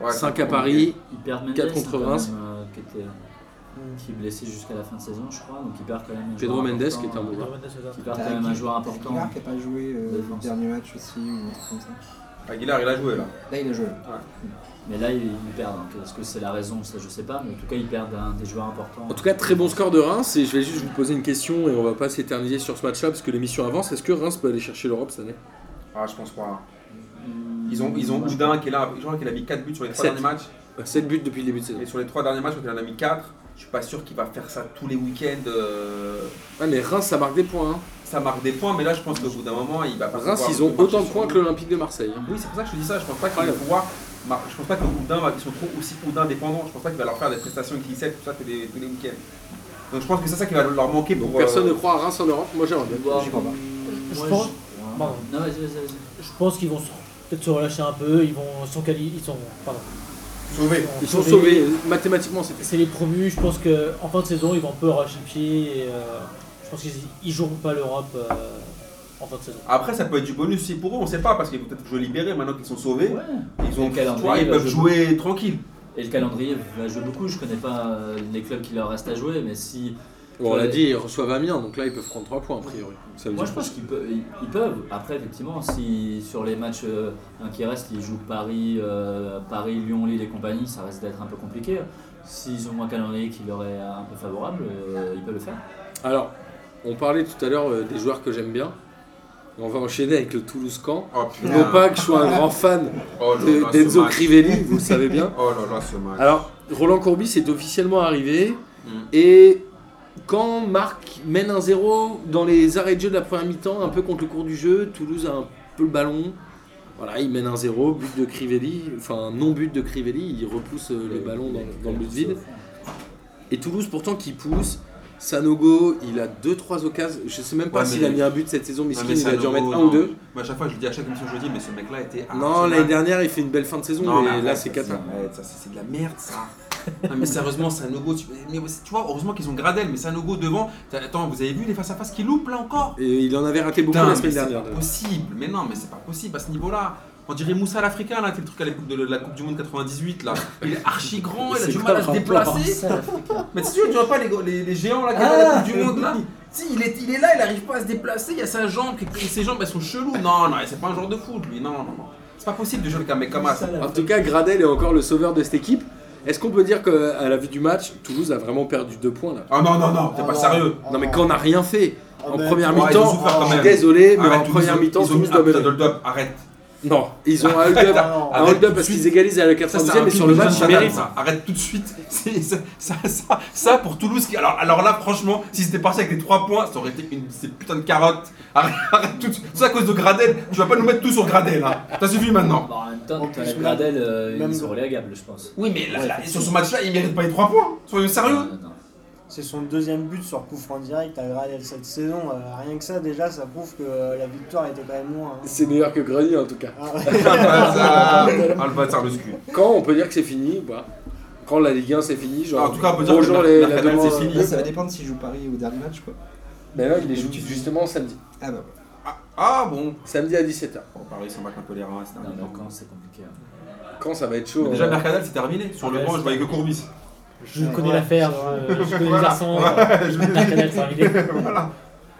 Speaker 4: Ouais,
Speaker 1: 5
Speaker 4: c'est
Speaker 1: à Paris.
Speaker 2: Ils perdent Mendes,
Speaker 1: 4 contre
Speaker 2: quand même,
Speaker 1: Reims.
Speaker 2: euh, qui, était,
Speaker 1: Mm.
Speaker 2: qui est blessé jusqu'à la fin de saison, je crois. Donc ils perdent quand même. un
Speaker 1: Pedro
Speaker 2: joueur
Speaker 1: Mendes,
Speaker 2: important,
Speaker 1: qui est un bon
Speaker 5: Pedro
Speaker 1: joueur.
Speaker 5: Mendes, c'est ça.
Speaker 2: Ils perdent quand même un joueur important.
Speaker 6: Aguilar qui n'a pas joué euh, le
Speaker 2: Défense.
Speaker 6: dernier match aussi, ou un truc comme ça.
Speaker 4: Aguilar, il a joué là.
Speaker 6: Là, il a joué.
Speaker 2: Mais là, ils, ils perdent. Donc, hein. Est-ce que c'est la raison Ça, je sais pas. Mais en tout cas, ils perdent un des joueurs importants.
Speaker 1: En tout cas, très bon score de Reims. Et je vais juste vous poser une question et on va pas s'éterniser sur ce match-là parce que l'émission avance. Est-ce que Reims peut aller chercher l'Europe cette année
Speaker 4: Ah, je pense pas.
Speaker 2: Mmh,
Speaker 4: Ils ont, ils ont
Speaker 2: moi, je-
Speaker 4: Houdin qui est là, je crois qu'il a mis 4 buts sur les 3
Speaker 1: Euh, Sept.
Speaker 4: derniers matchs.
Speaker 1: 7 buts depuis le début de saison.
Speaker 4: Et sur les 3 derniers matchs, je crois qu'il en a mis 4. Je suis pas sûr qu'il va faire ça tous les week-ends. euh,
Speaker 1: Ah, mais Reims, ça marque des points. hein.
Speaker 4: Ça marque des points, mais là, je pense qu'au bout d'un moment, il va pas
Speaker 1: Reims,
Speaker 4: pouvoir
Speaker 1: ils ont
Speaker 4: marcher
Speaker 1: autant de
Speaker 4: sur
Speaker 1: points
Speaker 4: lui.
Speaker 1: que l'Olympique de Marseille. hein.
Speaker 4: Oui, c'est pour ça que je te dis ça. Je pense pas qu'il va
Speaker 1: Incroyable.
Speaker 4: pouvoir. mar- Je pense pas que Houdin va. Ils sont trop aussi Houdin dépendants. Je pense pas qu'il va leur faire des prestations qui tout ça tous les, tous les week-ends. Donc je pense que c'est ça qui va leur manquer pour.
Speaker 1: Donc personne
Speaker 4: euh,
Speaker 1: ne croit à Reims en Europe. Moi, j'aimerais bien.
Speaker 2: Moi,
Speaker 6: J'y crois pas.
Speaker 2: je-
Speaker 5: Je pense- Pardon.
Speaker 2: Non, vas-y, vas-y, vas-y.
Speaker 5: Je pense qu'ils vont se- peut-être se relâcher un peu. Ils vont ils sont quali- ils sont pardon.
Speaker 3: Sauvé.
Speaker 1: Ils sont sauvés, mathématiquement c'est fait.
Speaker 5: C'est les promus, je pense qu'en fin de saison, ils vont un peu arracher le pied et euh, je pense qu'ils ils joueront pas l'Europe euh, en fin de saison.
Speaker 4: Après, ça peut être du bonus aussi pour eux, on sait pas, parce qu'ils vont peut-être jouer libérés maintenant qu'ils sont sauvés.
Speaker 2: Ouais.
Speaker 4: Ils, ont,
Speaker 2: Le calendrier
Speaker 4: tu vois, ils
Speaker 2: va
Speaker 4: peuvent
Speaker 2: jouer
Speaker 4: jouer tranquille.
Speaker 2: Et le calendrier va jouer beaucoup. Je connais pas euh, les clubs qui leur restent à jouer, mais si.
Speaker 1: Bon, on l'a dit, ils reçoivent Amiens, donc là ils peuvent prendre 3 points a priori. Ça veut
Speaker 2: Moi, je
Speaker 1: dire
Speaker 2: pense qu'ils peuvent, ils- ils peuvent. Après, effectivement, si sur les matchs euh, hein, qui restent, ils jouent Paris, euh, Paris, Lyon, Lille et compagnie, ça risque d'être un peu compliqué. S'ils ont un calendrier qui leur est un peu favorable, euh, ils peuvent le faire.
Speaker 1: Alors, on parlait tout à l'heure euh, des joueurs que j'aime bien. On va enchaîner avec le Toulouse-Camp.
Speaker 4: Oh
Speaker 1: Non pas que je sois un grand fan
Speaker 4: Oh là [laughs]
Speaker 1: de-
Speaker 4: là, ce
Speaker 1: d'Enzo Ah,
Speaker 4: match.
Speaker 1: Crivelli, vous le savez bien.
Speaker 4: Oh là là, ce match.
Speaker 1: Alors, Roland Courbis est officiellement arrivé.
Speaker 4: Mm.
Speaker 1: Et quand Marc mène un 0 dans les arrêts de jeu de la première mi-temps, un peu contre le cours du jeu, Toulouse a un peu le ballon. Voilà, il mène un 0, but de Crivelli, enfin non-but de Crivelli, il repousse euh, le ballon dans, dans le but vide. Et Toulouse pourtant qui pousse, Sanogo, il a 2-3 occasions, je sais même pas
Speaker 4: Ouais, mais-
Speaker 1: s'il a mis un but cette saison, mais
Speaker 4: Non, mais
Speaker 1: il
Speaker 4: ça,
Speaker 1: a dû en
Speaker 4: non,
Speaker 1: mettre un
Speaker 4: non.
Speaker 1: ou deux.
Speaker 4: Mais à chaque fois, je le dis à chaque émission, je le dis, mais ce mec-là était. à
Speaker 1: Non,
Speaker 4: Arsenal.
Speaker 1: l'année dernière, il fait une belle fin de saison,
Speaker 4: Non,
Speaker 1: mais,
Speaker 4: arrête,
Speaker 1: là c'est
Speaker 4: ça,
Speaker 1: cata.
Speaker 4: arrête, ça, c'est c'est de la merde,
Speaker 1: [laughs]
Speaker 4: ça. non, mais sérieusement, Sanogo, tu, mais, tu vois, heureusement qu'ils ont Gradel, mais Sanogo devant. t'as- Attends, vous avez vu les face à face qu'il loupe là encore
Speaker 1: Et il en avait raté beaucoup
Speaker 4: Putain,
Speaker 1: la
Speaker 4: mais
Speaker 1: semaine
Speaker 4: c'est
Speaker 1: dernière. euh.
Speaker 4: pas possible. Mais non, mais c'est pas possible à ce niveau-là. On dirait Moussa l'Africain, là, qui est le truc à l'époque de la Coupe du Monde 98, là. Il est archi grand, il a
Speaker 1: C'est
Speaker 4: du
Speaker 1: quoi
Speaker 4: mal à
Speaker 1: le
Speaker 4: se
Speaker 1: rapport
Speaker 4: déplacer. Mais tu vois, tu vois pas les, les- les géants, là, qui
Speaker 5: Ah
Speaker 4: ont la Coupe du Monde, là Si, il est, il est là, il arrive pas à se déplacer, il y a sa jambe, qui- ses jambes, elles sont cheloues. Non, non, c'est pas un joueur de foot, lui, non, non, non. C'est pas possible de jouer avec un mec comme ça.
Speaker 1: En tout cas, Gradel est encore le sauveur de cette équipe. Est-ce qu'on peut dire qu'à la vue du match, Toulouse a vraiment perdu deux points là
Speaker 4: Ah non, non, non, t'es
Speaker 3: Ah
Speaker 4: pas
Speaker 3: non.
Speaker 4: sérieux.
Speaker 3: Ah
Speaker 1: Non mais
Speaker 3: non.
Speaker 1: quand on n'a rien fait,
Speaker 3: Ah
Speaker 1: en
Speaker 3: ben, Ah
Speaker 1: première
Speaker 3: ouais, ils
Speaker 1: mi-temps,
Speaker 3: ont souffert quand
Speaker 1: je suis
Speaker 3: même.
Speaker 1: désolé, Eh, mais en
Speaker 4: Arrête, Ah, Toulouse,
Speaker 1: première mi-temps,
Speaker 4: ils ont
Speaker 1: Toulouse
Speaker 4: mis
Speaker 1: doit
Speaker 4: un putain
Speaker 1: mener.
Speaker 4: de hold-up, arrête.
Speaker 1: Non, ils ont un hold-up,
Speaker 3: Ah non.
Speaker 1: un
Speaker 4: Arrête
Speaker 1: hold-up
Speaker 4: tout de
Speaker 1: parce
Speaker 4: suite.
Speaker 1: qu'ils égalisent à la
Speaker 4: Ça, c'est
Speaker 1: 92e
Speaker 4: un
Speaker 1: et sur le
Speaker 4: pipi
Speaker 1: match, ils
Speaker 4: de
Speaker 1: méritent.
Speaker 4: ça. Arrête tout de suite. [laughs] C'est- Ça, ça, ça, ça, pour Toulouse. qui- Alors, alors là, franchement, si c'était parti avec les 3 points, ça aurait été une ces putains de carottes. Arrête, [laughs] arrête tout de suite. C'est à cause de Gradel. Tu vas pas nous mettre tout sur Gradel. Hein. Ça suffit maintenant.
Speaker 2: Bah, en même temps,
Speaker 3: En
Speaker 2: tu as
Speaker 3: plus,
Speaker 2: Gradel, euh,
Speaker 3: même-
Speaker 2: ils sont relégables, je pense.
Speaker 4: Oui, mais là,
Speaker 3: Ouais,
Speaker 4: là,
Speaker 3: c'est
Speaker 4: sur
Speaker 3: sûr.
Speaker 4: ce match-là, il mérite pas les 3 points. Soyons
Speaker 1: Ah
Speaker 4: [laughs] sérieux.
Speaker 2: Euh, Non, non, non.
Speaker 3: C'est son deuxième but sur coup franc direct à Gradel cette saison. Euh, rien que ça, déjà, ça prouve que euh, la victoire était quand même loin. hein.
Speaker 1: C'est meilleur que Grenier en tout cas.
Speaker 3: Ah,
Speaker 4: Ah, le bâtard. Ah, le bâtard, le scu.
Speaker 1: Quand on peut dire que c'est fini, bah, quand la Ligue 1 c'est fini, genre
Speaker 4: Ah, en tout cas, on peut dire
Speaker 1: bonjour
Speaker 4: que
Speaker 1: les,
Speaker 4: la-
Speaker 1: la
Speaker 4: la finale,
Speaker 1: demande-
Speaker 4: c'est fini.
Speaker 6: Là, ça va dépendre s'ils jouent Paris au dernier match, quoi.
Speaker 1: Mais là, il les joue justement samedi,
Speaker 6: Ah bah,
Speaker 4: Ah, ah, bon.
Speaker 1: samedi à 17h.
Speaker 4: Bon, Paris, ils s'en battent un peu les reins. c'est un
Speaker 2: Non, mais
Speaker 4: peu-
Speaker 2: quand c'est compliqué. hein.
Speaker 1: Quand ça va être
Speaker 4: Mais
Speaker 1: chaud.
Speaker 4: Déjà,
Speaker 1: hein.
Speaker 4: Mercadal, Ah, c'est terminé. Sur le
Speaker 5: Ouais,
Speaker 4: banc, je
Speaker 5: c'est-
Speaker 4: voyais que Courbis. [laughs]
Speaker 5: Je connais
Speaker 3: Ouais,
Speaker 5: l'affaire,
Speaker 3: c'est
Speaker 5: je, je connais les
Speaker 4: Voilà.
Speaker 5: garçons.
Speaker 4: Je-
Speaker 5: La canette, c'est arrivé.
Speaker 4: Voilà.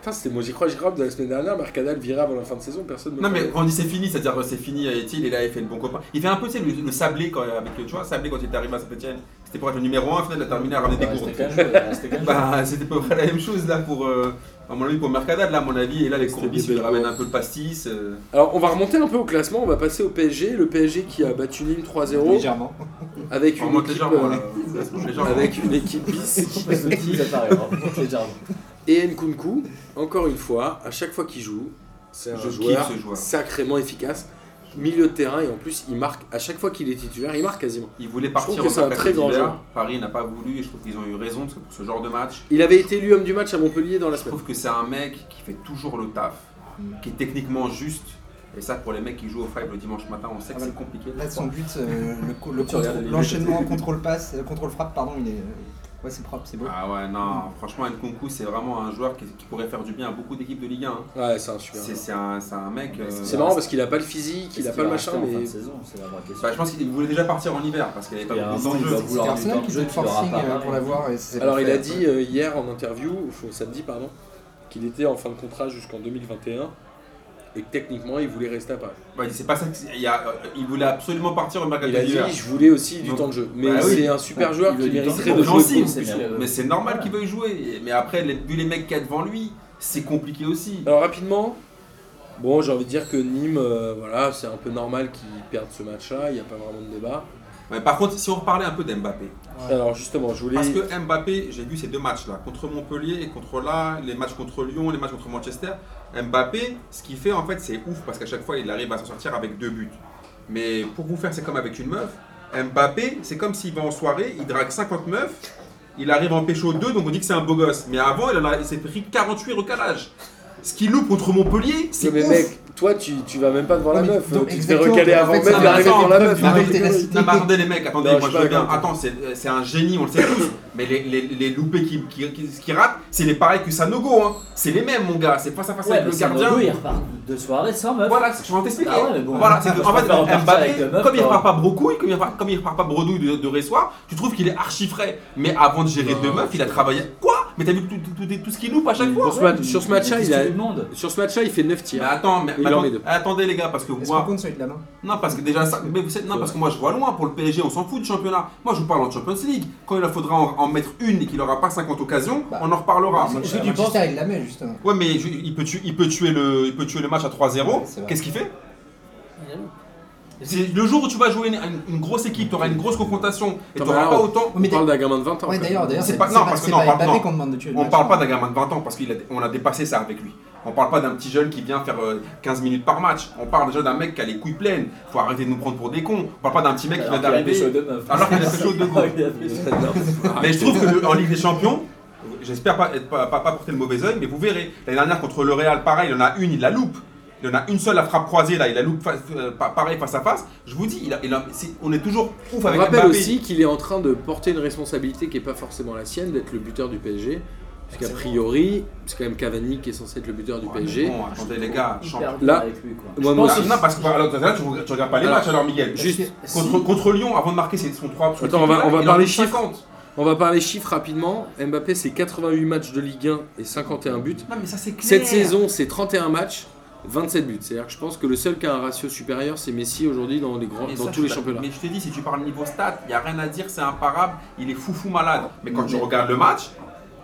Speaker 1: Putain, c'était moi j'y crois, j'y crois de la semaine dernière, Mercadal viré avant la fin de saison, personne ne
Speaker 4: Non
Speaker 1: me
Speaker 4: mais
Speaker 1: croyait.
Speaker 4: quand on dit c'est fini, c'est-à-dire euh, c'est fini, euh, est-il, et là il fait le bon copain. Il fait un peu tu sais, le, le sablé quand, euh, avec, tu vois, sablé quand il est arrivé à Saint-Etienne. C'était pour être le numéro 1, finalement il a terminé à ramener
Speaker 2: Il
Speaker 4: des
Speaker 2: va rester
Speaker 4: cours.
Speaker 2: qu'un jeu, il va
Speaker 1: [laughs]
Speaker 2: rester qu'un jeu.
Speaker 4: Bah c'était pas vrai la même chose là pour, euh, à mon avis, pour Mercadal, là à mon avis, et là les
Speaker 1: C'était
Speaker 4: courbis,
Speaker 1: des
Speaker 4: ils
Speaker 1: belles
Speaker 4: ramènent
Speaker 1: courses.
Speaker 4: un peu le pastis. euh.
Speaker 1: Alors on va remonter un peu au classement, on va passer au PSG, le PSG qui a battu Nîmes 3-0
Speaker 6: légèrement.
Speaker 1: avec
Speaker 4: Enfin,
Speaker 1: une
Speaker 4: on monte
Speaker 1: équipe,
Speaker 4: légèrement
Speaker 1: euh,
Speaker 4: là. On monte légèrement.
Speaker 1: avec une équipe bis
Speaker 2: Ça paraît,
Speaker 1: [laughs]
Speaker 2: vraiment, les jardins.
Speaker 1: et Nkunku, encore une fois, à chaque fois qu'il joue, c'est un
Speaker 4: Je kiffe
Speaker 1: joueur,
Speaker 4: ce joueur.
Speaker 1: sacrément efficace, milieu de terrain et en plus il marque à chaque fois qu'il est titulaire, il marque quasiment.
Speaker 4: Il voulait
Speaker 1: trouve
Speaker 4: partir
Speaker 1: que
Speaker 4: en
Speaker 1: c'est un
Speaker 4: mercato
Speaker 1: très grand
Speaker 4: d'hiver.
Speaker 1: joueur.
Speaker 4: Paris n'a pas voulu et je trouve qu'ils ont eu raison parce que pour ce genre de match,
Speaker 1: Il avait été élu homme du match à Montpellier dans la
Speaker 4: Je
Speaker 1: semaine.
Speaker 4: trouve que c'est un mec qui fait toujours le taf, qui est techniquement juste. Et ça, pour les mecs qui jouent au five le dimanche matin, on sait que
Speaker 6: Ah,
Speaker 4: c'est
Speaker 6: bah,
Speaker 4: compliqué.
Speaker 6: Là, son but, euh, le co- le
Speaker 1: Tu regardes
Speaker 6: contrôle-
Speaker 1: les-
Speaker 6: l'enchaînement contrôle-passe, euh, contrôle-frappe, pardon, il est. euh, Ouais, c'est propre, c'est beau.
Speaker 4: Ah ouais, non, franchement, Nkunku, c'est vraiment un joueur qui, qui pourrait faire du bien à beaucoup d'équipes de Ligue 1. hein.
Speaker 1: Ouais, c'est un super.
Speaker 4: C'est c'est un, c'est un mec. euh,
Speaker 1: C'est marrant parce qu'il a pas le physique, il a pas
Speaker 2: Qu'est-ce qu'il
Speaker 1: le
Speaker 2: va
Speaker 1: machin,
Speaker 2: rester en fin de
Speaker 1: mais
Speaker 2: saison C'est la vraie question.
Speaker 4: bah, je pense qu'il voulait déjà partir en hiver parce qu'il avait
Speaker 2: Il y a
Speaker 4: pas
Speaker 2: un
Speaker 4: beaucoup
Speaker 2: moment, il va
Speaker 4: d'enjeux.
Speaker 6: C'est
Speaker 2: vouloir
Speaker 6: Arsenal
Speaker 2: du
Speaker 6: qui
Speaker 2: temps de
Speaker 6: fait le
Speaker 2: jeu, qui
Speaker 6: forcing
Speaker 2: leur a pas
Speaker 6: euh, pour
Speaker 2: mal.
Speaker 6: l'avoir. et c'est
Speaker 1: Alors
Speaker 6: pas
Speaker 1: il a
Speaker 6: fait.
Speaker 1: dit euh, hier en interview, enfin, samedi pardon, qu'il était en fin de contrat jusqu'en 2021 et que techniquement il voulait rester à Paris.
Speaker 4: Bah, c'est pas ça que c'est- il, y a, euh, il voulait absolument partir au mercato
Speaker 1: Il a dit
Speaker 4: d'hiver.
Speaker 1: je voulais aussi du
Speaker 4: Ah, Donc,
Speaker 1: temps de jeu. Mais
Speaker 4: bah oui.
Speaker 1: c'est un super
Speaker 2: Ouais,
Speaker 1: joueur
Speaker 2: il
Speaker 1: qui
Speaker 2: veut du temps de
Speaker 1: mériterait
Speaker 2: jeu.
Speaker 1: de
Speaker 2: Non,
Speaker 1: jouer
Speaker 4: si,
Speaker 1: beaucoup
Speaker 2: c'est
Speaker 1: plus
Speaker 2: bien.
Speaker 1: souvent.
Speaker 4: Mais c'est normal
Speaker 2: Voilà.
Speaker 4: qu'il veuille jouer. Mais après, les- vu les mecs qu'il y a devant lui, c'est compliqué aussi.
Speaker 1: Alors rapidement, bon j'ai envie de dire que Nîmes, euh, voilà, c'est un peu normal qu'ils perdent ce match-là, il n'y a pas vraiment de débat.
Speaker 4: Mais par contre, si on reparlait un peu d'Mbappé,
Speaker 1: Alors justement, je voulais...
Speaker 4: Parce que Mbappé, j'ai vu ces deux matchs-là, contre Montpellier et contre là, les matchs contre Lyon, les matchs contre Manchester. Mbappé, ce qu'il fait en fait, c'est ouf parce qu'à chaque fois, il arrive à s'en sortir avec deux buts. Mais pour vous faire, c'est comme avec une meuf. Mbappé, c'est comme s'il va en soirée, il drague 50 meufs, il arrive à en pécho deux, donc on dit que c'est un beau gosse. Mais avant, il, en a- il s'est pris 48 recalages. Ce qu'il loupe contre Montpellier, c'est
Speaker 1: Non, mais
Speaker 4: ouf.
Speaker 1: mec, Toi, tu, tu vas même pas devant la
Speaker 6: Oui,
Speaker 1: meuf,
Speaker 6: donc
Speaker 1: donc tu te fais
Speaker 6: exactement,
Speaker 1: recaler
Speaker 6: en
Speaker 1: avant
Speaker 6: fait,
Speaker 1: même
Speaker 4: c'est
Speaker 1: d'arriver
Speaker 4: intéressant,
Speaker 1: devant la
Speaker 6: la
Speaker 1: meuf.
Speaker 6: meuf,
Speaker 1: tu
Speaker 6: avec
Speaker 1: te fais
Speaker 6: ténacité.
Speaker 1: rigoler.
Speaker 4: Non, mais attendez, les mecs, attendez,
Speaker 1: Non,
Speaker 4: moi
Speaker 1: je
Speaker 4: je
Speaker 1: suis
Speaker 4: veux bien.
Speaker 1: d'accord.
Speaker 4: Attends, c'est euh, c'est un génie, on le sait tous. Mais les, les, les loupés qui, qui, qui, qui ratent, c'est les pareils que Sanogo. Hein. C'est les mêmes, mon gars. C'est face à face
Speaker 2: Ouais,
Speaker 4: avec
Speaker 2: mais
Speaker 4: le
Speaker 2: c'est un
Speaker 4: gardien.
Speaker 2: goût, il repart de soirée sans meuf.
Speaker 4: Voilà, je vais en t'expliquer.
Speaker 2: Ah ouais, mais bon.
Speaker 4: voilà,
Speaker 2: [laughs]
Speaker 4: c'est
Speaker 2: Je
Speaker 4: en fait,
Speaker 2: préfère repartir avec le
Speaker 4: Mbappé,
Speaker 2: meuf,
Speaker 4: comme il
Speaker 2: quoi.
Speaker 4: repart pas brocouille, comme il repart, comme il repart pas bredouille de, de Ressoir, tu trouves qu'il est archi frais. Mais avant de gérer
Speaker 2: Non,
Speaker 4: deux meufs, il a
Speaker 2: c'est-
Speaker 4: travaillé. Quoi Mais t'as vu tout, tout, tout- tout ce qu'il loupe à chaque
Speaker 1: Mais
Speaker 4: fois
Speaker 1: Sur ce match- sur ce match-là, il a-
Speaker 2: tout le monde.
Speaker 1: Sur ce match-là, il fait 9
Speaker 4: Mais
Speaker 1: tirs.
Speaker 4: attends, mais,
Speaker 1: Il en
Speaker 4: mais attends-
Speaker 1: met deux.
Speaker 4: attendez les gars, parce que
Speaker 6: Est-ce
Speaker 4: moi,
Speaker 6: qu'on compte celui de la main
Speaker 4: non, parce que déjà, ça, mais vous savez- non, parce que moi je vois loin pour le PSG, on s'en fout du championnat. Moi je vous parle en Champions League. Quand il leur faudra en, en mettre une et qu'il aura pas 50 occasions,
Speaker 6: Bah,
Speaker 4: on en reparlera.
Speaker 5: est-ce
Speaker 6: Manchester-
Speaker 5: que tu
Speaker 6: Manchester, il la met bah, justement.
Speaker 4: Ouais, mais je- il, peut tuer, il, peut tuer le, il peut tuer le match à 3-0.
Speaker 6: Ouais, c'est vrai.
Speaker 4: Qu'est-ce qu'il fait
Speaker 5: Est-ce que-
Speaker 4: C'est Le jour où tu vas jouer une, une- une grosse équipe, tu auras une grosse confrontation et tu
Speaker 1: Attends,
Speaker 4: n'auras
Speaker 1: mais
Speaker 4: pas
Speaker 1: alors-
Speaker 4: autant.
Speaker 1: On
Speaker 6: mais
Speaker 1: parle d'un gamin de 20 ans.
Speaker 6: Ouais,
Speaker 1: quand
Speaker 6: d'ailleurs,
Speaker 1: même.
Speaker 6: d'ailleurs,
Speaker 4: C'est
Speaker 6: c'est
Speaker 4: pas-
Speaker 6: pas,
Speaker 4: non,
Speaker 6: c'est pas,
Speaker 4: parce que
Speaker 6: c'est
Speaker 4: non,
Speaker 6: pas
Speaker 4: on parle-
Speaker 6: Mbappé
Speaker 4: non.
Speaker 6: qu'on demande de tuer. le
Speaker 4: On
Speaker 6: match,
Speaker 4: parle pas
Speaker 6: hein.
Speaker 4: d'un gamin de 20 ans parce qu'on a, dépassé ça avec lui. On parle pas d'un petit jeune qui vient faire euh, 15 minutes par match. On parle déjà d'un mec qui a les couilles pleines. Faut arrêter de nous prendre pour des cons. On parle pas d'un petit
Speaker 6: Bah,
Speaker 4: mec qui vient d'arriver.
Speaker 2: [laughs]
Speaker 4: Alors qu'il a fait chaud de go.
Speaker 1: Ah,
Speaker 4: Mais je trouve qu'en Ligue des Champions, j'espère pas, être- pas, pas- pas porter le mauvais oeil, mais vous verrez. L'année dernière contre le Real, pareil, il en a une, il la loupe. Il en a une seule, la frappe croisée, là, il la loupe face- euh, pa- pareil face à face. Je vous dis, il a- il a- c'est- on est toujours ouf
Speaker 1: On
Speaker 4: avec
Speaker 1: rappelle
Speaker 4: Mbappé.
Speaker 1: aussi qu'il est en train de porter une responsabilité qui n'est pas forcément la sienne d'être le buteur du PSG. Puisqu'a
Speaker 2: Exactement.
Speaker 1: priori, c'est quand même Cavani qui est censé être le buteur du
Speaker 4: Ouais, Ah, mais
Speaker 1: PSG.
Speaker 4: bon, attendez les gars, champion.
Speaker 1: Là-
Speaker 2: Là, avec lui, quoi.
Speaker 1: Moi, moi
Speaker 4: Non,
Speaker 1: aussi.
Speaker 4: non, parce que alors, là, tu, tu regardes pas les
Speaker 1: Alors,
Speaker 4: matchs alors, Miguel.
Speaker 1: Juste,
Speaker 4: Contre, contre Lyon, avant de marquer ses- son 3
Speaker 1: Attends, on va- on va parler chiffres. on va parler chiffres rapidement. Mbappé, c'est 88 matchs de Ligue 1 et 51 buts.
Speaker 4: Non, mais ça c'est clair.
Speaker 1: Cette saison, c'est 31 matchs, 27 buts. C'est-à-dire que je pense que le seul qui a un ratio supérieur, c'est Messi aujourd'hui dans, les grands,
Speaker 4: Mais
Speaker 1: dans
Speaker 4: ça,
Speaker 1: tous les
Speaker 4: je-
Speaker 1: championnats.
Speaker 4: Mais je te dis, si tu parles niveau stats, il n'y a rien à dire, c'est imparable, il est foufou malade. Mais quand tu
Speaker 6: Mais-
Speaker 4: regardes le match,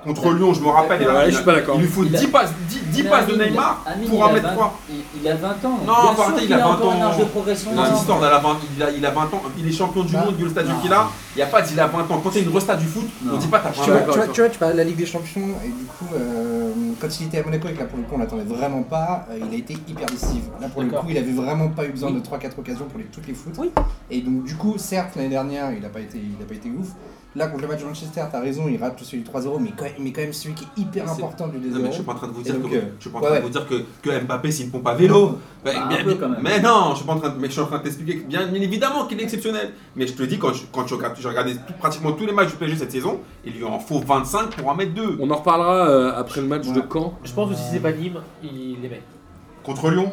Speaker 4: contre Lyon, je me rappelle, il, a-
Speaker 1: Ouais,
Speaker 4: il a-
Speaker 1: je suis pas d'accord.
Speaker 4: il lui faut
Speaker 2: Il a-
Speaker 4: 10 passes, 10, 10
Speaker 2: Mais
Speaker 4: passes de
Speaker 2: Amine,
Speaker 4: Neymar
Speaker 2: Amine,
Speaker 4: pour
Speaker 2: il a
Speaker 4: en mettre
Speaker 2: 20
Speaker 4: 3.
Speaker 2: il- Il a 20 ans.
Speaker 4: Non,
Speaker 2: Bien
Speaker 4: faut
Speaker 2: sûr
Speaker 4: arrêter,
Speaker 2: qu'il
Speaker 4: il a
Speaker 2: encore
Speaker 4: 20
Speaker 2: une marge
Speaker 4: ans.
Speaker 2: de progression.
Speaker 4: Dans l'histoire, il a 20 il a- il a 20 ans, il est champion du
Speaker 6: Bah,
Speaker 4: monde, vu le stade
Speaker 2: non.
Speaker 4: qu'il a, il n'y a pas d'il a 20 ans. Quand c'est une resta du foot, on
Speaker 2: Non.
Speaker 4: dit pas t'as
Speaker 1: Je
Speaker 6: Tu
Speaker 4: 20
Speaker 1: suis
Speaker 4: ans.
Speaker 6: vois, tu,
Speaker 1: d'accord
Speaker 6: vois,
Speaker 1: avec
Speaker 6: tu vois, tu parles de la Ligue des Champions et du coup, euh, quand il était à Monaco et que là pour le coup on l'attendait vraiment pas, euh, il a été hyper décisif. Là pour le
Speaker 5: D'accord.
Speaker 6: coup, il avait vraiment pas eu besoin
Speaker 5: Oui.
Speaker 6: de 3-4 occasions pour les, toutes les foot.
Speaker 5: Oui.
Speaker 6: Et donc du coup, certes l'année dernière il a pas été, il a pas été ouf. Là contre le match de Manchester, t'as raison, il rate celui de 3-0, mais quand, même- mais quand même celui qui est hyper
Speaker 4: Mais Ah, c'est-
Speaker 6: important du 2-0.
Speaker 4: Non, mais je suis pas en train de vous
Speaker 6: Et
Speaker 4: dire
Speaker 6: donc,
Speaker 4: que,
Speaker 6: euh,
Speaker 4: je suis pas en train
Speaker 6: ouais, Ah,
Speaker 4: de vous dire que, que Mbappé c'est une pompe à vélo. Bah,
Speaker 2: Bah, un
Speaker 4: bien-
Speaker 2: peu, quand même.
Speaker 4: Mais non, je suis pas en train de, mais je suis en train de t'expliquer que bien, bien évidemment qu'il est exceptionnel. Mais je te dis quand je, quand je regarde, j'ai regardé tout- pratiquement tous les matchs du PSG cette saison, il lui en faut 25 pour en mettre 2
Speaker 1: On en reparlera euh, après le match de Caen.
Speaker 5: Je pense que si c'est pas Nîmes, il les met.
Speaker 4: contre Lyon.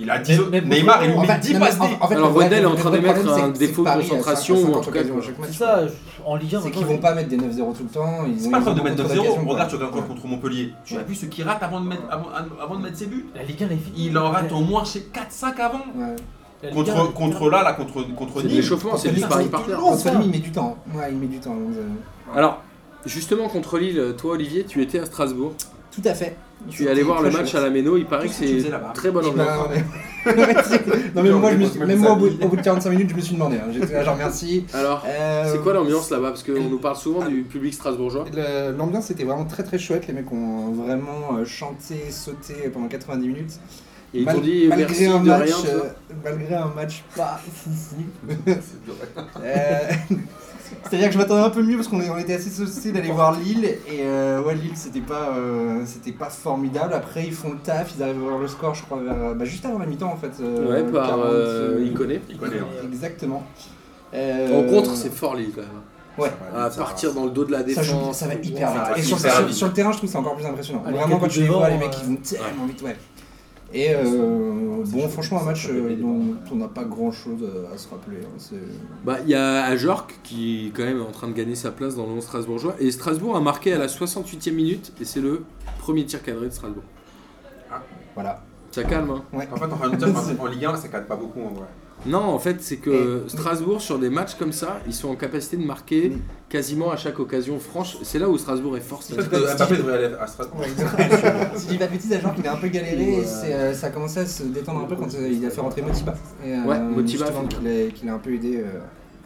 Speaker 4: Il a 10
Speaker 5: mais- mais-
Speaker 4: Neymar il lui
Speaker 6: en
Speaker 4: met
Speaker 6: fait,
Speaker 4: 10
Speaker 6: non, mais
Speaker 4: passes
Speaker 6: en-
Speaker 4: D.
Speaker 6: en fait,
Speaker 1: Alors,
Speaker 6: le vrai-
Speaker 1: Wendell est en
Speaker 6: le
Speaker 1: train
Speaker 6: vrai
Speaker 1: de mettre
Speaker 6: problème,
Speaker 1: un
Speaker 6: c'est que- c'est
Speaker 1: défaut de
Speaker 6: Paris,
Speaker 1: concentration,
Speaker 6: à 50
Speaker 1: ou en tout cas,
Speaker 6: occasions à
Speaker 1: quoi.
Speaker 6: chaque
Speaker 5: C'est
Speaker 6: match.
Speaker 5: ça, je- en Ligue 1,
Speaker 6: C'est qu'ils
Speaker 5: maintenant,
Speaker 6: vont pas mettre des 9-0 tout le temps. ils
Speaker 4: C'est
Speaker 6: ont-
Speaker 4: pas le
Speaker 6: ils ont
Speaker 4: problème de
Speaker 6: beaucoup
Speaker 4: mettre 9-0.
Speaker 6: d'occasions, quoi.
Speaker 4: Regarde, tu regardes
Speaker 6: Ouais.
Speaker 4: contre Montpellier. Tu as
Speaker 6: Ouais.
Speaker 4: vu ce qu'il rate avant de mettre, avant, avant de mettre ses buts.
Speaker 5: la Ligue 1 les filles.
Speaker 4: Il en rate au moins chez 4-5 avant.
Speaker 6: Ouais.
Speaker 5: La Ligue 1,
Speaker 4: Contre,
Speaker 5: elle est-
Speaker 4: contre là, là contre, contre
Speaker 1: C'est de
Speaker 4: Nîmes.
Speaker 1: l'échauffement, c'est du
Speaker 6: Contre
Speaker 1: pari
Speaker 6: Lille,
Speaker 1: par terre.
Speaker 6: Contre Lille, il met du temps. Ouais, il met du temps. donc, euh,
Speaker 1: Alors, justement, contre Lille, toi, Olivier, tu étais à Strasbourg.
Speaker 6: Tout à fait.
Speaker 1: Tu es allé voir le match à la Méno. Il paraît que
Speaker 4: Qu'est-ce que tu
Speaker 1: c'est
Speaker 4: faisais là-bas
Speaker 1: très bonne
Speaker 6: Non,
Speaker 1: ambiance.
Speaker 6: [laughs] non mais moi, je me suis- même moi au, bout,
Speaker 4: Samedi.
Speaker 6: au bout de 45 minutes je me suis demandé, hein. j'étais là genre merci.
Speaker 1: Alors,
Speaker 6: Euh,
Speaker 1: c'est quoi l'ambiance là-bas Parce qu'on nous parle souvent du public strasbourgeois.
Speaker 6: le- L'ambiance était vraiment très très chouette, les mecs ont vraiment euh, chanté, sauté pendant 90 minutes.
Speaker 1: Et ils
Speaker 6: Mal-
Speaker 1: t'ont dit merci
Speaker 6: un
Speaker 1: de
Speaker 6: match,
Speaker 1: rien. tout ça.
Speaker 6: euh, malgré un match pas foufou. [laughs] Euh, C'est-à-dire que je m'attendais un peu mieux parce qu'on est- on était assez saucés d'aller voir Lille et euh, ouais Lille c'était pas euh, c'était pas formidable. Après ils font le taf, ils arrivent à voir le score je crois vers- bah, juste avant la mi-temps en fait. euh,
Speaker 1: Ouais, par
Speaker 6: 40,
Speaker 1: euh,
Speaker 6: euh,
Speaker 1: Iconé.
Speaker 4: Il connaît, hein.
Speaker 6: Exactement. Euh,
Speaker 1: En contre, c'est fort Lille quand même. hein.
Speaker 6: ouais.
Speaker 1: À partir dans le dos de la
Speaker 6: Ça, joue-
Speaker 1: défense.
Speaker 6: ça va hyper
Speaker 4: Ça
Speaker 6: vite.
Speaker 4: va
Speaker 6: Et sur,
Speaker 4: hyper
Speaker 6: sur-
Speaker 4: vite.
Speaker 6: sur le terrain, je trouve que c'est encore plus impressionnant.
Speaker 5: Avec
Speaker 6: Vraiment,
Speaker 5: les
Speaker 6: quand
Speaker 5: coups
Speaker 6: tu les
Speaker 5: devant,
Speaker 6: vois, les mecs,
Speaker 5: euh,
Speaker 6: ils vont tellement vite, ouais. Et euh, bon, franchement, un match euh, dont on n'a pas grand chose à se rappeler. hein. C'est-
Speaker 1: Bah, il y a Ajorc qui quand même est en train de gagner sa place dans le 11 strasbourgeois. Et Strasbourg a marqué à la 68e minute et c'est le premier tir cadré de Strasbourg.
Speaker 6: Voilà.
Speaker 1: Ça calme. Hein.
Speaker 6: Ouais.
Speaker 4: En fait, en
Speaker 6: [laughs]
Speaker 4: train de dire qu'en- en Ligue 1, ça cadre pas beaucoup en vrai.
Speaker 1: Non, en fait, c'est que Strasbourg sur des matchs comme ça, ils sont en capacité de marquer
Speaker 6: Mm.
Speaker 1: quasiment à chaque occasion franche. C'est là où Strasbourg est fort. c'est
Speaker 4: Peut-être
Speaker 1: que-
Speaker 4: que Mbappé devrait aller à Strasbourg.
Speaker 6: si je dis pas de bêtises, Ajorc, il a un peu galéré et c'est, euh, ça a commencé à se détendre un peu quand euh, il a fait rentrer Motiba. Et, euh,
Speaker 1: Ouais, Motiba,
Speaker 6: justement,
Speaker 1: c'est
Speaker 6: qu'il a, qu'il a un peu aidé euh,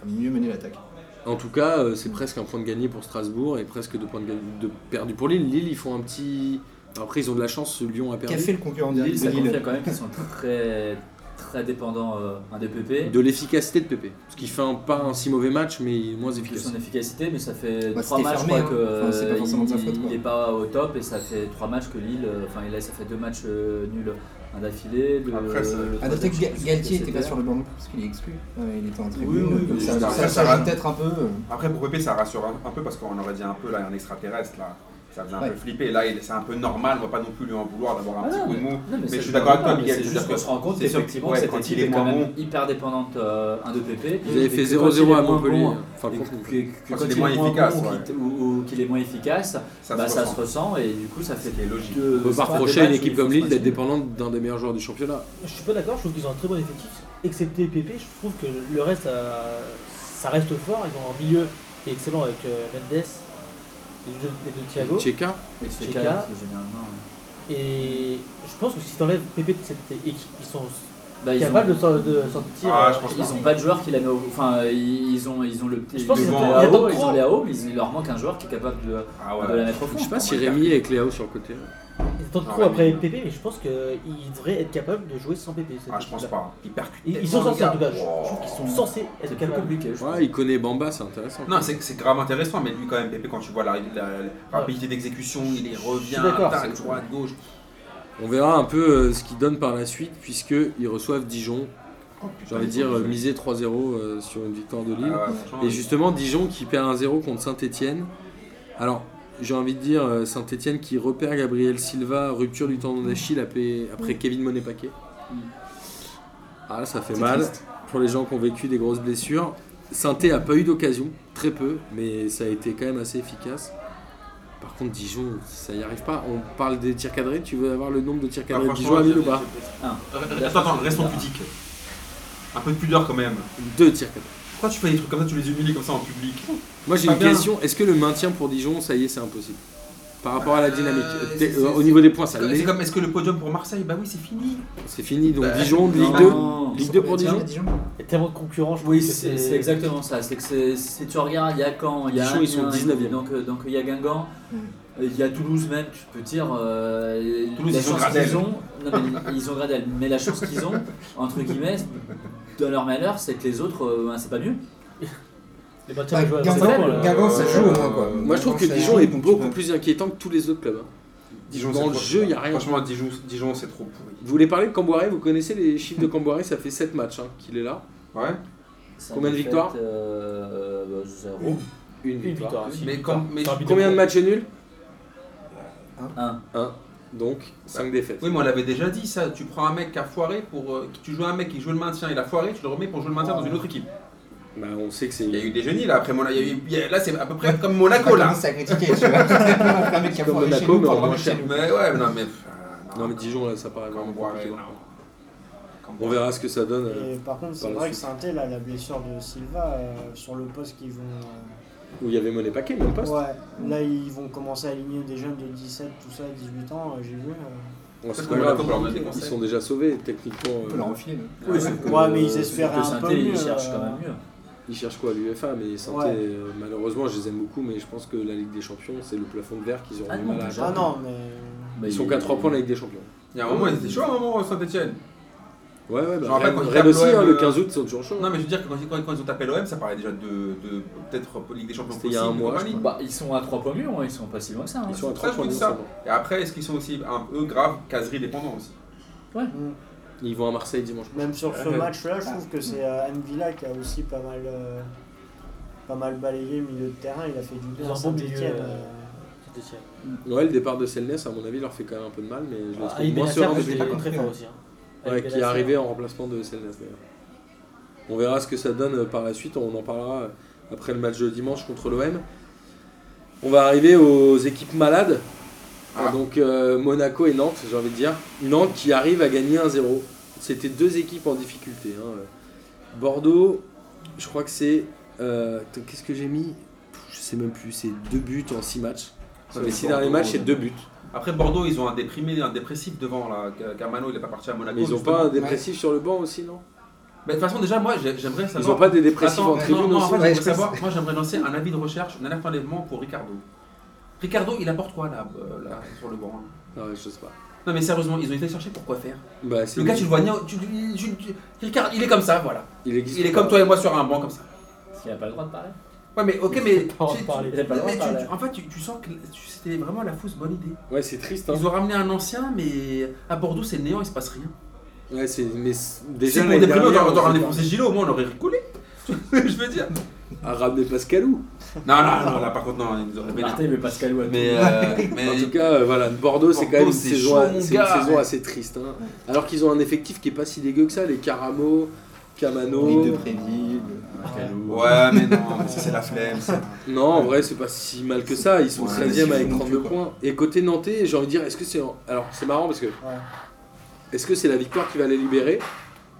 Speaker 6: à mieux mener l'attaque.
Speaker 1: En tout cas, euh, c'est presque un point de gagné pour Strasbourg et presque deux points de, gagn- de perdu pour Lille. Lille, ils font un petit. Après, ils ont de la chance. Lyon a
Speaker 6: Qu'a
Speaker 1: perdu.
Speaker 6: fait le concurrent
Speaker 2: Lille,
Speaker 6: direct de
Speaker 2: ça
Speaker 6: Lille
Speaker 2: confirme quand même qu'ils sont très, très dépendants euh, un DPP.
Speaker 1: De l'efficacité de Pépé. Ce qui fait un, pas un si mauvais match, mais moins
Speaker 2: de
Speaker 1: efficace.
Speaker 2: son efficacité, mais ça fait
Speaker 6: Bah,
Speaker 2: trois
Speaker 6: c'était
Speaker 2: matchs je
Speaker 6: fermé,
Speaker 2: crois, que
Speaker 6: hein. Enfin, c'est pas
Speaker 2: euh,
Speaker 6: forcément de sa
Speaker 2: il-
Speaker 6: faute, quoi.
Speaker 2: il est pas au top et ça fait trois matchs que Lille, euh, enfin il a- ça fait deux matchs euh, nuls un d'affilée. le-
Speaker 7: Après, ça-
Speaker 2: le
Speaker 6: À noter
Speaker 2: troisième,
Speaker 6: que
Speaker 2: je
Speaker 6: Ah, Ga-
Speaker 2: sais
Speaker 6: Galtier
Speaker 2: plus,
Speaker 6: n'était pas
Speaker 2: etc.
Speaker 6: sur le banc parce qu'il est exclu. Euh, il était en tribune.
Speaker 4: Oui, oui,
Speaker 6: donc
Speaker 4: oui,
Speaker 6: ça,
Speaker 4: mais
Speaker 6: ça,
Speaker 4: ça-
Speaker 6: ça
Speaker 4: ça-
Speaker 6: joue peut-être un peu. euh,
Speaker 4: Après, pour Pépé, ça rassure un, un peu parce qu'on aurait dit un peu là, un extraterrestre là. Ça faisait un
Speaker 6: Ouais.
Speaker 4: peu flipper. Là, il- c'est un peu normal, on va pas non plus lui en vouloir d'avoir un
Speaker 2: Ah
Speaker 4: petit
Speaker 2: non,
Speaker 4: coup de mou.
Speaker 2: non,
Speaker 4: Mais
Speaker 2: ça,
Speaker 4: je suis d'accord avec toi,
Speaker 2: mais
Speaker 4: Miguel,
Speaker 2: C'est
Speaker 4: je veux
Speaker 2: juste
Speaker 4: dire
Speaker 2: qu'on
Speaker 4: que
Speaker 2: se rend compte
Speaker 4: c'est sûr
Speaker 2: qu'effectivement,
Speaker 4: que- ouais,
Speaker 2: cette
Speaker 4: quand
Speaker 2: équipe
Speaker 4: il est
Speaker 2: est quand
Speaker 4: moins
Speaker 2: même
Speaker 4: bon.
Speaker 2: hyper dépendante euh, un de PP.
Speaker 1: Ils avaient
Speaker 2: Et
Speaker 1: fait
Speaker 2: que quand il est
Speaker 1: 0-0 à
Speaker 2: moins
Speaker 1: Montpellier.
Speaker 2: bon, hein.
Speaker 1: Enfin,
Speaker 2: et
Speaker 1: contre
Speaker 2: que-
Speaker 1: Montpellier.
Speaker 2: que- que
Speaker 4: Quand
Speaker 2: Quand
Speaker 4: il
Speaker 2: il est moins efficace, ou ou qu'il est moins efficace,
Speaker 4: Ça
Speaker 2: bah,
Speaker 4: se
Speaker 2: ça
Speaker 4: ressent.
Speaker 2: se ressent et du coup ça fait
Speaker 4: C'est logique.
Speaker 2: deux-
Speaker 1: On peut pas
Speaker 2: c'est
Speaker 1: reprocher
Speaker 2: un
Speaker 1: à une
Speaker 2: débat
Speaker 1: équipe
Speaker 2: sur les
Speaker 1: comme Lille d'être
Speaker 2: frustrations.
Speaker 1: dépendante d'un des meilleurs joueurs du championnat.
Speaker 5: Je suis pas d'accord, je trouve qu'ils ont un très bon effectif, excepté PP. Je trouve que le reste, euh, ça reste fort. Ils ont un milieu qui est excellent avec euh, Mendes, les deux, les deux Thiago.
Speaker 1: Tcheka,
Speaker 2: Et c'est
Speaker 5: Cheka.
Speaker 2: calme, c'est généralement-
Speaker 5: Et je pense que si tu enlèves PP de cette équipe, ils sont
Speaker 2: Bah, ils ont-
Speaker 5: capables de s'en- de sortir.
Speaker 4: Ah,
Speaker 5: euh,
Speaker 4: je pense
Speaker 5: ils
Speaker 2: Ils
Speaker 5: ont-
Speaker 2: ont pas de joueur qui la met au. Enfin, ils ils ont, ils ont le petit.
Speaker 5: Je pense
Speaker 2: ils
Speaker 5: qu'ils
Speaker 2: ont
Speaker 5: ont-
Speaker 2: les
Speaker 5: il y a pas
Speaker 2: AO,
Speaker 5: de
Speaker 2: ils
Speaker 5: pro.
Speaker 2: ont les AO, mais ils- il leur manque un joueur qui est capable de,
Speaker 4: Ah
Speaker 2: de la
Speaker 4: ouais.
Speaker 2: mettre au fond.
Speaker 1: Je sais pas si Rémi est avec Léo sur le côté.
Speaker 5: Ils attendent
Speaker 4: Ah,
Speaker 5: trop après
Speaker 4: Rémi.
Speaker 5: PP, mais je pense qu'ils devraient être capables de jouer sans PP. cette
Speaker 4: Ah, je pense
Speaker 5: équipe-là.
Speaker 4: pas. Ils percutent.
Speaker 5: Ils, ils sont
Speaker 4: tellement, les
Speaker 5: censés, en
Speaker 4: gars.
Speaker 5: tout cas, je, je
Speaker 4: Wow.
Speaker 5: trouve qu'ils sont censés
Speaker 2: C'est
Speaker 5: être
Speaker 2: plus
Speaker 5: capables.
Speaker 2: compliqué. je
Speaker 1: Ouais, il connaît Bamba, c'est intéressant.
Speaker 4: Non, c'est c'est grave intéressant, mais lui, quand même, Pépé, quand tu vois la, la- la rapidité d'exécution, il est revient,
Speaker 5: d'accord,
Speaker 4: tac,
Speaker 5: c'est-
Speaker 4: droite, gauche.
Speaker 1: On verra un peu euh, ce qu'ils donnent par la suite, puisqu'ils reçoivent Dijon. J'ai envie de dire euh, miser 3-0 euh, sur une victoire de
Speaker 4: Ah ouais,
Speaker 1: Lille.
Speaker 4: franchement,
Speaker 1: Et justement, Dijon qui perd 1-0 contre Saint-Etienne. Alors, j'ai envie de dire euh, Saint-Etienne qui repère Gabriel Silva, rupture du tendon d'Achille après, après Kevin Monet-Paquet. Ah, là, ça fait mal pour les gens qui ont vécu des grosses blessures. Saint-Etienne n'a pas eu d'occasion, très peu, mais ça a été quand même assez efficace. Par contre, Dijon, ça y arrive pas. On parle des tirs cadrés. Tu veux avoir le nombre de tirs
Speaker 4: bah,
Speaker 1: cadrés de
Speaker 4: franchement,
Speaker 1: Dijon à Lille ou pas
Speaker 4: Euh, Attends, attends, restons pudiques. Un peu de pudeur quand même.
Speaker 1: Deux tirs cadrés.
Speaker 4: Pourquoi tu fais des trucs comme ça, tu les humilies comme ça en public
Speaker 1: Moi j'ai
Speaker 4: Pas
Speaker 1: une
Speaker 4: bien.
Speaker 1: question, est-ce que le maintien pour Dijon, ça y est, c'est impossible Par rapport à la dynamique.
Speaker 4: Euh,
Speaker 1: T'es-
Speaker 4: c'est-
Speaker 1: euh, au
Speaker 4: c'est-
Speaker 1: niveau des points, ça
Speaker 4: C'est comme-
Speaker 1: l'est.
Speaker 4: C'est comme est-ce que le podium pour Marseille Bah oui, c'est fini.
Speaker 1: C'est fini, donc
Speaker 4: Bah,
Speaker 1: Dijon,
Speaker 6: non.
Speaker 1: Ligue 2.
Speaker 2: Non.
Speaker 1: Ligue 2 pour
Speaker 6: Tiens,
Speaker 1: Dijon
Speaker 5: Il y a tellement de concurrents, je
Speaker 2: Oui,
Speaker 5: pense que
Speaker 2: c'est c'est exactement ça. C'est que c'est- si tu regardes, il y a Caen, il y a
Speaker 1: Dijon, ils sont
Speaker 2: Amiens,
Speaker 1: 19e.
Speaker 2: donc euh, donc il y a Guingamp,
Speaker 6: Mm.
Speaker 2: il y a Toulouse même. Tu peux dire euh,
Speaker 4: Toulouse,
Speaker 2: la
Speaker 4: ils ont
Speaker 2: chance
Speaker 4: Gradel.
Speaker 2: qu'ils ont. Non, mais [laughs] ils ont Gradel, mais la chance qu'ils ont entre guillemets dans leur malheur, c'est que les autres, euh, ben, c'est pas mieux.
Speaker 5: Les maintiens
Speaker 6: Bah,
Speaker 5: vont jouer à
Speaker 2: Guingamp,
Speaker 5: Marseille,
Speaker 6: Guingamp,
Speaker 5: là.
Speaker 6: Guingamp, ça
Speaker 4: Euh,
Speaker 6: joue au moins quoi.
Speaker 1: Moi je trouve que
Speaker 6: Ça
Speaker 1: Dijon
Speaker 6: joue,
Speaker 1: est
Speaker 6: donc tu
Speaker 1: beaucoup
Speaker 6: peux-
Speaker 1: plus inquiétant que tous les autres clubs. hein. Dans
Speaker 4: c'est
Speaker 1: le
Speaker 4: trop-
Speaker 1: jeu, y a rien.
Speaker 4: Franchement, Dijon, Dijon c'est trop pourri.
Speaker 1: Vous voulez parler de Camboiré Vous connaissez les chiffres de Camboiré Ça fait 7 matchs hein, qu'il est là.
Speaker 4: Ouais.
Speaker 2: Ça
Speaker 1: Combien de
Speaker 2: défaite,
Speaker 1: victoires
Speaker 2: euh, bah, zéro.
Speaker 1: Une
Speaker 5: Une
Speaker 1: victoire.
Speaker 5: victoire. six
Speaker 4: Mais
Speaker 5: victoires.
Speaker 4: comme- mais
Speaker 5: Enfin, but
Speaker 1: Combien de
Speaker 5: but.
Speaker 1: matchs nuls
Speaker 2: Un.
Speaker 1: 1. Donc 5 défaites.
Speaker 4: Bah, Oui, mais on l'avait déjà dit ça. Tu prends un mec qui a foiré pour. euh, tu joues un mec qui joue le maintien, il a foiré, tu le remets pour jouer le maintien dans une autre équipe.
Speaker 1: Bah, on sait que c'est.
Speaker 4: Il y a eu des génies là. Après, Monaco- il y a eu- il y a- là, c'est à peu près comme Monaco là.
Speaker 6: Ça critiquer, tu
Speaker 1: [laughs]
Speaker 6: vois. Un mec qui
Speaker 1: Ah,
Speaker 6: a
Speaker 1: Comme
Speaker 6: foiré chez
Speaker 1: Monaco,
Speaker 6: nous,
Speaker 1: mais
Speaker 6: pour
Speaker 1: en moins
Speaker 6: rentrer chez
Speaker 1: cher.
Speaker 6: nous.
Speaker 4: Mais ouais, mais non, mais.
Speaker 1: Non mais Dijon là, ça paraît vraiment
Speaker 4: Camboiré,
Speaker 1: compliqué.
Speaker 4: non.
Speaker 1: On verra ce que ça donne. euh,
Speaker 3: Et par contre,
Speaker 1: Par
Speaker 3: c'est
Speaker 1: la
Speaker 3: vrai que
Speaker 1: suite.
Speaker 3: Saint-Étienne, là, la blessure de Silva, euh, sur le poste qu'ils vont. euh,
Speaker 1: Où il y avait Monet Paquet, même poste.
Speaker 3: ouais, là, ils vont commencer à aligner des jeunes de 17, tout ça, 18 ans, euh, j'ai vu. euh.
Speaker 1: Bon, c'est
Speaker 4: Peut-être
Speaker 1: pas
Speaker 4: que
Speaker 1: grave,
Speaker 4: Monaco peut leur donner des
Speaker 1: Ils
Speaker 4: conseils.
Speaker 1: sont déjà sauvés techniquement.
Speaker 6: On
Speaker 1: euh,
Speaker 6: peut leur enfiler. mais-
Speaker 4: Ouais, c'est-
Speaker 3: Ouais, mais ils espéraient
Speaker 2: Surtout
Speaker 3: un peu.
Speaker 2: Saint-Étienne,
Speaker 3: mieux,
Speaker 2: ils cherchent
Speaker 3: euh,
Speaker 2: quand même mieux.
Speaker 1: Ils cherchent quoi l'UFA Mais Santé,
Speaker 3: Ouais.
Speaker 1: euh, malheureusement, je les aime beaucoup, mais je pense que la Ligue des Champions, c'est le plafond de verre qu'ils auront
Speaker 2: Ah
Speaker 1: du
Speaker 2: non,
Speaker 1: mal à
Speaker 2: déjà.
Speaker 1: atteindre.
Speaker 3: Ah non, mais.
Speaker 2: Bah,
Speaker 1: Ils sont
Speaker 2: il-
Speaker 1: qu'à 3 points de la Ligue des Champions.
Speaker 4: Il y a un moment, ils étaient chauds à un moment, Saint-Etienne.
Speaker 1: Ouais, ouais,
Speaker 4: Je me
Speaker 1: bah,
Speaker 4: rappelle
Speaker 1: Rennes,
Speaker 4: quand ils
Speaker 1: Rennes
Speaker 4: tapent
Speaker 1: aussi, hein,
Speaker 4: l'OM,
Speaker 1: le
Speaker 4: euh,
Speaker 1: 15 août, ils sont toujours chauds. hein.
Speaker 4: Non, mais je veux dire que quand, ils- quand- quand ils ont tapé l'OM, ça parlait déjà de, de peut-être Ligue des Champions
Speaker 1: C'était il y a un
Speaker 4: possible,
Speaker 1: mois,
Speaker 4: compagnie.
Speaker 1: je
Speaker 2: Bah, ils sont à 3 points mieux, hein, ils sont pas si loin que ça. hein.
Speaker 1: Ils sont à
Speaker 4: c'est
Speaker 1: 3
Speaker 4: ça, je
Speaker 1: points
Speaker 4: vous dis
Speaker 1: de hein.
Speaker 4: ça.
Speaker 1: descendre.
Speaker 4: Et après, est-ce qu'ils sont aussi un peu grave caserie dépendants aussi
Speaker 3: mm.
Speaker 1: Ils vont à Marseille dimanche.
Speaker 3: Même sur ce
Speaker 4: Ouais.
Speaker 3: match-là, je trouve que c'est euh, Mvila qui a aussi pas mal, euh, pas mal balayé le milieu de terrain. Il a fait du
Speaker 5: Ils
Speaker 3: bien
Speaker 5: ont
Speaker 3: à
Speaker 5: un bon milieu,
Speaker 3: Saint-Étienne.
Speaker 5: euh,
Speaker 1: Ouais, le départ de Selness, à mon avis, leur fait quand même un peu de mal, mais je les
Speaker 5: Ah,
Speaker 1: trouve
Speaker 5: Aïe
Speaker 1: moins
Speaker 5: Benasser,
Speaker 1: sereins
Speaker 5: moi, je
Speaker 1: depuis
Speaker 5: l'ai
Speaker 1: le
Speaker 5: pas
Speaker 1: départ.
Speaker 5: très fort aussi. hein. Aïe
Speaker 1: euh, Ouais, qui est
Speaker 5: Benasser.
Speaker 1: arrivé en remplacement de Selness d'ailleurs. On verra ce que ça donne euh, par la suite, on en parlera euh, après le match de dimanche contre l'OM. On va arriver aux équipes malades.
Speaker 4: Ah.
Speaker 1: Donc euh, Monaco et Nantes, j'ai envie de dire. Nantes qui arrive à gagner 1-0. C'était deux équipes en difficulté. hein. Bordeaux, je crois que c'est. euh, attends, Qu'est-ce que j'ai mis Je sais même plus, c'est deux buts en six matchs.
Speaker 4: Ça,
Speaker 1: Dans les
Speaker 4: c'est
Speaker 1: six derniers
Speaker 4: Bordeaux,
Speaker 1: matchs, c'est
Speaker 4: ouais.
Speaker 1: deux buts.
Speaker 4: Après, Bordeaux, ils ont un déprimé, un dépressif devant là. Carmano, il est pas parti à Monaco.
Speaker 1: Mais ils n'ont
Speaker 4: justement.
Speaker 1: pas un dépressif sur le banc aussi, non
Speaker 4: Mais de toute façon, déjà, moi, j'ai- j'aimerais
Speaker 1: Ils n'ont
Speaker 4: savoir.
Speaker 1: pas des dépressifs
Speaker 4: Attends,
Speaker 1: en
Speaker 4: non,
Speaker 1: tribune
Speaker 4: non, en
Speaker 1: aussi
Speaker 4: fait, j'aimerais
Speaker 6: Ouais, je pense-
Speaker 4: savoir- moi, j'aimerais lancer un avis de recherche, un alerte enlèvement pour Ricardo. Ricardo, il apporte quoi là, euh, là, sur le banc là
Speaker 1: Ah ouais, je sais pas.
Speaker 4: Non, mais sérieusement, ils ont été chercher pour quoi faire
Speaker 1: Bah, c'est
Speaker 4: Le gars, tu le vois, tu- tu- tu- tu- Ricardo, il est comme ça, voilà.
Speaker 1: il existe
Speaker 4: Il est
Speaker 1: pas.
Speaker 4: comme toi et moi sur un banc comme ça.
Speaker 2: Parce qu'il a pas le droit de parler.
Speaker 4: Ouais, mais ok, mais.
Speaker 5: Pas en
Speaker 4: tu-
Speaker 5: parler.
Speaker 4: tu-
Speaker 7: Ils avaient pas le
Speaker 4: mais
Speaker 7: droit de
Speaker 4: tu-
Speaker 7: parler.
Speaker 4: En fait, tu, tu sens que tu- c'était vraiment la fausse bonne idée.
Speaker 1: Ouais, c'est triste. hein.
Speaker 4: Ils ont ramené un ancien, mais à Bordeaux, c'est le néant, il se passe rien.
Speaker 1: Ouais, c'est. Mais c'est-
Speaker 4: Si
Speaker 1: déjà.
Speaker 4: pour
Speaker 1: l'année
Speaker 4: des primes, on
Speaker 1: dernière,
Speaker 4: aurait- on aurait
Speaker 1: s'est
Speaker 4: défoncé Gilo, au moins on aurait rigolé. [laughs] Je veux dire.
Speaker 1: à ramener Pascalou.
Speaker 4: Non, non, non, là par contre, non, ils
Speaker 1: Bah,
Speaker 4: auraient bien
Speaker 7: Martin, il veut Pascal Ouattou.
Speaker 4: Mais.
Speaker 1: [laughs]
Speaker 4: euh,
Speaker 1: En tout
Speaker 4: mais
Speaker 1: cas, euh, voilà, Bordeaux, c'est quand même
Speaker 4: Bordeaux,
Speaker 1: une
Speaker 4: c'est
Speaker 1: saison,
Speaker 4: chaud,
Speaker 1: à-
Speaker 4: mon
Speaker 1: c'est une
Speaker 4: gars.
Speaker 1: saison assez triste. hein. Alors qu'ils ont un effectif qui est pas si dégueu que ça, les Caramo, Camano.
Speaker 6: Ligue de Préville.
Speaker 4: Ouais, mais non, ça, c'est la flemme. ça.
Speaker 1: Non, en vrai, c'est pas si mal que ça. Ils sont
Speaker 4: Ouais,
Speaker 1: 13e
Speaker 4: mais
Speaker 1: avec
Speaker 4: ils sont
Speaker 1: 32
Speaker 4: plus, quoi.
Speaker 1: points. Et côté Nantais, j'ai envie de dire, est-ce que c'est. Alors, c'est marrant parce que. Est-ce que c'est la victoire qui va les libérer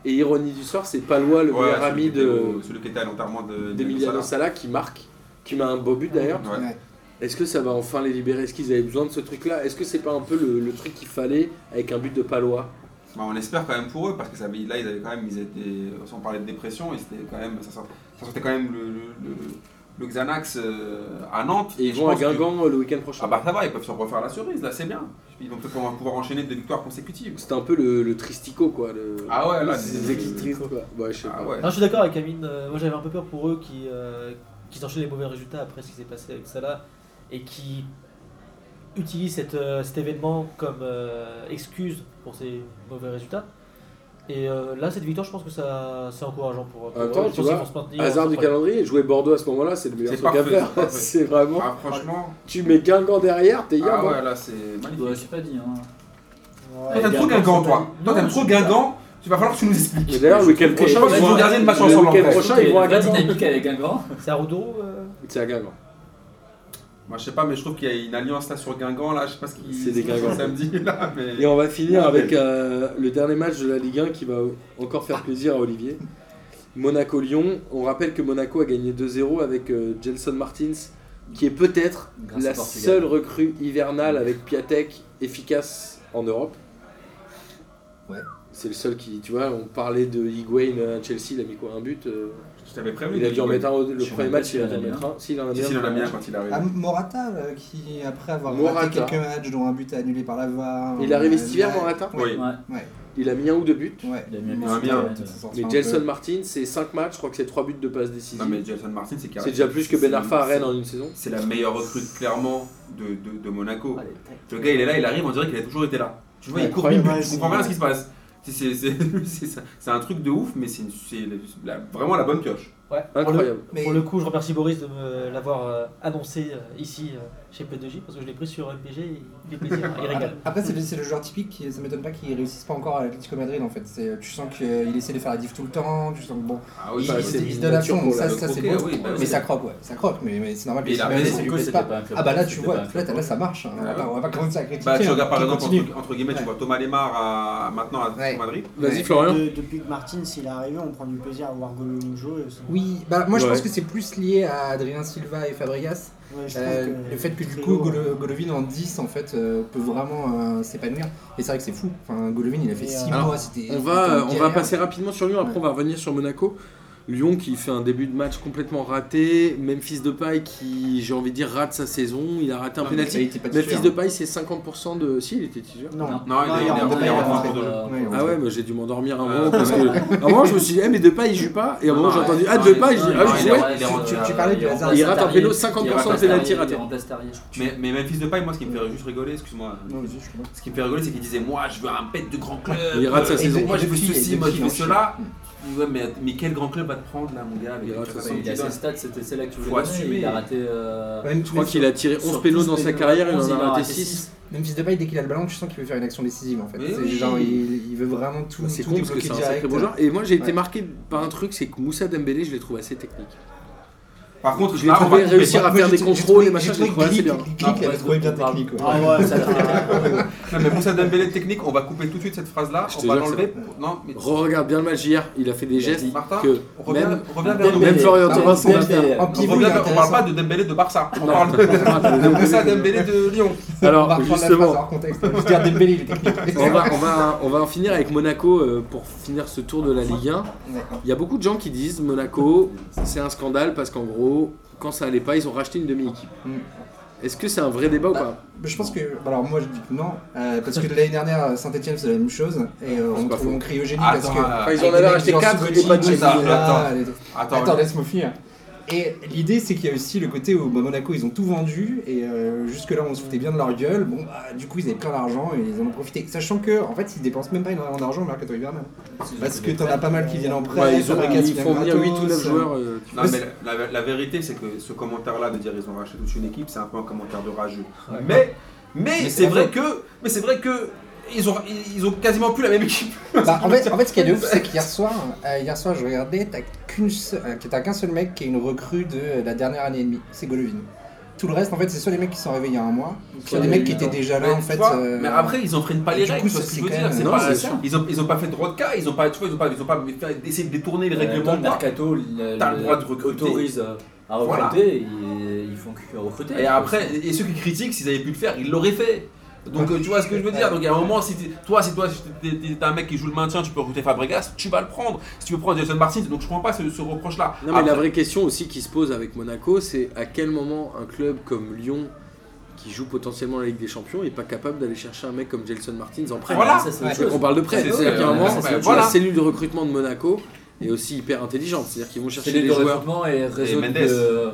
Speaker 1: Et ironie du sort, c'est Palois, le
Speaker 4: Ouais,
Speaker 1: meilleur
Speaker 4: celui
Speaker 1: ami
Speaker 4: qui
Speaker 1: de-
Speaker 4: était au- Celui qui était à l'enterrement de.
Speaker 1: d'Emiliano
Speaker 4: de Salah.
Speaker 1: Sala qui marque, qui met un beau but d'ailleurs.
Speaker 4: Ouais.
Speaker 1: Est-ce que ça va enfin les libérer Est-ce qu'ils avaient besoin de ce truc-là Est-ce que c'est pas un peu le, le truc qu'il fallait avec un but de Palois
Speaker 4: Bah, on espère quand même pour eux parce que ça, avait- là ils avaient quand même ils étaient sans parler de dépression et c'était quand même ça, sort- ça sortait quand même le, le, le- le Xanax euh, à Nantes
Speaker 1: Et ils
Speaker 4: je
Speaker 1: vont à
Speaker 4: pense que-
Speaker 1: Guingamp euh, le week-end prochain.
Speaker 4: ah bah ça va ils peuvent se refaire la cerise là c'est bien ils vont peut-être pouvoir- pouvoir enchaîner des victoires consécutives
Speaker 1: C'était un peu le, le tristico quoi. Le...
Speaker 4: ah ouais là
Speaker 1: les
Speaker 4: c'est-
Speaker 1: équipes tristes, quoi. Ouais, je sais
Speaker 4: ah
Speaker 1: pas.
Speaker 4: ouais
Speaker 5: Non, je suis d'accord avec Amine. euh, moi, j'avais un peu peur pour eux qui, euh, qui enchaînent les mauvais résultats après ce qui s'est passé avec Salah et qui utilisent cette, euh, cet événement comme euh, excuse pour ces mauvais résultats. Et euh, là, cette victoire, je pense que ça, c'est encourageant pour, pour
Speaker 1: En même temps,
Speaker 5: eux.
Speaker 1: tu
Speaker 5: Je pense
Speaker 1: vois,
Speaker 5: qu'ils vont se maintenir hein,
Speaker 1: Hasard
Speaker 5: sans
Speaker 1: du
Speaker 5: problème.
Speaker 1: calendrier, jouer Bordeaux à ce moment-là, c'est le meilleur
Speaker 4: C'est
Speaker 1: truc à
Speaker 4: parfait,
Speaker 1: faire.
Speaker 4: c'est [laughs] parfait.
Speaker 1: C'est vraiment.
Speaker 4: Ah, franchement
Speaker 1: Tu mets Guingamp derrière, t'es
Speaker 4: ah
Speaker 1: hier.
Speaker 4: ouais là c'est magnifique
Speaker 2: Ouais, c'est pas dit. Hein.
Speaker 3: Ouais.
Speaker 4: toi t'aimes trop Guingamp toi toi
Speaker 2: Non,
Speaker 4: t'aimes
Speaker 2: je-
Speaker 4: trop Guingamp tu vas falloir que tu nous expliques
Speaker 1: Et d'ailleurs, le week-end prochain,
Speaker 4: pense qu'ils vont regarder le match
Speaker 1: le
Speaker 4: ensemble, en
Speaker 1: week-end
Speaker 4: fait.
Speaker 1: prochain, ils vont à
Speaker 2: la
Speaker 1: Guingamp.
Speaker 2: dynamique avec Guingamp.
Speaker 5: C'est à Rodoro euh,
Speaker 1: C'est à Guingamp.
Speaker 4: moi je sais pas mais je trouve qu'il y a une alliance là sur Guingamp là je sais pas ce qui
Speaker 1: C'est des Guingamp.
Speaker 4: samedi là mais
Speaker 1: Et on va finir
Speaker 4: Ouais,
Speaker 1: avec
Speaker 4: mais-
Speaker 1: euh, le dernier match de la Ligue 1 qui va encore faire plaisir à Olivier. Monaco-Lyon. On rappelle que Monaco a gagné 2-0 avec euh, Gelson Martins, qui est peut-être
Speaker 2: Grâce
Speaker 1: la
Speaker 2: au Portugal.
Speaker 1: seule recrue hivernale avec Piatek efficace en Europe.
Speaker 6: Ouais.
Speaker 1: C'est le seul qui, tu vois, on parlait de Higuain à Chelsea, il a mis quoi un but euh,
Speaker 4: je t'avais prévenu
Speaker 1: Il a dû en
Speaker 4: Guingamp.
Speaker 1: mettre un au- le
Speaker 2: Je sais
Speaker 1: premier
Speaker 2: même pas
Speaker 1: match, il
Speaker 2: s'il
Speaker 1: a
Speaker 2: en
Speaker 1: dû
Speaker 2: a
Speaker 1: en
Speaker 2: mis
Speaker 1: mettre
Speaker 2: un.
Speaker 1: un. S'il en a
Speaker 4: si
Speaker 1: bien
Speaker 4: si, il en a mis un quand il arrive
Speaker 6: Ah, Morata, là, qui après avoir
Speaker 1: Morata.
Speaker 6: raté quelques matchs, dont un but annulé par la VAR.
Speaker 1: Il est arrivé
Speaker 6: euh,
Speaker 1: cet hiver,
Speaker 6: ouais.
Speaker 1: Morata
Speaker 4: oui
Speaker 2: Ouais.
Speaker 6: Ouais,
Speaker 1: Il a mis un ou deux buts.
Speaker 6: ouais.
Speaker 2: Il a mis un
Speaker 4: Il
Speaker 2: but.
Speaker 4: en a mis un.
Speaker 2: Ouais,
Speaker 1: Mais Gelson Martin, c'est 5 matchs, je crois que c'est 3 buts de passe décisive.
Speaker 4: Non mais Jason Martin c'est carré-
Speaker 1: C'est déjà plus que
Speaker 4: c'est-
Speaker 1: Ben Arfa à
Speaker 4: c'est-
Speaker 1: Rennes en une saison.
Speaker 4: C'est la meilleure recrute clairement de, de, de Monaco.
Speaker 2: Allez, tac.
Speaker 4: Le gars il est là, il arrive, on dirait qu'il a toujours été là. Tu vois, il court
Speaker 1: Incroyable.
Speaker 4: bim, bim,
Speaker 3: Ouais,
Speaker 4: tu
Speaker 3: c'est-
Speaker 4: comprends rien à ce qui se passe. C'est- c'est- C'est [laughs] c'est ça. C'est un truc de ouf, mais c'est une- c'est la- la- vraiment la bonne pioche.
Speaker 5: Ouais. Pour le,
Speaker 1: Incroyable.
Speaker 6: Mais
Speaker 5: pour le coup, je remercie Boris de me l'avoir euh, annoncé euh, ici euh, chez P2J parce que je l'ai pris sur LPG. et Il fait plaisir, il
Speaker 3: [laughs]
Speaker 5: régale.
Speaker 6: Après, c'est le, c'est le joueur typique, qui, ça m'étonne pas qu'il réussisse pas encore à l'Atlético Madrid en fait. C'est- euh, Tu sens qu'il essaie de faire la diff tout le temps, tu sens que bon.
Speaker 4: Ah
Speaker 6: il,
Speaker 1: bah,
Speaker 6: il-
Speaker 1: c'est
Speaker 6: il se
Speaker 1: une
Speaker 6: donne à
Speaker 1: nature
Speaker 6: fond,
Speaker 1: pour
Speaker 6: ça,
Speaker 4: la
Speaker 6: ça, c'est
Speaker 4: croquer,
Speaker 6: beau.
Speaker 4: oui, bah oui.
Speaker 6: mais ça croque, ouais, ça croque, mais, mais c'est normal.
Speaker 4: Mais il a
Speaker 6: mais
Speaker 4: raison,
Speaker 6: ça lui
Speaker 2: C'était
Speaker 6: plaise pas.
Speaker 2: pas un club.
Speaker 6: Ah bah là, tu
Speaker 2: C'était
Speaker 6: vois,
Speaker 2: pas un
Speaker 6: là,
Speaker 2: club.
Speaker 6: t'as- là, ça marche. hein.
Speaker 4: Ah ouais.
Speaker 6: Bah, on va pas commencer à critiquer.
Speaker 4: Bah, tu
Speaker 6: hein,
Speaker 4: regardes par
Speaker 6: qui
Speaker 4: exemple,
Speaker 6: continue.
Speaker 4: entre, entre guillemets, tu
Speaker 6: Ouais.
Speaker 4: vois Thomas Lemar à, maintenant à
Speaker 6: Ouais.
Speaker 4: Madrid.
Speaker 1: Vas-y
Speaker 6: Ouais.
Speaker 1: Florian.
Speaker 3: De- depuis que Martins il est arrivé, on prend du plaisir à voir Golovin jouer. aussi.
Speaker 6: Oui, bah moi je
Speaker 1: Ouais.
Speaker 6: pense que c'est plus lié à Adrien Silva et Fabregas.
Speaker 3: Ouais, je trouve
Speaker 6: Euh,
Speaker 3: que
Speaker 6: le fait que du
Speaker 3: trio,
Speaker 6: coup
Speaker 3: euh,
Speaker 6: Golo- Golovin en 10 en fait euh, peut vraiment euh, s'épanouir. Et c'est vrai que c'est fou. Enfin, Golovin il a fait
Speaker 3: Et,
Speaker 6: 6
Speaker 3: euh,
Speaker 1: Alors,
Speaker 6: mois, c'était.
Speaker 1: On
Speaker 6: c'était
Speaker 1: va,
Speaker 6: une
Speaker 1: on va
Speaker 6: galère.
Speaker 1: passer rapidement sur Lyon, après on va revenir sur Monaco. Lyon qui fait un début de match complètement raté. Memphis Depay qui, j'ai envie de dire, rate sa saison. Il a raté un
Speaker 6: Non, Ah, mais il
Speaker 1: penalty.
Speaker 6: était pas hein.
Speaker 1: Memphis
Speaker 6: titulaire.
Speaker 1: Depay, c'est 50% de. Si, il était titulaire.
Speaker 3: Non,
Speaker 2: Non.
Speaker 4: Non, il est- il est
Speaker 1: hein.
Speaker 3: Non,
Speaker 4: rentré- il est
Speaker 3: non,
Speaker 4: rentré en
Speaker 3: non,
Speaker 4: cours de jeu.
Speaker 6: Ouais,
Speaker 1: Ah ouais, mais j'ai dû m'endormir un
Speaker 4: Ah,
Speaker 1: moment
Speaker 4: ouais.
Speaker 1: parce
Speaker 4: [laughs]
Speaker 1: que. À un moment, je me suis dit, eh, mais Depay il joue pas. Et à un
Speaker 2: Non,
Speaker 1: moment, j'ai
Speaker 2: ouais.
Speaker 1: entendu, ah,
Speaker 2: Non,
Speaker 1: Depay, j'ai
Speaker 2: il-
Speaker 1: dit,
Speaker 2: non,
Speaker 1: ah,
Speaker 2: il-
Speaker 1: je
Speaker 2: il-
Speaker 1: jouais.
Speaker 2: il-
Speaker 6: Tu-
Speaker 2: il-
Speaker 6: tu-
Speaker 2: il-
Speaker 6: tu parlais de
Speaker 2: il-
Speaker 6: Hazard.
Speaker 1: Il rate un péno, 50% de
Speaker 2: remplace
Speaker 1: pénalty
Speaker 2: Terrier,
Speaker 1: raté.
Speaker 2: Il remplace Terrier, je crois.
Speaker 4: Mais, mais Memphis Depay, moi, ce qui me fait juste rigoler, excuse-moi.
Speaker 6: Non, vas-y, je comprends.
Speaker 4: Ce qui me fait rigoler, c'est qu'il disait Moi, je veux un bête de grand club.
Speaker 1: Il rate sa
Speaker 4: Euh,
Speaker 1: saison.
Speaker 4: Moi, je veux
Speaker 6: Et depuis,
Speaker 4: ceci,
Speaker 6: et
Speaker 4: moi, je veux
Speaker 6: depuis,
Speaker 4: cela. Ouais, mais, mais quel grand club va te prendre, là, mon gars avec
Speaker 1: Il
Speaker 4: les
Speaker 1: rate sa
Speaker 4: façons
Speaker 1: saison.
Speaker 4: qu'il
Speaker 2: Il a
Speaker 4: donne
Speaker 2: ses stats, c'était celle-là que tu
Speaker 4: Faut
Speaker 2: voulais donner.
Speaker 4: assumer.
Speaker 2: Il a raté. euh,
Speaker 6: Ouais, mais
Speaker 1: Je crois
Speaker 6: mais
Speaker 1: qu'il a tiré 11
Speaker 2: sur
Speaker 1: pénaux
Speaker 2: tous
Speaker 1: dans
Speaker 2: ces
Speaker 1: sa
Speaker 2: pénaux.
Speaker 1: carrière, il
Speaker 2: 11,
Speaker 1: en a raté
Speaker 2: six.
Speaker 1: 6.
Speaker 6: Même si Depay, dès qu'il a le ballon, tu sens qu'il veut faire une action décisive en fait.
Speaker 4: Mais
Speaker 6: C'est
Speaker 4: oui.
Speaker 6: genre, il, il veut vraiment tout.
Speaker 1: Bah, c'est
Speaker 6: tout
Speaker 1: con parce que
Speaker 6: débloquer
Speaker 1: c'est un
Speaker 6: direct.
Speaker 1: sacré beau joueur. Et moi j'ai été
Speaker 6: Ouais.
Speaker 1: marqué par un truc, c'est que Moussa Dembélé, je l'ai trouvé assez technique.
Speaker 4: Par contre,
Speaker 1: Je l'ai
Speaker 4: là, on va
Speaker 1: trouvé
Speaker 4: couper.
Speaker 1: Ah, réussir à
Speaker 6: Moi,
Speaker 1: faire
Speaker 6: j'ai-
Speaker 1: des
Speaker 6: j'ai
Speaker 1: contrôles
Speaker 6: trouvé-
Speaker 1: et machin,
Speaker 6: j'ai
Speaker 1: je l'ai trouvé
Speaker 6: trouvé
Speaker 1: assez bien.
Speaker 6: Glick-
Speaker 2: Non,
Speaker 6: Glick l'avait
Speaker 2: parce
Speaker 6: trouvé
Speaker 2: qu'on
Speaker 6: bien
Speaker 2: parle-
Speaker 6: technique.
Speaker 3: Ah ouais, ça
Speaker 4: Non mais Moussa Dembélé technique, on va couper tout de suite cette phrase là,
Speaker 1: Je te
Speaker 4: on va
Speaker 1: jure,
Speaker 4: l'enlever. Non mais
Speaker 1: Re-regarde bien le match hier, il a fait des gestes
Speaker 4: Martin,
Speaker 1: que
Speaker 4: reviens,
Speaker 1: même.
Speaker 4: reviens vers nous.
Speaker 1: Même Florian
Speaker 6: Bah,
Speaker 1: Thauvin,
Speaker 6: c'est
Speaker 1: c'est
Speaker 6: bien
Speaker 1: un
Speaker 6: fait.
Speaker 1: faire.
Speaker 6: En
Speaker 4: On,
Speaker 6: pivot, il est
Speaker 4: revient- on parle pas
Speaker 6: intéressant.
Speaker 4: de Dembélé de Barça,
Speaker 1: [laughs]
Speaker 4: on parle de, de Moussa Dembélé de Lyon.
Speaker 6: On va
Speaker 1: Alors
Speaker 6: reprendre la phrase
Speaker 1: justement,
Speaker 6: hors contexte. Je veux dire Dembélé, il est technique.
Speaker 1: on va, on, va, on va en finir avec Monaco euh, pour finir ce tour de la Ligue 1.
Speaker 6: Ouais.
Speaker 1: Il y a beaucoup de gens qui disent Monaco, c'est un scandale parce qu'en gros, quand ça allait pas, ils ont racheté une demi-équipe.
Speaker 6: Mm.
Speaker 1: Est-ce que c'est un vrai débat ou
Speaker 6: Bah,
Speaker 1: pas
Speaker 6: Mais Je pense que. Alors moi je dis que non, euh, parce que l'année dernière Saint-Etienne c'est la même chose et euh,
Speaker 1: C'est
Speaker 6: on
Speaker 1: pas
Speaker 6: trouve
Speaker 1: faux.
Speaker 6: en cryogénie
Speaker 4: Attends,
Speaker 6: parce que.
Speaker 1: Enfin, ils
Speaker 6: avec
Speaker 1: en avaient racheté
Speaker 6: des mecs genre
Speaker 1: 4 et
Speaker 6: Subotic,
Speaker 1: pas de
Speaker 4: Chelsea.
Speaker 6: Villa,
Speaker 4: Attends,
Speaker 6: les-
Speaker 4: attends,
Speaker 6: Attends, laisse-moi finir. Et l'idée, c'est qu'il y a aussi le côté où bah, Monaco, ils ont tout vendu et euh, jusque-là, on se foutait bien de leur gueule. Bon, bah, du coup, ils avaient plein d'argent et ils en ont profité. Sachant que, en fait, ils dépensent même pas énormément d'argent au mercato hivernal. Parce que t'en as pas mal qui viennent en prêt.
Speaker 1: Ouais, ils, ont,
Speaker 6: Fabregas,
Speaker 1: ils
Speaker 6: vient
Speaker 1: font venir 8
Speaker 6: gratos,
Speaker 1: ou 9
Speaker 6: euh,
Speaker 1: joueurs. euh, tu
Speaker 4: Non,
Speaker 1: vois.
Speaker 4: mais la, la- la vérité, c'est que ce commentaire-là de dire ils ont racheté toute une équipe, c'est un peu un commentaire de rageux. Mais, mais,
Speaker 2: Mais
Speaker 4: c'est
Speaker 2: c'est
Speaker 4: vrai
Speaker 2: vrai.
Speaker 4: que, mais c'est vrai que ils ont, ils ont quasiment plus la même équipe.
Speaker 6: Bah, en, fait, en fait, ce qu'il y a de ouf, c'est qu'hier soir, euh, hier soir, je regardais, t'as qu'une se- euh, t'as qu'un seul mec qui est une recrue de euh, la dernière année et demie, c'est Golovin. Tout le reste, en fait, c'est soit les mecs qui sont réveillés il y a un mois, soit
Speaker 5: Ouais,
Speaker 6: des mecs qui
Speaker 5: non.
Speaker 6: étaient déjà là,
Speaker 4: mais,
Speaker 6: en
Speaker 4: tu
Speaker 6: fait.
Speaker 4: vois,
Speaker 6: euh,
Speaker 4: mais après, ils enfreignent pas
Speaker 6: et
Speaker 4: les
Speaker 6: du
Speaker 4: règles,
Speaker 6: coup,
Speaker 4: tu vois
Speaker 6: ça,
Speaker 4: ce que
Speaker 6: c'est
Speaker 4: je veux
Speaker 6: quand
Speaker 4: dire.
Speaker 6: même-
Speaker 4: C'est
Speaker 6: non,
Speaker 4: pas-
Speaker 6: c'est sûr.
Speaker 4: ils, ont, ils ont pas fait de rodka, ils ont pas, tu vois, ils ont pas, ils ont pas fait- essayé de détourner les
Speaker 2: Dans
Speaker 4: règlements.
Speaker 2: le mercato, le,
Speaker 4: T'as le droit de recruter.
Speaker 2: autorise euh, à
Speaker 4: Voilà.
Speaker 2: recruter et ils font que recruter.
Speaker 4: Et après, et ceux qui critiquent, s'ils avaient pu le faire, ils l'auraient fait. Donc euh, tu vois ce que je veux dire. Donc à un moment, si t'es- toi, si toi, si t'es- t'es- t'es un mec qui joue le maintien, tu peux recruter Fabregas, tu vas le prendre. Si tu veux prendre Jason Martins, donc je comprends pas ce, ce reproche-là.
Speaker 1: Non, mais la
Speaker 4: Après-
Speaker 1: vraie question aussi qui se pose avec Monaco, c'est à quel moment un club comme Lyon, qui joue potentiellement la Ligue des Champions, est pas capable d'aller chercher un mec comme Gelson Martins en prêt
Speaker 4: Voilà.
Speaker 2: ça c'est
Speaker 6: Ouais.
Speaker 2: autre
Speaker 1: C'est qu'on
Speaker 2: chose.
Speaker 1: parle de prêt.
Speaker 4: C'est-
Speaker 1: C'est-à-dire
Speaker 4: c'est-
Speaker 1: qu'à un moment,
Speaker 2: c'est-
Speaker 1: tu
Speaker 2: c'est-
Speaker 1: vois,
Speaker 4: voilà.
Speaker 1: la cellule de recrutement de Monaco est aussi hyper intelligente. C'est-à-dire qu'ils vont chercher
Speaker 2: C'est les
Speaker 1: des joueurs.
Speaker 2: recrutements et réseau
Speaker 4: Mendes.
Speaker 2: de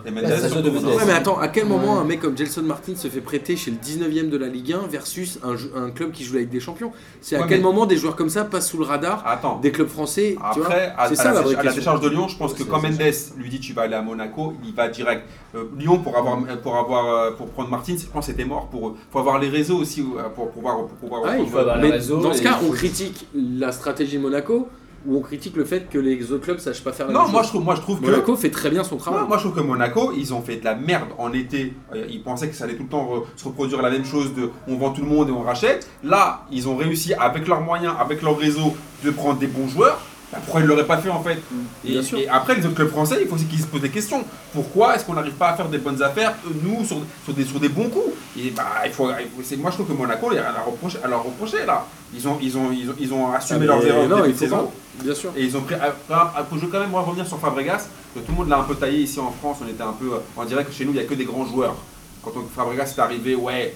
Speaker 4: Et Mendes,
Speaker 2: Ouais, réseau de
Speaker 4: surtout,
Speaker 2: Mendes.
Speaker 1: Ouais, mais attends, à quel moment
Speaker 6: Ouais.
Speaker 1: un mec comme Gelson Martin se fait prêter chez le 19ème de la Ligue 1 versus un, jou- un club qui joue la Ligue des Champions C'est à
Speaker 4: Ouais,
Speaker 1: quel
Speaker 4: mais-
Speaker 1: moment des joueurs comme ça passent sous le radar
Speaker 4: Attends.
Speaker 1: des clubs français tu vois
Speaker 4: Après, à,
Speaker 1: C'est
Speaker 4: à
Speaker 1: ça,
Speaker 4: la,
Speaker 1: la vraie
Speaker 4: à la
Speaker 1: question.
Speaker 4: décharge de Lyon, je pense que
Speaker 2: C'est-
Speaker 4: quand
Speaker 2: c'est
Speaker 4: Mendes lui dit tu vas aller à Monaco, il va direct. Euh, Lyon pour avoir pour avoir euh, pour prendre Martins, je pense que c'était mort pour eux. Faut avoir les réseaux aussi euh, pour pouvoir pour pouvoir.
Speaker 1: Ouais,
Speaker 4: pour-
Speaker 1: Ah, il
Speaker 2: faut avoir
Speaker 1: Oh, Mais
Speaker 2: les réseaux
Speaker 1: dans ce
Speaker 2: et
Speaker 1: cas, on
Speaker 2: il faut-
Speaker 1: critique la stratégie de Monaco ou on critique le fait que les autres clubs sachent pas faire la
Speaker 4: Non,
Speaker 1: même
Speaker 4: moi je
Speaker 1: chose.
Speaker 4: trouve moi je trouve que
Speaker 1: Monaco fait très bien son travail.
Speaker 4: Ouais, moi je trouve que Monaco, ils ont fait de la merde en été. Euh, Ils pensaient que ça allait tout le temps re- se reproduire la même chose de on vend tout le monde et on rachète. Là, ils ont réussi avec leurs moyens, avec leur réseau, de prendre des bons joueurs. Bah, pourquoi ils ne l'auraient pas fait en fait et,
Speaker 1: Mm. Bien sûr.
Speaker 4: et après, les autres clubs français, il faut aussi qu'ils se posent des questions. Pourquoi est-ce qu'on n'arrive pas à faire des bonnes affaires, euh, nous, sur, sur des, sur des bons coups et, bah, il faut, il faut- c'est- Moi je trouve que Monaco, il y a rien à, reprocher, à leur reprocher là. Ils ont, ils ont, ils ont, ils ont assumé
Speaker 1: Ah,
Speaker 4: leurs
Speaker 1: mais
Speaker 4: erreurs au
Speaker 1: non,
Speaker 4: début
Speaker 1: il
Speaker 4: de
Speaker 1: faut
Speaker 4: saison.
Speaker 1: pas. Bien sûr.
Speaker 4: Et ils ont pris. ah, ah, ah, je veux quand même moi, revenir sur Fabregas, que tout le monde l'a un peu taillé ici en France. On était un peu. euh, On dirait que chez nous, il n'y a que des grands joueurs. Quand on, Fabregas est arrivé, ouais,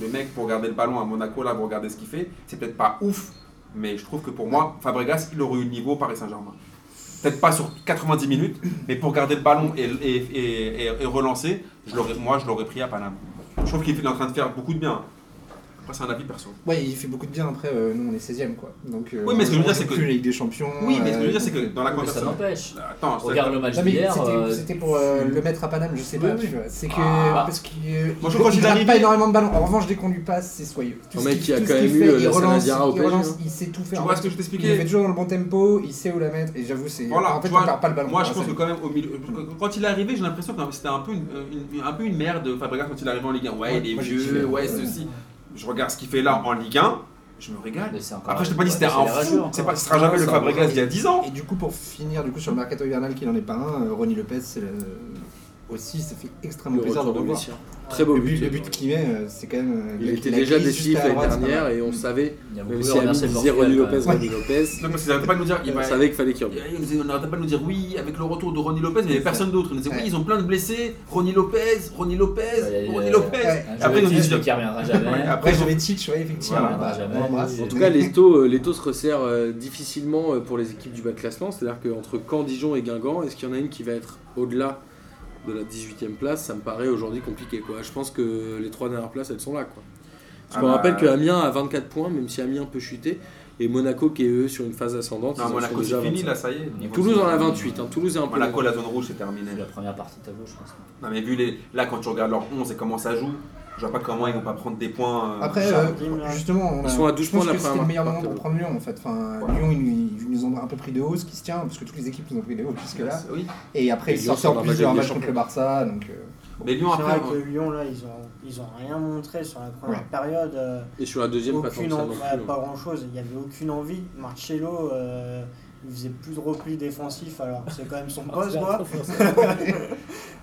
Speaker 4: le mec pour garder le ballon à Monaco, là, vous regardez ce qu'il fait. C'est peut-être pas ouf, mais je trouve que pour moi, Fabregas, il aurait eu le niveau au Paris Saint-Germain. Peut-être pas sur 90 minutes, mais pour garder le ballon et, et, et- et- et relancer, je l'aurais- moi, je l'aurais pris à Paname. Je trouve qu'il est en train de faire beaucoup de bien. Après, c'est un avis perso.
Speaker 6: Ouais, il fait beaucoup de bien après, euh, nous on est 16ème quoi. Donc, euh,
Speaker 4: Oui, mais ce que je veux
Speaker 6: on
Speaker 4: dire,
Speaker 6: joue
Speaker 4: c'est que-
Speaker 6: plus la Ligue des Champions.
Speaker 4: Oui, mais ce que je veux dire,
Speaker 6: euh,
Speaker 4: c'est que dans la
Speaker 2: Mais ça
Speaker 4: conversation.
Speaker 2: n'empêche.
Speaker 4: Attends, c'est-
Speaker 2: Regarde le match
Speaker 6: Non, mais
Speaker 2: d'hier.
Speaker 6: c'était-
Speaker 2: euh,
Speaker 6: C'était pour euh, le mettre à Paname, je sais
Speaker 2: Oui,
Speaker 6: pas.
Speaker 2: oui.
Speaker 6: tu vois. C'est que.
Speaker 2: Ah.
Speaker 6: Parce qu'il euh,
Speaker 4: Moi, je
Speaker 6: il
Speaker 4: crois qu'il
Speaker 6: il garde
Speaker 4: est
Speaker 6: pas
Speaker 4: arrivé-
Speaker 6: énormément de ballons. En revanche, dès qu'on lui passe, c'est soyeux.
Speaker 1: Un
Speaker 6: ce
Speaker 1: mec
Speaker 6: qu'il-
Speaker 1: qui a
Speaker 6: tout ce
Speaker 1: quand
Speaker 6: qu'il
Speaker 1: même eu,
Speaker 6: fait,
Speaker 1: euh,
Speaker 6: il
Speaker 1: la
Speaker 6: relance,
Speaker 1: Sanadiara au
Speaker 6: il
Speaker 1: PSG,
Speaker 6: relance,
Speaker 1: hein.
Speaker 6: il sait tout
Speaker 4: tu
Speaker 6: faire.
Speaker 4: vois ce que je
Speaker 6: Il
Speaker 4: t'expliquais
Speaker 6: le fait toujours dans le bon tempo, il sait où la mettre, et j'avoue, c'est.
Speaker 4: Voilà,
Speaker 6: en fait,
Speaker 4: tu vois,
Speaker 6: on perd pas le ballon.
Speaker 4: Moi, je
Speaker 6: hein,
Speaker 4: pense
Speaker 6: ça-
Speaker 4: que quand même, au milieu, quand il est arrivé, j'ai l'impression que c'était un peu une, euh, une- un peu une merde Fabregas quand il est arrivé en Ligue 1. Ouais,
Speaker 6: Ouais,
Speaker 4: il est
Speaker 6: moi, j'ai
Speaker 4: vieux,
Speaker 6: kiffé.
Speaker 4: ouais,
Speaker 6: Ouais.
Speaker 4: ceci. Je regarde ce qu'il fait là en Ligue 1, je me régale.
Speaker 2: mais c'est encore-
Speaker 4: Après, je t'ai pas dit
Speaker 2: ouais,
Speaker 4: c'était
Speaker 2: c'est
Speaker 4: un
Speaker 2: les
Speaker 4: fou.
Speaker 2: rageux,
Speaker 4: C'est
Speaker 2: encore.
Speaker 4: pas, ce sera jamais le
Speaker 6: Ça,
Speaker 4: Fabregas
Speaker 6: ouais.
Speaker 4: d'il y a 10 ans.
Speaker 6: Et du coup, pour finir du coup sur le mercato hivernal qu'il en est pas un, euh, Ronny Lopez c'est le- aussi, ça fait extrêmement
Speaker 1: Le
Speaker 6: plaisir de
Speaker 1: retour de
Speaker 6: revoir.
Speaker 1: Messi. hein. Très beau
Speaker 6: le but,
Speaker 1: but.
Speaker 6: le but qu'il met, euh, c'est quand même. euh,
Speaker 1: Il
Speaker 6: la-
Speaker 1: était
Speaker 6: la
Speaker 1: déjà
Speaker 6: glisse
Speaker 1: décisif
Speaker 6: juste à
Speaker 1: l'année
Speaker 6: droite, c'est pas
Speaker 1: dernière
Speaker 6: mal.
Speaker 1: et on savait,
Speaker 2: Il y a beaucoup
Speaker 1: même
Speaker 2: de
Speaker 1: si Ami
Speaker 2: remercier
Speaker 1: disait
Speaker 2: Portugal,
Speaker 1: Ronny
Speaker 2: quand même.
Speaker 1: Lopez,
Speaker 6: Ouais.
Speaker 1: Ronny Lopez,
Speaker 4: Donc, ils arrêtaient pas de nous dire. il
Speaker 1: on
Speaker 4: va-
Speaker 1: savait qu'il fallait qu'il revienne.
Speaker 4: ils disaient- On n'arrêtait pas de nous dire oui avec le retour de Ronny Lopez, mais il n'y avait personne d'autre. On disait oui,
Speaker 6: Ouais.
Speaker 4: ils ont plein de blessés. Ronny Lopez, Ronny Lopez,
Speaker 2: Ouais,
Speaker 4: Ronny
Speaker 2: ouais,
Speaker 4: Lopez.
Speaker 6: ouais.
Speaker 2: Un
Speaker 4: Après,
Speaker 2: Après,
Speaker 4: ils ont
Speaker 2: on
Speaker 4: dit
Speaker 2: dit qu'il reviendra jamais.
Speaker 4: Ouais,
Speaker 6: Après,
Speaker 4: Après,
Speaker 6: j'avais Titch, ouais, effectivement.
Speaker 4: Voilà,
Speaker 6: bah,
Speaker 2: jamais.
Speaker 6: on embrasse.
Speaker 1: En tout cas, les taux, euh, les taux se resserrent euh, difficilement euh, pour les équipes du bas de classement. C'est-à-dire qu'entre Caen, Dijon et Guingamp, est-ce qu'il y en a une qui va être au-delà de la 18e place Ça me paraît aujourd'hui compliqué. Quoi. Je pense que les trois dernières places, elles sont là. Quoi. Parce
Speaker 4: Ah
Speaker 1: qu'on
Speaker 4: bah-
Speaker 1: rappelle que Amiens a 24 points, même si Amiens peut chuter. Et Monaco, qui est eux sur une phase ascendante, ils
Speaker 4: Non,
Speaker 1: en
Speaker 4: Ah, Monaco,
Speaker 1: sont déjà
Speaker 4: c'est
Speaker 1: à
Speaker 4: fini
Speaker 1: 25.
Speaker 4: là, ça y est.
Speaker 1: Toulouse en a 28. hein. Toulouse est un peu.
Speaker 4: Monaco,
Speaker 1: loin.
Speaker 4: la zone rouge, c'est terminé.
Speaker 2: C'est la première partie de tableau, je pense.
Speaker 4: Non mais vu les là quand tu regardes leur 11 et comment ça joue, je vois pas comment ils vont pas prendre des points. euh,
Speaker 6: Après,
Speaker 4: Charles.
Speaker 6: euh, justement, on a-
Speaker 1: Ils sont à 12
Speaker 6: je pense
Speaker 1: points
Speaker 6: que
Speaker 1: d'après
Speaker 6: c'était
Speaker 1: un
Speaker 6: le meilleur
Speaker 1: marque
Speaker 6: moment pour
Speaker 1: partout.
Speaker 6: prendre Lyon en fait. Enfin,
Speaker 4: Voilà.
Speaker 6: Lyon, ils nous, ils nous ont un peu pris de haut, ce qui se tient, parce que toutes les équipes nous ont pris de haut jusque-là.
Speaker 4: Oui.
Speaker 6: Et après,
Speaker 1: Et
Speaker 6: ils
Speaker 1: Lyon
Speaker 6: sortent
Speaker 1: sont
Speaker 6: en
Speaker 1: dans
Speaker 6: plus
Speaker 1: la
Speaker 6: de leur
Speaker 1: Ligue des
Speaker 6: match contre le Barça. Donc, euh,
Speaker 4: Mais Lyon
Speaker 3: C'est
Speaker 4: après.
Speaker 3: vrai
Speaker 4: hein.
Speaker 3: que Lyon, là, ils ont, ils ont rien montré sur la première
Speaker 6: Ouais.
Speaker 3: période. euh,
Speaker 1: Et sur la deuxième, pas tant que
Speaker 3: aucune
Speaker 1: ça
Speaker 3: en-
Speaker 1: non plus,
Speaker 3: ouais,
Speaker 1: hein.
Speaker 3: pas grand chose. Il n'y avait aucune envie. Marcello, euh, il faisait plus de repli défensif, alors que c'est quand même son
Speaker 6: Ah,
Speaker 3: poste, quoi.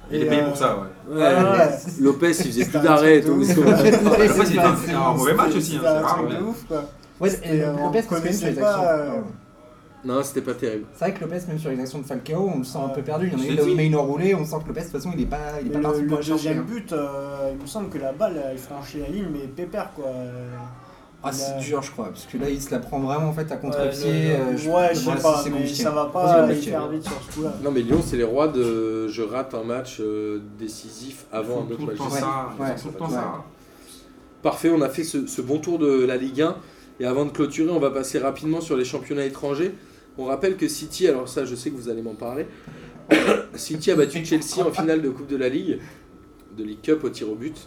Speaker 4: Il est
Speaker 3: Et,
Speaker 4: payé
Speaker 3: euh,
Speaker 4: pour ça, ouais.
Speaker 1: Ouais,
Speaker 3: Ouais, ouais.
Speaker 1: Lopez, il faisait
Speaker 3: C'était
Speaker 1: plus
Speaker 3: un
Speaker 1: d'arrêt.
Speaker 3: truc de [laughs] ouf.
Speaker 4: Après, c'est
Speaker 6: Ouais,
Speaker 4: pas- c'est un mauvais match aussi, hein,
Speaker 3: C'était
Speaker 4: c'est
Speaker 3: un
Speaker 4: rare.
Speaker 3: truc
Speaker 4: mais-
Speaker 3: de ouf, quoi.
Speaker 6: et
Speaker 3: euh, on
Speaker 6: Lopez, parce que même
Speaker 3: connaissait
Speaker 6: sur les
Speaker 3: pas,
Speaker 6: actions-
Speaker 3: euh,
Speaker 1: Non, c'était pas terrible.
Speaker 6: C'est vrai que Lopez, même sur les actions de Falcao, on le sent un peu perdu. Il y en a
Speaker 4: Je
Speaker 6: une
Speaker 4: l'ai
Speaker 6: là où
Speaker 4: dit.
Speaker 6: il met une enroulée, on sent que Lopez, de toute façon, il est pas, il
Speaker 3: Mais
Speaker 6: est pas
Speaker 3: le,
Speaker 6: parti
Speaker 3: le
Speaker 6: pour la chercher.
Speaker 3: deuxième
Speaker 6: hein.
Speaker 3: but, euh, il me semble que la balle, elle franchit la ligne, mais pépère quoi. Euh,
Speaker 6: Ah, c'est
Speaker 3: Ouais.
Speaker 6: dur, je crois, parce que là, il se la prend vraiment en fait à
Speaker 5: Ouais,
Speaker 6: contre-pied.
Speaker 5: le-
Speaker 6: euh,
Speaker 3: Ouais, je
Speaker 6: voilà,
Speaker 3: sais
Speaker 6: c'est-
Speaker 3: pas,
Speaker 6: c'est
Speaker 3: mais
Speaker 6: compliqué.
Speaker 3: ça va
Speaker 6: Vas-y,
Speaker 3: pas
Speaker 6: Mathieu.
Speaker 3: hyper vite sur ce coup-là.
Speaker 1: Non, mais Lyon, c'est les rois de je rate un match euh, décisif avant un
Speaker 4: Ils font
Speaker 1: autre
Speaker 4: tout le
Speaker 1: match.
Speaker 4: temps
Speaker 1: décisif.
Speaker 4: ça, ils
Speaker 6: Ouais,
Speaker 4: font tout le temps
Speaker 6: ouais.
Speaker 4: ça.
Speaker 1: Parfait, on a fait ce, ce bon tour de la Ligue 1. Et avant de clôturer, on va passer rapidement sur les championnats étrangers. On rappelle que City, alors ça je sais que vous allez m'en parler, [coughs] City a battu Chelsea en finale de Coupe de la Ligue, de League Cup au tir au but.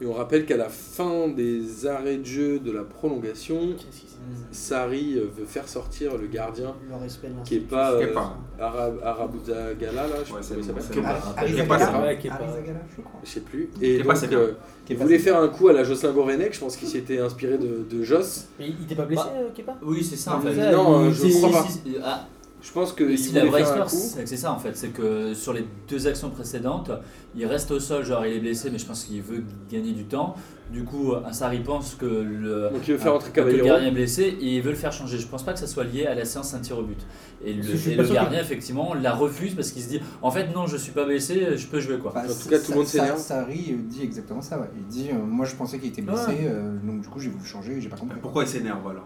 Speaker 1: Et on rappelle qu'à la fin des arrêts de jeu de la prolongation,
Speaker 5: Qu'est-ce qui s'est
Speaker 1: Sarri euh, veut faire sortir le gardien
Speaker 3: Mm, Le respect de
Speaker 1: qui est pas euh,
Speaker 4: Kepa.
Speaker 1: Arab, Arabuzagala, là, je sais
Speaker 4: Ouais,
Speaker 1: pas comment
Speaker 4: c'est
Speaker 1: il
Speaker 4: bon,
Speaker 1: s'appelle.
Speaker 4: c'est bon.
Speaker 6: Ah,
Speaker 4: Kepa, c'est
Speaker 6: Arizagala,
Speaker 4: bon.
Speaker 5: Ouais, qui est pas-
Speaker 6: Arizagala, je crois.
Speaker 1: Je sais plus. Et
Speaker 4: Kepa,
Speaker 1: donc,
Speaker 4: c'est bien.
Speaker 1: euh, il voulait faire un coup à la Jocelyn Gourvenec, je pense qu'il s'était inspiré de, de Joss.
Speaker 5: Mais il était pas blessé,
Speaker 2: Bah,
Speaker 5: euh, Kepa
Speaker 2: Oui, c'est ça en
Speaker 1: Non,
Speaker 2: fait.
Speaker 1: mais non,
Speaker 2: Il-
Speaker 1: je
Speaker 2: si,
Speaker 1: crois
Speaker 2: si,
Speaker 1: pas.
Speaker 2: si, ah,
Speaker 1: Je pense qu'il
Speaker 2: si la
Speaker 1: voulait
Speaker 2: vraie
Speaker 1: faire un
Speaker 2: histoire,
Speaker 1: coup.
Speaker 2: c'est c'est ça en fait. C'est que sur les deux actions précédentes, il reste au sol, genre il est blessé, mais je pense qu'il veut gagner du temps. Du coup, Sarri pense que le,
Speaker 1: Donc il veut faire
Speaker 2: Ah,
Speaker 1: entrer
Speaker 2: que le
Speaker 1: Caballero.
Speaker 2: gardien est blessé et ils veulent le faire changer. Je pense pas que ça soit lié à la séance un tir au but. Et le,
Speaker 5: Je suis
Speaker 2: et
Speaker 5: pas
Speaker 2: le
Speaker 5: sûr
Speaker 2: gardien, effectivement, la refuse parce qu'il se dit En fait, non, je suis pas blessé, je peux jouer quoi.
Speaker 6: Bah,
Speaker 1: En tout
Speaker 6: ça-
Speaker 1: cas, tout le monde
Speaker 6: ça-
Speaker 1: s'énerve.
Speaker 6: ça- Sarri euh, dit exactement ça. ouais. Il dit euh, Moi, je pensais qu'il était blessé,
Speaker 2: Ouais.
Speaker 6: euh, donc du coup, j'ai voulu changer et j'ai pas compris.
Speaker 4: Pourquoi ils s'énervent alors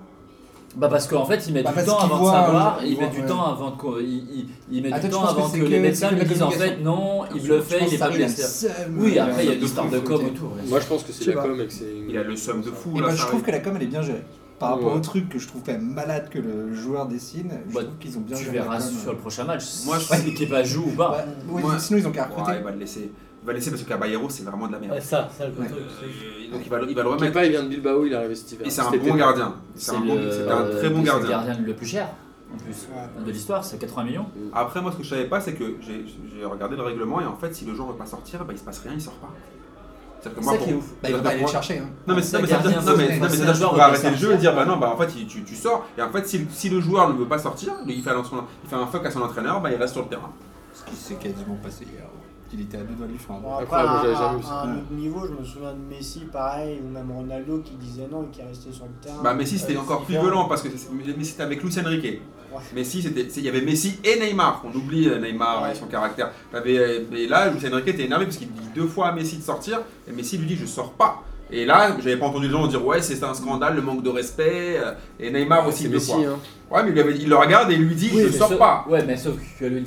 Speaker 2: Bah, parce qu'en fait, il met
Speaker 6: Bah,
Speaker 2: du
Speaker 6: parce
Speaker 2: temps
Speaker 6: qu'il
Speaker 2: avant de
Speaker 6: voit,
Speaker 2: savoir,
Speaker 6: hein,
Speaker 2: il
Speaker 6: il
Speaker 2: met
Speaker 6: voit,
Speaker 2: du
Speaker 6: ouais.
Speaker 2: temps avant de quoi- il- il- il met
Speaker 6: Attends,
Speaker 2: du
Speaker 6: je
Speaker 2: temps
Speaker 6: pense que
Speaker 2: avant que,
Speaker 6: c'est
Speaker 2: les
Speaker 6: que-
Speaker 2: médecins
Speaker 6: c'est que
Speaker 2: lui
Speaker 6: la
Speaker 2: disent En fait,
Speaker 6: communication.
Speaker 2: non, il
Speaker 6: Je pense
Speaker 2: bluffait, il est pas
Speaker 6: Sarri, a le
Speaker 2: blessé.
Speaker 6: seum,
Speaker 2: Oui,
Speaker 6: euh,
Speaker 2: après, il y a
Speaker 4: de
Speaker 2: une histoire
Speaker 4: fou,
Speaker 2: de
Speaker 4: faut
Speaker 2: com
Speaker 6: dire.
Speaker 2: autour. ouais.
Speaker 1: Moi je pense que c'est
Speaker 6: Je sais
Speaker 1: la
Speaker 6: pas.
Speaker 1: com et que c'est.
Speaker 4: Il a le seum de fou
Speaker 6: Et
Speaker 4: là.
Speaker 6: bah, je
Speaker 4: ça
Speaker 6: trouve que la com elle est bien gérée. Par rapport
Speaker 1: Ouais.
Speaker 6: au truc que je trouve quand même malade que le joueur dessine, je
Speaker 2: Bah,
Speaker 6: trouve qu'ils ont bien
Speaker 2: Tu
Speaker 6: géré. la
Speaker 2: verras
Speaker 6: com.
Speaker 2: sur le prochain match
Speaker 4: Moi, je-
Speaker 2: si Kepa joue ou pas.
Speaker 6: Ouais, ouais,
Speaker 4: Moi-
Speaker 6: Sinon, ils ont qu'à
Speaker 4: Ouais,
Speaker 6: recruter.
Speaker 4: il va le laisser. Il va le laisser parce que Caballero, c'est vraiment de la
Speaker 5: Ouais,
Speaker 4: merde.
Speaker 5: ça, ça le
Speaker 6: Ouais.
Speaker 5: truc.
Speaker 4: Euh, Donc il va, le- il va le
Speaker 1: Kepa,
Speaker 4: remettre.
Speaker 1: il vient de Bilbao, il est arrivé cet hiver.
Speaker 4: Et c'est un
Speaker 1: Cet été.
Speaker 4: bon gardien. C'est un, bon-
Speaker 2: le-
Speaker 4: c'est un très bon
Speaker 2: c'est
Speaker 4: gardien.
Speaker 2: le gardien le plus cher en plus
Speaker 3: Ouais.
Speaker 2: de l'histoire, c'est 80 millions.
Speaker 4: Après, moi, ce que je savais pas, c'est que j'ai j'ai regardé le règlement et en fait, si le joueur veut pas sortir, bah, il se passe rien, il sort pas. C'est-à-dire que moi,
Speaker 6: C'est ça qui est
Speaker 4: pour-
Speaker 6: ouf. Bah, il va
Speaker 4: pour
Speaker 6: pas aller le
Speaker 4: moi-
Speaker 6: chercher. hein.
Speaker 4: Non, mais
Speaker 2: C'est
Speaker 4: non, mais
Speaker 2: un
Speaker 4: ça veut dire-
Speaker 2: gardien,
Speaker 4: non, mais-
Speaker 6: c'est
Speaker 4: non, mais
Speaker 2: un
Speaker 4: ça veut dire
Speaker 2: joueur
Speaker 4: qu'on
Speaker 2: qui
Speaker 4: va
Speaker 2: doit
Speaker 4: arrêter le jeu et
Speaker 2: sortir.
Speaker 4: dire bah non, bah en fait, il- tu, tu sors. Et en fait, si, si le joueur ne veut pas sortir, il fait, un, son- il fait un fuck à son entraîneur, bah il reste sur le terrain.
Speaker 6: Ce qui s'est quasiment passé hier. Il était à deux doigts de lui faire un
Speaker 3: Bon, après,
Speaker 1: Incroyable,
Speaker 3: à,
Speaker 1: j'avais jamais vu
Speaker 3: à
Speaker 1: ça.
Speaker 3: un autre niveau, je me souviens de Messi, pareil, ou même Ronaldo qui disait non et qui restait sur le terrain.
Speaker 4: Bah Messi, c'était
Speaker 3: Euh,
Speaker 4: encore
Speaker 3: c'est
Speaker 4: plus
Speaker 3: différent.
Speaker 4: violent parce que c'est- Messi, c'était avec Luis Enrique. Messi, c'était- c'est- il y avait Messi et Neymar. On oublie euh, Neymar
Speaker 3: Ouais.
Speaker 4: et son caractère. T'avais, euh, mais là, Luis Enrique était énervé parce qu'il dit deux fois à Messi de sortir. Et Messi lui dit Je sors pas. Et là, j'avais pas entendu les gens dire Ouais, c'est un scandale, le manque de respect. euh, Et Neymar aussi
Speaker 1: C'est
Speaker 4: deux
Speaker 1: Messi,
Speaker 4: fois.
Speaker 1: hein.
Speaker 4: Ouais, mais il, lui avait- il le regarde et il lui dit
Speaker 2: Oui,
Speaker 4: Je
Speaker 2: mais
Speaker 4: sors
Speaker 2: sauf-
Speaker 4: pas.
Speaker 2: Ouais, mais sauf que Luis,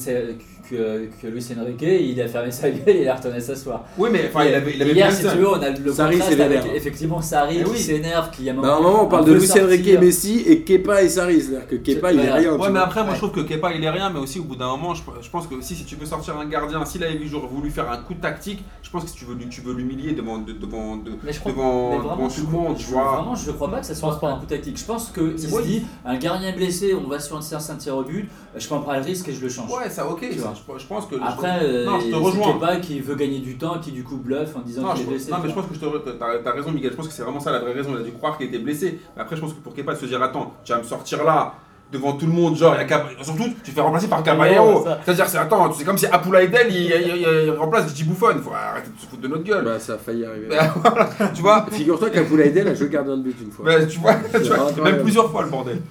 Speaker 2: que, que Luis Enrique, il a fermé sa [laughs] gueule et il a retourné s'asseoir.
Speaker 4: Oui, mais enfin, il avait, il avait
Speaker 2: Hier,
Speaker 4: bien
Speaker 2: si
Speaker 4: ça.
Speaker 2: tu veux, on a le
Speaker 1: Sarri
Speaker 2: contraste
Speaker 1: s'énerve.
Speaker 2: avec effectivement Sarri
Speaker 4: Eh
Speaker 2: qui
Speaker 4: oui.
Speaker 2: s'énerve, qui a un
Speaker 1: Bah, à un moment on parle
Speaker 2: peut
Speaker 1: de Luis
Speaker 2: sortir.
Speaker 1: Enrique et Messi et Kepa et Sarri. C'est-à-dire que Kepa il est
Speaker 2: Voilà.
Speaker 1: rien. tu
Speaker 4: Ouais, mais
Speaker 1: vois.
Speaker 4: après, moi je trouve que Kepa il est rien, mais aussi au bout d'un moment, je, je pense que aussi si tu veux sortir un gardien, s'il avait voulu faire un coup tactique, je pense que si tu veux, lui- tu veux l'humilier devant, de- devant, de-
Speaker 2: Mais je crois
Speaker 4: devant,
Speaker 2: mais vraiment,
Speaker 4: devant
Speaker 2: je-
Speaker 4: tout le monde,
Speaker 2: je-
Speaker 4: tu vois.
Speaker 2: Vraiment, je crois pas que ça soit
Speaker 5: pense pas.
Speaker 2: un coup tactique. Je pense que il
Speaker 4: moi,
Speaker 2: se dit un gardien blessé, on va sur une séance un tir au but, je prends pas le risque et je le change.
Speaker 4: Ouais, ça ok,
Speaker 2: Tu
Speaker 4: ça,
Speaker 2: vois.
Speaker 4: je, je pense que.
Speaker 2: Après, euh,
Speaker 4: Non, je te
Speaker 2: c'est
Speaker 4: rejoins.
Speaker 2: Kepa qui veut gagner du temps, qui du coup bluffe en disant
Speaker 4: Non,
Speaker 2: qu'il
Speaker 4: je-
Speaker 2: est blessé.
Speaker 4: non,
Speaker 2: tu
Speaker 4: mais je
Speaker 2: vois.
Speaker 4: pense que je te- t'as t'as raison, Miguel. Je pense que c'est vraiment ça la vraie raison. Il a dû croire qu'il était blessé. Mais après, je pense que pour Kepa de se dire Attends, tu vas me sortir là, devant tout le monde, genre, il y a Cab- surtout, tu te fais remplacer par
Speaker 5: Ouais,
Speaker 4: Caballero.
Speaker 5: ça.
Speaker 4: C'est-à-dire, c'est attends, c'est comme si Apoula Eden il, il- il- il remplace Gigi Buffon. Faut arrêter de se foutre de notre gueule.
Speaker 1: Bah, ça a failli arriver.
Speaker 4: Bah, tu vois
Speaker 1: Figure-toi qu'Apoula Eden a joué gardien de but une fois.
Speaker 4: Bah, Tu vois, tu vois,
Speaker 1: incroyable.
Speaker 4: même plusieurs fois le bordel.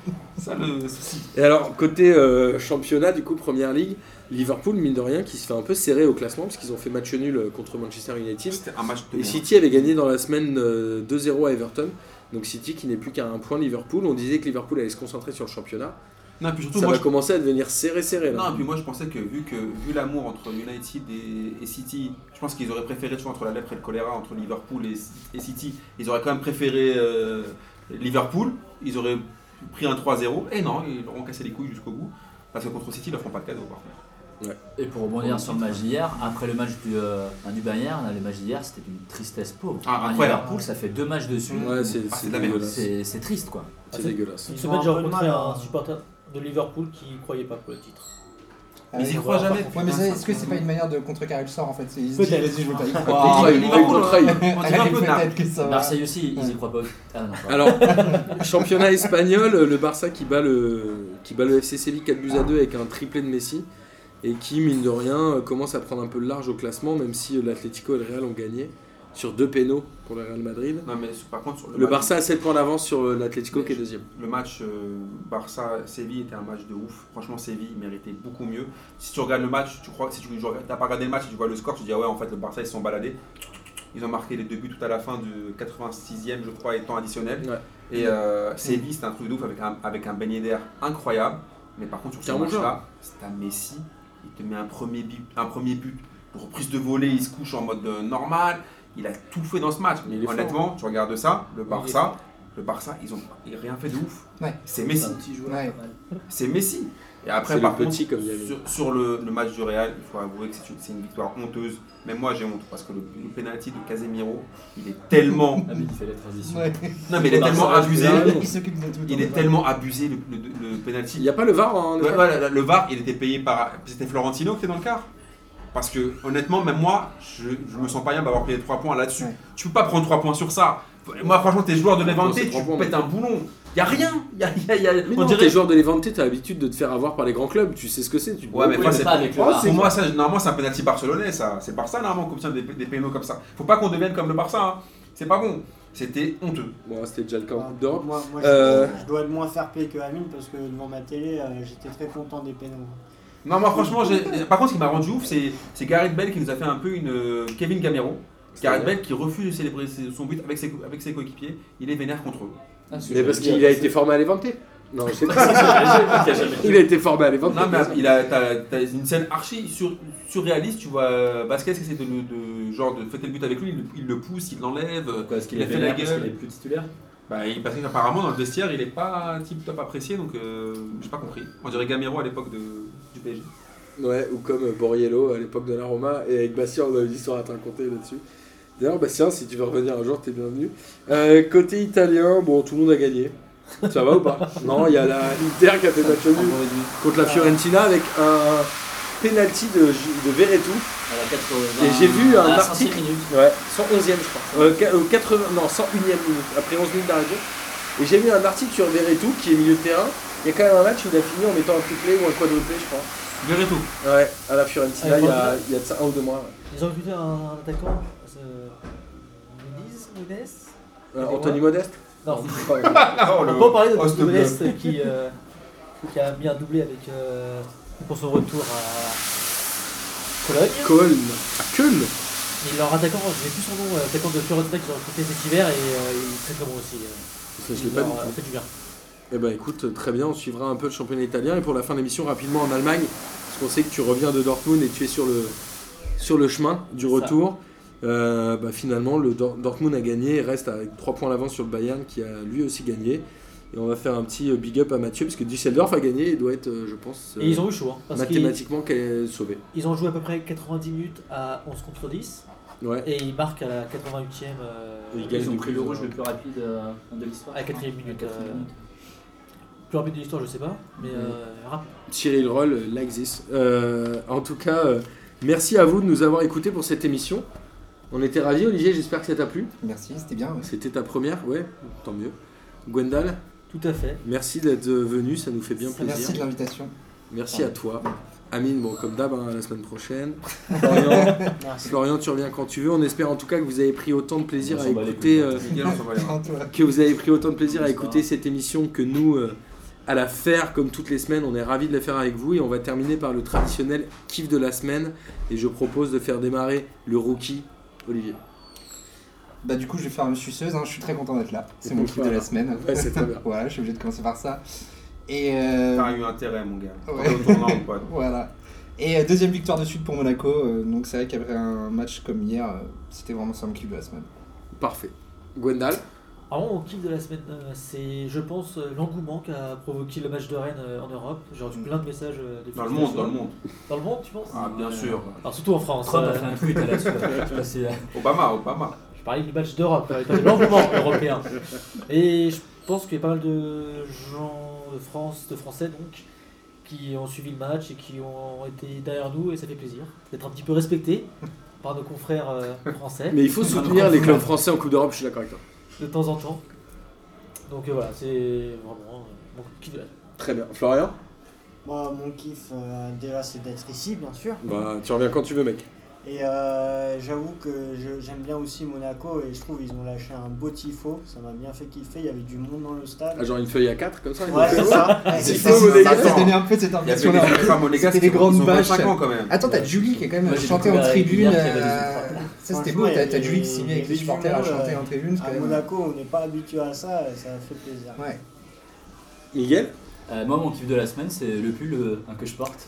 Speaker 4: Ça, le souci.
Speaker 1: Et alors, côté euh, championnat, du coup, première ligue, Liverpool, mine de rien, qui se fait un peu serré au classement parce qu'ils ont fait match nul euh, contre Manchester United.
Speaker 4: C'était un match de
Speaker 1: Et
Speaker 4: merde.
Speaker 1: City avait gagné dans la semaine euh, 2-0 à Everton. Donc City qui n'est plus qu'à un point de Liverpool. On disait que Liverpool allait se concentrer sur le championnat.
Speaker 4: Non, puis surtout,
Speaker 1: Ça
Speaker 4: moi,
Speaker 1: va hein.
Speaker 4: je-
Speaker 1: commencer à devenir serré serré là.
Speaker 4: Non, et puis moi je pensais que vu que vu l'amour entre United et, et City, je pense qu'ils auraient préféré, tu vois, entre la lèpre et le choléra, entre Liverpool et, et City, ils auraient quand même préféré euh, Liverpool. Ils auraient pris un 3-0. Et non, ils leur ont cassé les couilles jusqu'au bout. Parce que contre City, ils leur font pas de cadeau par contre.
Speaker 2: Et pour rebondir sur le match d'hier, après le match du, euh, enfin, du Bayern, là, le match d'hier c'était une tristesse pauvre.
Speaker 4: Ah,
Speaker 2: Un
Speaker 4: incroyable.
Speaker 2: Liverpool, ça fait deux matchs dessus.
Speaker 1: Ouais, c'est
Speaker 4: Ah,
Speaker 1: c'est
Speaker 4: c'est de la merde.
Speaker 1: dégueulasse.
Speaker 2: C'est c'est triste quoi.
Speaker 1: C'est dégueulasse.
Speaker 5: Une
Speaker 3: Ils
Speaker 5: semaine,
Speaker 3: ont
Speaker 5: j'ai
Speaker 3: un peu de
Speaker 5: rencontré
Speaker 3: mal,
Speaker 5: un
Speaker 3: hein.
Speaker 5: supporter de Liverpool qui croyait pas pour le titre.
Speaker 4: Mais ils y
Speaker 6: Ouais,
Speaker 4: croient jamais.
Speaker 6: Ouais, mais
Speaker 4: putain,
Speaker 6: ça,
Speaker 4: ça,
Speaker 6: est-ce que c'est pas une manière de contrecarrer le sort en fait C'est- Ils se disent,
Speaker 3: Peut-être.
Speaker 6: vas-y, je veux pas y
Speaker 1: Ah,
Speaker 6: croire.
Speaker 1: il il
Speaker 4: Liverpool,
Speaker 1: trahit.
Speaker 6: hein.
Speaker 4: On dirait un peu tard.
Speaker 6: Peut-être que ça va.
Speaker 2: Marseille aussi, ils y croient pas. Ah non, pardon.
Speaker 1: [laughs] Alors, championnat espagnol, le Barça qui bat le, qui bat le FC Séville 4 buts à 2 avec un triplé de Messi et qui, mine de rien, commence à prendre un peu le large au classement, même si euh, l'Atlético et le Real ont gagné sur deux pénaux pour le Real Madrid.
Speaker 4: Non, mais par contre, sur le,
Speaker 1: Le
Speaker 4: match,
Speaker 1: Barça a 7 points d'avance sur euh, l'Atlético qui est deuxième.
Speaker 4: le match euh, Barça-Séville était un match de ouf. Franchement, Séville méritait beaucoup mieux. Si tu regardes le match, tu crois, si tu n'as pas regardé le match et tu vois le score, tu dis ah ouais, en fait, le Barça ils se sont baladés. Ils ont marqué les deux buts tout à la fin du 86e, je crois, et temps additionnel.
Speaker 1: Ouais.
Speaker 4: Et euh, Séville, c'était un truc de ouf avec un, avec un beignet d'air incroyable. Mais par contre, sur
Speaker 1: C'est
Speaker 4: ce
Speaker 1: un bon joueur.
Speaker 4: match-là, c'est un Messi. Il te met un premier but, un premier but pour prise de volée, il se couche en mode euh, normal. Il a tout fait dans ce match.
Speaker 1: Mais il est fort, hein.
Speaker 4: Honnêtement, tu regardes ça, le
Speaker 5: est
Speaker 4: Barça, le Barça, ils ont ils ont rien fait de ouf.
Speaker 6: Ouais.
Speaker 4: C'est
Speaker 5: C'est
Speaker 4: Messi.
Speaker 5: un petit joueur
Speaker 6: Ouais.
Speaker 5: pas mal.
Speaker 4: C'est Messi. Et après,
Speaker 1: C'est
Speaker 4: par
Speaker 1: le
Speaker 4: contre,
Speaker 1: petit, comme il y avait.
Speaker 4: sur, sur le, le match du Real, il faut avouer que c'est une, c'est une victoire honteuse. Même moi, j'ai honte parce que le, le penalty de Casemiro, il est
Speaker 1: [laughs]
Speaker 4: tellement.
Speaker 2: Ah, mais il fait la transition.
Speaker 6: Ouais.
Speaker 4: non, mais il est
Speaker 2: Barça,
Speaker 4: tellement abusé.
Speaker 1: Ah, non.
Speaker 6: Il s'occupe de tout.
Speaker 4: Il est tellement abusé le, le, le penalty.
Speaker 1: Il n'y a pas le VAR en
Speaker 4: Ouais, ouais, le, le VAR, il était payé par. C'était Florentino qui était dans le quart. Parce que, honnêtement, même moi, je, je me sens pas bien d'avoir payé 3 points là-dessus.
Speaker 6: Ouais.
Speaker 4: Tu peux pas prendre 3 points sur ça. Moi, franchement, tes joueurs de
Speaker 1: Non,
Speaker 4: l'Eventé,
Speaker 1: c'est
Speaker 4: tu
Speaker 1: trois points,
Speaker 4: pètes
Speaker 1: mais-
Speaker 4: un boulon. Y a rien. Y a, y a- y a-
Speaker 1: Mais
Speaker 4: on
Speaker 1: non,
Speaker 4: dirait.
Speaker 1: t'es joueur de l'Eventé, t'as l'habitude de te faire avoir par les grands clubs, tu sais ce que c'est. Tu...
Speaker 4: Ouais, mais
Speaker 2: Oui,
Speaker 4: moi,
Speaker 2: mais
Speaker 4: c'est
Speaker 2: pas avec le
Speaker 1: Oh,
Speaker 2: VAR.
Speaker 1: c'est-
Speaker 4: Pour moi, ça, normalement, c'est un penalty barcelonais, ça. C'est le Barça, normalement, qu'on obtient des, des pénaux comme ça. Faut pas qu'on devienne comme le Barça. hein. C'est pas bon. C'était honteux.
Speaker 1: Bon, c'était déjà le cas en Coupe
Speaker 3: Moi,
Speaker 1: d'Europe.
Speaker 3: moi,
Speaker 1: Euh,
Speaker 3: je, je dois être moins fair play que Amine parce que devant ma télé, euh, j'étais très content des pénaux.
Speaker 4: Non, moi, franchement, j'ai- par contre, ce qui m'a rendu ouf, c'est c'est Gareth Bell qui nous a fait un peu une euh, Kevin Gamero. Gareth Bell qui refuse de célébrer ses- son but avec ses, co- avec ses coéquipiers. Il est vénère contre eux.
Speaker 2: Ah, parce que
Speaker 1: Mais
Speaker 2: je-
Speaker 1: parce qu'il a été formé à l'Eventé. Non, je sais pas. il a été formé à l'Eventé.
Speaker 4: Non, mais il a, t'as, t'as une scène archi sur, surréaliste. Tu vois, euh, Basquez qui essaie de, le- de- genre, de fêter le but avec lui. Il, le- il le pousse, il l'enlève.
Speaker 2: Pourquoi Est-ce qu'il
Speaker 4: Il
Speaker 2: est
Speaker 4: a fait la
Speaker 2: vénère parce
Speaker 4: gueule.
Speaker 2: qu'il est plus titulaire
Speaker 4: Bah, il, parce qu'apparemment, dans le vestiaire, il est pas tip top apprécié. Donc, euh, j'ai pas compris. On dirait Gamero à l'époque de, du PSG.
Speaker 1: Ouais, ou comme euh, Borriello à l'époque de la Roma. Et avec Bastien, on a une histoire à te raconter là-dessus. D'ailleurs, Bastien, si tu veux revenir un jour, t'es bienvenu. Euh, côté italien, bon, tout le monde a gagné. Ça va ou pas Non, il y a la Inter qui a fait
Speaker 4: Ah,
Speaker 1: match nul contre la Fiorentina avec un penalty de, de Veretout.
Speaker 2: à la 80
Speaker 1: Et j'ai vu un
Speaker 2: à la 5e
Speaker 1: article-
Speaker 2: minute.
Speaker 1: Ouais, 111e, je crois. Euh, qua- euh, 80, non, 101e minute, après 11 minutes d'arrêt de jeu. Et j'ai vu un article sur Veretout qui est milieu de terrain. Il y a quand même un match où il a fini en mettant un triplé ou un quadruplé, je crois.
Speaker 4: Verrez tout.
Speaker 1: Ouais, à la Fiorentina,
Speaker 5: Ah,
Speaker 1: il y a, il y a de ça un ou deux mois. ouais.
Speaker 5: Ils ont recruté un, un attaquant. euh, Muniz, Nunes
Speaker 1: Euh, Anthony Modeste
Speaker 5: Non,
Speaker 4: Ah, oh,
Speaker 5: on
Speaker 4: le-
Speaker 5: peut parler de
Speaker 4: oh, s'il te
Speaker 5: Nunes
Speaker 4: plaît.
Speaker 5: qui, euh, qui a mis un doublé avec, euh, pour son retour à Cologne.
Speaker 1: Köln. À Köln
Speaker 5: Et leur attaquant, je n'ai plus son nom, euh, attaquant de Fiorentina qu'ils ont recruté cet hiver et euh, il est très très bon aussi. euh.
Speaker 1: Ça, je l'ai
Speaker 5: Il
Speaker 1: pas
Speaker 5: leur
Speaker 1: du
Speaker 5: a
Speaker 1: tout.
Speaker 5: fait du bien.
Speaker 1: Eh ben écoute, très bien, on suivra un peu le championnat italien et pour la fin de l'émission rapidement en Allemagne, parce qu'on sait que tu reviens de Dortmund et tu es sur le, sur le chemin du
Speaker 5: Ça.
Speaker 1: retour. Euh, bah, finalement, le Dor- Dortmund a gagné et reste avec 3 points d'avance sur le Bayern qui a lui aussi gagné. Et on va faire un petit euh, big up à Mathieu parce que Düsseldorf a gagné et doit être, euh, je pense,
Speaker 5: Et ils ont eu chaud, hein, parce qu'ils
Speaker 1: mathématiquement qu'elle est sauvée.
Speaker 5: ils ont joué à peu près 90 minutes à 11 contre 10
Speaker 1: Ouais.
Speaker 5: et ils marquent à la 88e. euh,
Speaker 1: Ils gagnent.
Speaker 2: Ils ont
Speaker 1: du
Speaker 2: pris
Speaker 1: coup,
Speaker 2: le
Speaker 1: ils
Speaker 2: rouge
Speaker 1: ont-
Speaker 2: le plus rapide euh, de l'histoire.
Speaker 5: à la 4 minute. euh, plus rapide de l'histoire, je sais pas, mais
Speaker 1: Mm.
Speaker 5: euh, rapide.
Speaker 1: Cyril Roll, euh, like this. Euh, en tout cas, euh, merci à vous de nous avoir écoutés pour cette émission. On était ravis, Olivier, j'espère que ça t'a plu.
Speaker 6: Merci, c'était bien. ouais.
Speaker 1: C'était ta première, ouais, tant mieux. Gwendal,
Speaker 5: Tout à fait.
Speaker 1: merci d'être venu, ça nous fait bien plaisir.
Speaker 6: Merci de
Speaker 1: Merci,
Speaker 6: l'invitation.
Speaker 1: à toi. Amine, bon, comme d'hab, hein, à la semaine prochaine. Florian, Florian, tu reviens quand tu veux. On espère en tout cas que vous avez pris autant de plaisir
Speaker 2: On
Speaker 1: à
Speaker 2: s'en bat les
Speaker 1: écouter,
Speaker 2: couilles.
Speaker 1: euh,
Speaker 4: Miguel, on s'en va les voir.
Speaker 6: Prends [laughs] toi.
Speaker 1: que vous avez pris autant de plaisir à
Speaker 2: Bonsoir.
Speaker 1: écouter cette émission que nous euh, à la faire comme toutes les semaines. On est ravis de la faire avec vous et on va terminer par le traditionnel kiff de la semaine. Et je propose de faire démarrer le rookie Olivier.
Speaker 6: Bah du coup je vais faire une suceuse, hein, je suis très content d'être là.
Speaker 1: Et
Speaker 6: C'est mon
Speaker 1: donc,
Speaker 6: clip de la
Speaker 1: voilà.
Speaker 6: semaine.
Speaker 1: Ouais, c'est très bien.
Speaker 6: Voilà, je suis obligé de commencer par ça. Et euh,
Speaker 4: T'as eu intérêt, mon gars. T'en
Speaker 6: Ouais.
Speaker 4: es au tournant, mon pote.
Speaker 6: voilà. Et euh, deuxième victoire de suite pour Monaco. euh, donc c'est vrai qu'après un match comme hier, euh, c'était vraiment ça mon clip de la semaine.
Speaker 1: Parfait. Gwendal,
Speaker 5: Alors, mon kiff Ah, de la semaine, euh, c'est, je pense, euh, l'engouement qu'a provoqué le match de Rennes euh, en Europe. J'ai reçu plein de messages euh, de
Speaker 4: Dans le monde, dans le monde.
Speaker 5: Dans le monde, tu penses
Speaker 4: Ah, bien sûr.
Speaker 5: Alors, surtout en France.
Speaker 2: Trump
Speaker 5: euh,
Speaker 2: a fait un tweet là-dessus. Je sais pas si-
Speaker 4: Obama, Obama.
Speaker 5: je parlais du match d'Europe, je parlais pas de
Speaker 4: [laughs]
Speaker 5: l'engouement européen. Et je pense qu'il y a pas mal de gens de France, de Français donc, qui ont suivi le match et qui ont été derrière nous et ça fait plaisir d'être un petit peu respecté par nos confrères euh, français
Speaker 1: mais il faut soutenir les clubs français en Coupe d'Europe, je suis d'accord avec toi.
Speaker 5: de temps en temps. Donc euh, voilà, c'est vraiment euh, mon kiff de la
Speaker 1: Très bien. Florian
Speaker 3: Moi, mon kiff, euh, déjà, c'est d'être ici, bien sûr.
Speaker 1: Bah, tu reviens quand tu veux, mec.
Speaker 3: Et euh, j'avoue que je- j'aime bien aussi Monaco et je trouve ils ont lâché un beau tifo. Ça m'a bien fait kiffer. Il y avait du monde dans le
Speaker 1: Ah,
Speaker 3: stade.
Speaker 1: genre une feuille à 4 comme ça. ils ont
Speaker 3: Ouais,
Speaker 1: fait- [laughs]
Speaker 3: c'est ça.
Speaker 6: Ouais,
Speaker 1: c'est
Speaker 6: Ah, c'est
Speaker 1: faux,
Speaker 6: ça, c'est-
Speaker 1: Monégasque.
Speaker 6: ça, ça donnait un peu cette
Speaker 4: Il y avait
Speaker 6: impression
Speaker 4: des
Speaker 6: là.
Speaker 4: femmes monégasques
Speaker 6: C'était
Speaker 4: qui
Speaker 6: des
Speaker 4: ont-
Speaker 6: grandes
Speaker 4: ils ont
Speaker 6: bâches.
Speaker 4: 25 ans quand même.
Speaker 6: Attends, t'as Julie qui a quand même
Speaker 2: Moi, j'ai
Speaker 6: chanté en
Speaker 2: découvert avec
Speaker 6: tribune.
Speaker 2: Lumière qu'il y avait des
Speaker 6: euh,
Speaker 2: ultras.
Speaker 6: Ça, c'était
Speaker 3: Franchement,
Speaker 6: beau,
Speaker 3: il y
Speaker 6: t'as
Speaker 3: avait-
Speaker 6: t'as du X
Speaker 3: il y
Speaker 6: signé avec
Speaker 3: avait
Speaker 6: les
Speaker 3: du
Speaker 6: supporters à
Speaker 3: monde,
Speaker 6: chanter
Speaker 3: euh,
Speaker 6: en tribune, c'est
Speaker 3: À
Speaker 6: quand même.
Speaker 3: Monaco, on n'est pas habitué à ça, et ça fait plaisir.
Speaker 6: Ouais.
Speaker 1: Miguel
Speaker 2: Euh, moi, mon kiff de la semaine, c'est le pull euh, hein, que je porte.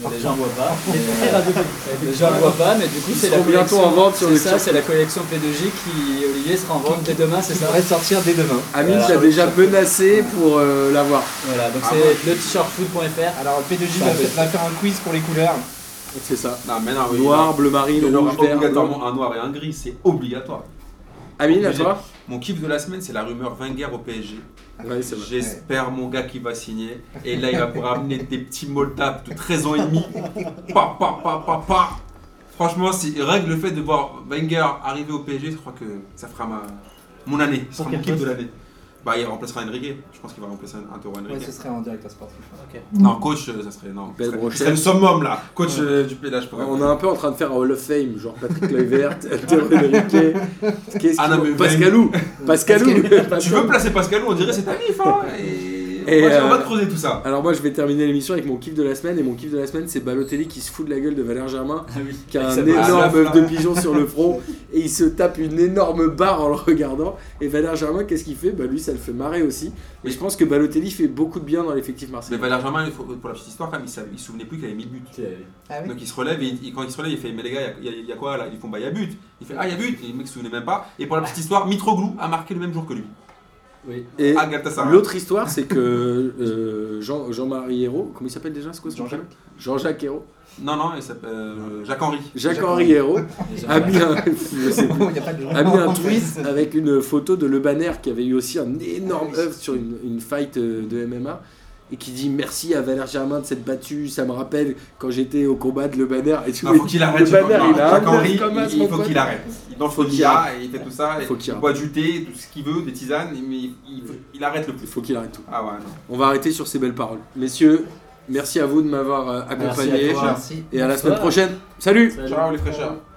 Speaker 2: Mais les gens ne voient pas. mais,
Speaker 5: C'est très
Speaker 2: euh,
Speaker 5: radiophonique. ça a été-
Speaker 2: les gens ne voient pas, mais du coup,
Speaker 1: Ils
Speaker 2: c'est la
Speaker 1: seront bientôt
Speaker 2: collection.
Speaker 1: en vente sur
Speaker 2: C'est
Speaker 1: le
Speaker 2: ça, c'est la collection P2J qui, Olivier, sera en vente dès demain, c'est
Speaker 6: Ça
Speaker 2: ça
Speaker 6: devrait sortir dès demain.
Speaker 1: Amine
Speaker 2: Voilà.
Speaker 1: t'a
Speaker 3: Euh,
Speaker 1: déjà menacé pour euh, l'avoir.
Speaker 2: Voilà, donc
Speaker 4: Ah ouais.
Speaker 2: c'est le t-shirtfoot.fr.
Speaker 6: Alors, P2J
Speaker 2: Ça
Speaker 6: va,
Speaker 2: fait-
Speaker 6: va faire un quiz pour les couleurs.
Speaker 1: C'est ça.
Speaker 4: Non, mais non, oui,
Speaker 1: Noir, bleu
Speaker 4: Il
Speaker 1: marine,
Speaker 4: y
Speaker 1: rouge,
Speaker 4: aura
Speaker 1: vert. blanc.
Speaker 4: obligatoirement un noir et un gris, c'est obligatoire.
Speaker 1: Amine, à toi
Speaker 4: Mon kiff de la semaine, c'est la rumeur Wenger au PSG.
Speaker 1: Ouais, c'est vrai.
Speaker 4: J'espère mon gars qui va signer. Et là, il va pouvoir amener des petits moldaves de 13 ans et demi. Pa, pa, pa, pa, pa. Franchement, si rien que le fait de voir Wenger arriver au PSG, je crois que ça fera ma... mon année. Ce
Speaker 5: Pour
Speaker 4: sera mon
Speaker 5: quel
Speaker 4: kiff de
Speaker 5: poste
Speaker 4: l'année. Bah, il remplacera Enrique. Je pense qu'il va remplacer un, un Toro Henrique.
Speaker 6: Ouais, ce serait en directeur sportif.
Speaker 5: Ok.
Speaker 4: Non, coach, euh, ça serait. Non,
Speaker 1: Belle
Speaker 4: ça serait-
Speaker 1: brochette.
Speaker 4: ça serait le summum là. Coach euh, du P, là, je pourrais.
Speaker 1: On est un peu en train de faire un Hall of Fame, genre [laughs] Patrick Kluivert, Théophile Riquet. Qu'est-ce
Speaker 4: Ah non,
Speaker 1: qu'il-
Speaker 4: mais-
Speaker 1: Pascalou Pascalou
Speaker 4: Tu veux placer Pascal on dirait c'est ta gif. Hein, et...
Speaker 1: Et,
Speaker 4: on, va, on va
Speaker 1: euh,
Speaker 4: te creuser tout ça.
Speaker 1: Alors moi je vais terminer l'émission avec mon kiff de la semaine et mon kiff de la semaine c'est Balotelli qui se fout de la gueule de Valère Germain
Speaker 2: Ah oui.
Speaker 1: qui a
Speaker 2: Avec
Speaker 1: un
Speaker 2: sa
Speaker 1: [laughs]
Speaker 4: barbe.
Speaker 1: énorme
Speaker 4: Ah, la
Speaker 1: œuf de pigeon sur le front et il se tape une énorme barre en le regardant et Valère Germain qu'est-ce qu'il fait Bah lui ça le fait marrer aussi et je pense que Balotelli fait beaucoup de bien dans l'effectif
Speaker 4: Mais
Speaker 1: marseillais.
Speaker 4: Valère Germain, il faut- pour la petite histoire, quand même, il savait- il se souvenait plus qu'il avait mis le but.
Speaker 6: Ah oui
Speaker 4: Donc il se relève et il- il- quand il se relève, il fait Mais les gars, il y a- il y, a quoi là Ils font Bah, il y a but. Il fait Ah, il y a but. Et le mec se souvenait même pas. Et pour la petite histoire, Mitroglou a marqué le même jour que lui.
Speaker 2: Oui.
Speaker 1: Et
Speaker 4: Ah, Galatasaray.
Speaker 1: l'autre histoire c'est que euh, Jean, Jean-Marie Hérault, comment il s'appelle déjà ce quoi son
Speaker 4: Jean-Jacques.
Speaker 1: prénom Jean-Jacques Hérault,
Speaker 4: Non, non, il s'appelle euh, Jacques-Henri.
Speaker 1: Jacques-Henri Hérault
Speaker 2: Les gens-
Speaker 1: a mis un- je
Speaker 6: [laughs]
Speaker 1: sais plus.
Speaker 6: [laughs] Il n'y a pas de gens.
Speaker 1: a mis Ah un
Speaker 6: [laughs] en
Speaker 1: tweet
Speaker 6: fait.
Speaker 1: avec une photo de Le Banner qui avait eu aussi un énorme
Speaker 6: Ah oui.
Speaker 1: œuf sur une, une fight euh, de MMA et qui dit merci à Valère Germain de s'être battu, ça me rappelle quand j'étais au combat de Le Banner et tout.
Speaker 4: Non, Ah, faut qu'il arrête.
Speaker 1: Le
Speaker 4: Jacques-
Speaker 1: Banner,
Speaker 4: non,
Speaker 1: il a un
Speaker 4: Jacques-Henri,
Speaker 1: œuf comme un
Speaker 4: il- il
Speaker 1: son
Speaker 4: faut
Speaker 1: pote.
Speaker 4: qu'il arrête. Il danse
Speaker 1: Faut
Speaker 4: le
Speaker 1: qu'il
Speaker 4: fokia et il fait tout ça. et
Speaker 1: Faut qu'il
Speaker 4: il boit du thé, tout ce qu'il veut, des tisanes, mais il, il faut- il arrête le
Speaker 1: Il
Speaker 4: plus.
Speaker 1: faut qu'il arrête tout.
Speaker 4: Ah ouais, non.
Speaker 1: On va arrêter sur ces belles paroles. Messieurs, merci à vous de m'avoir euh,
Speaker 2: Merci à
Speaker 1: accompagné
Speaker 2: toi.
Speaker 6: Merci.
Speaker 1: et à la semaine
Speaker 5: Bonsoir.
Speaker 1: prochaine. Salut
Speaker 2: Salut.
Speaker 4: Ciao les fraîcheurs.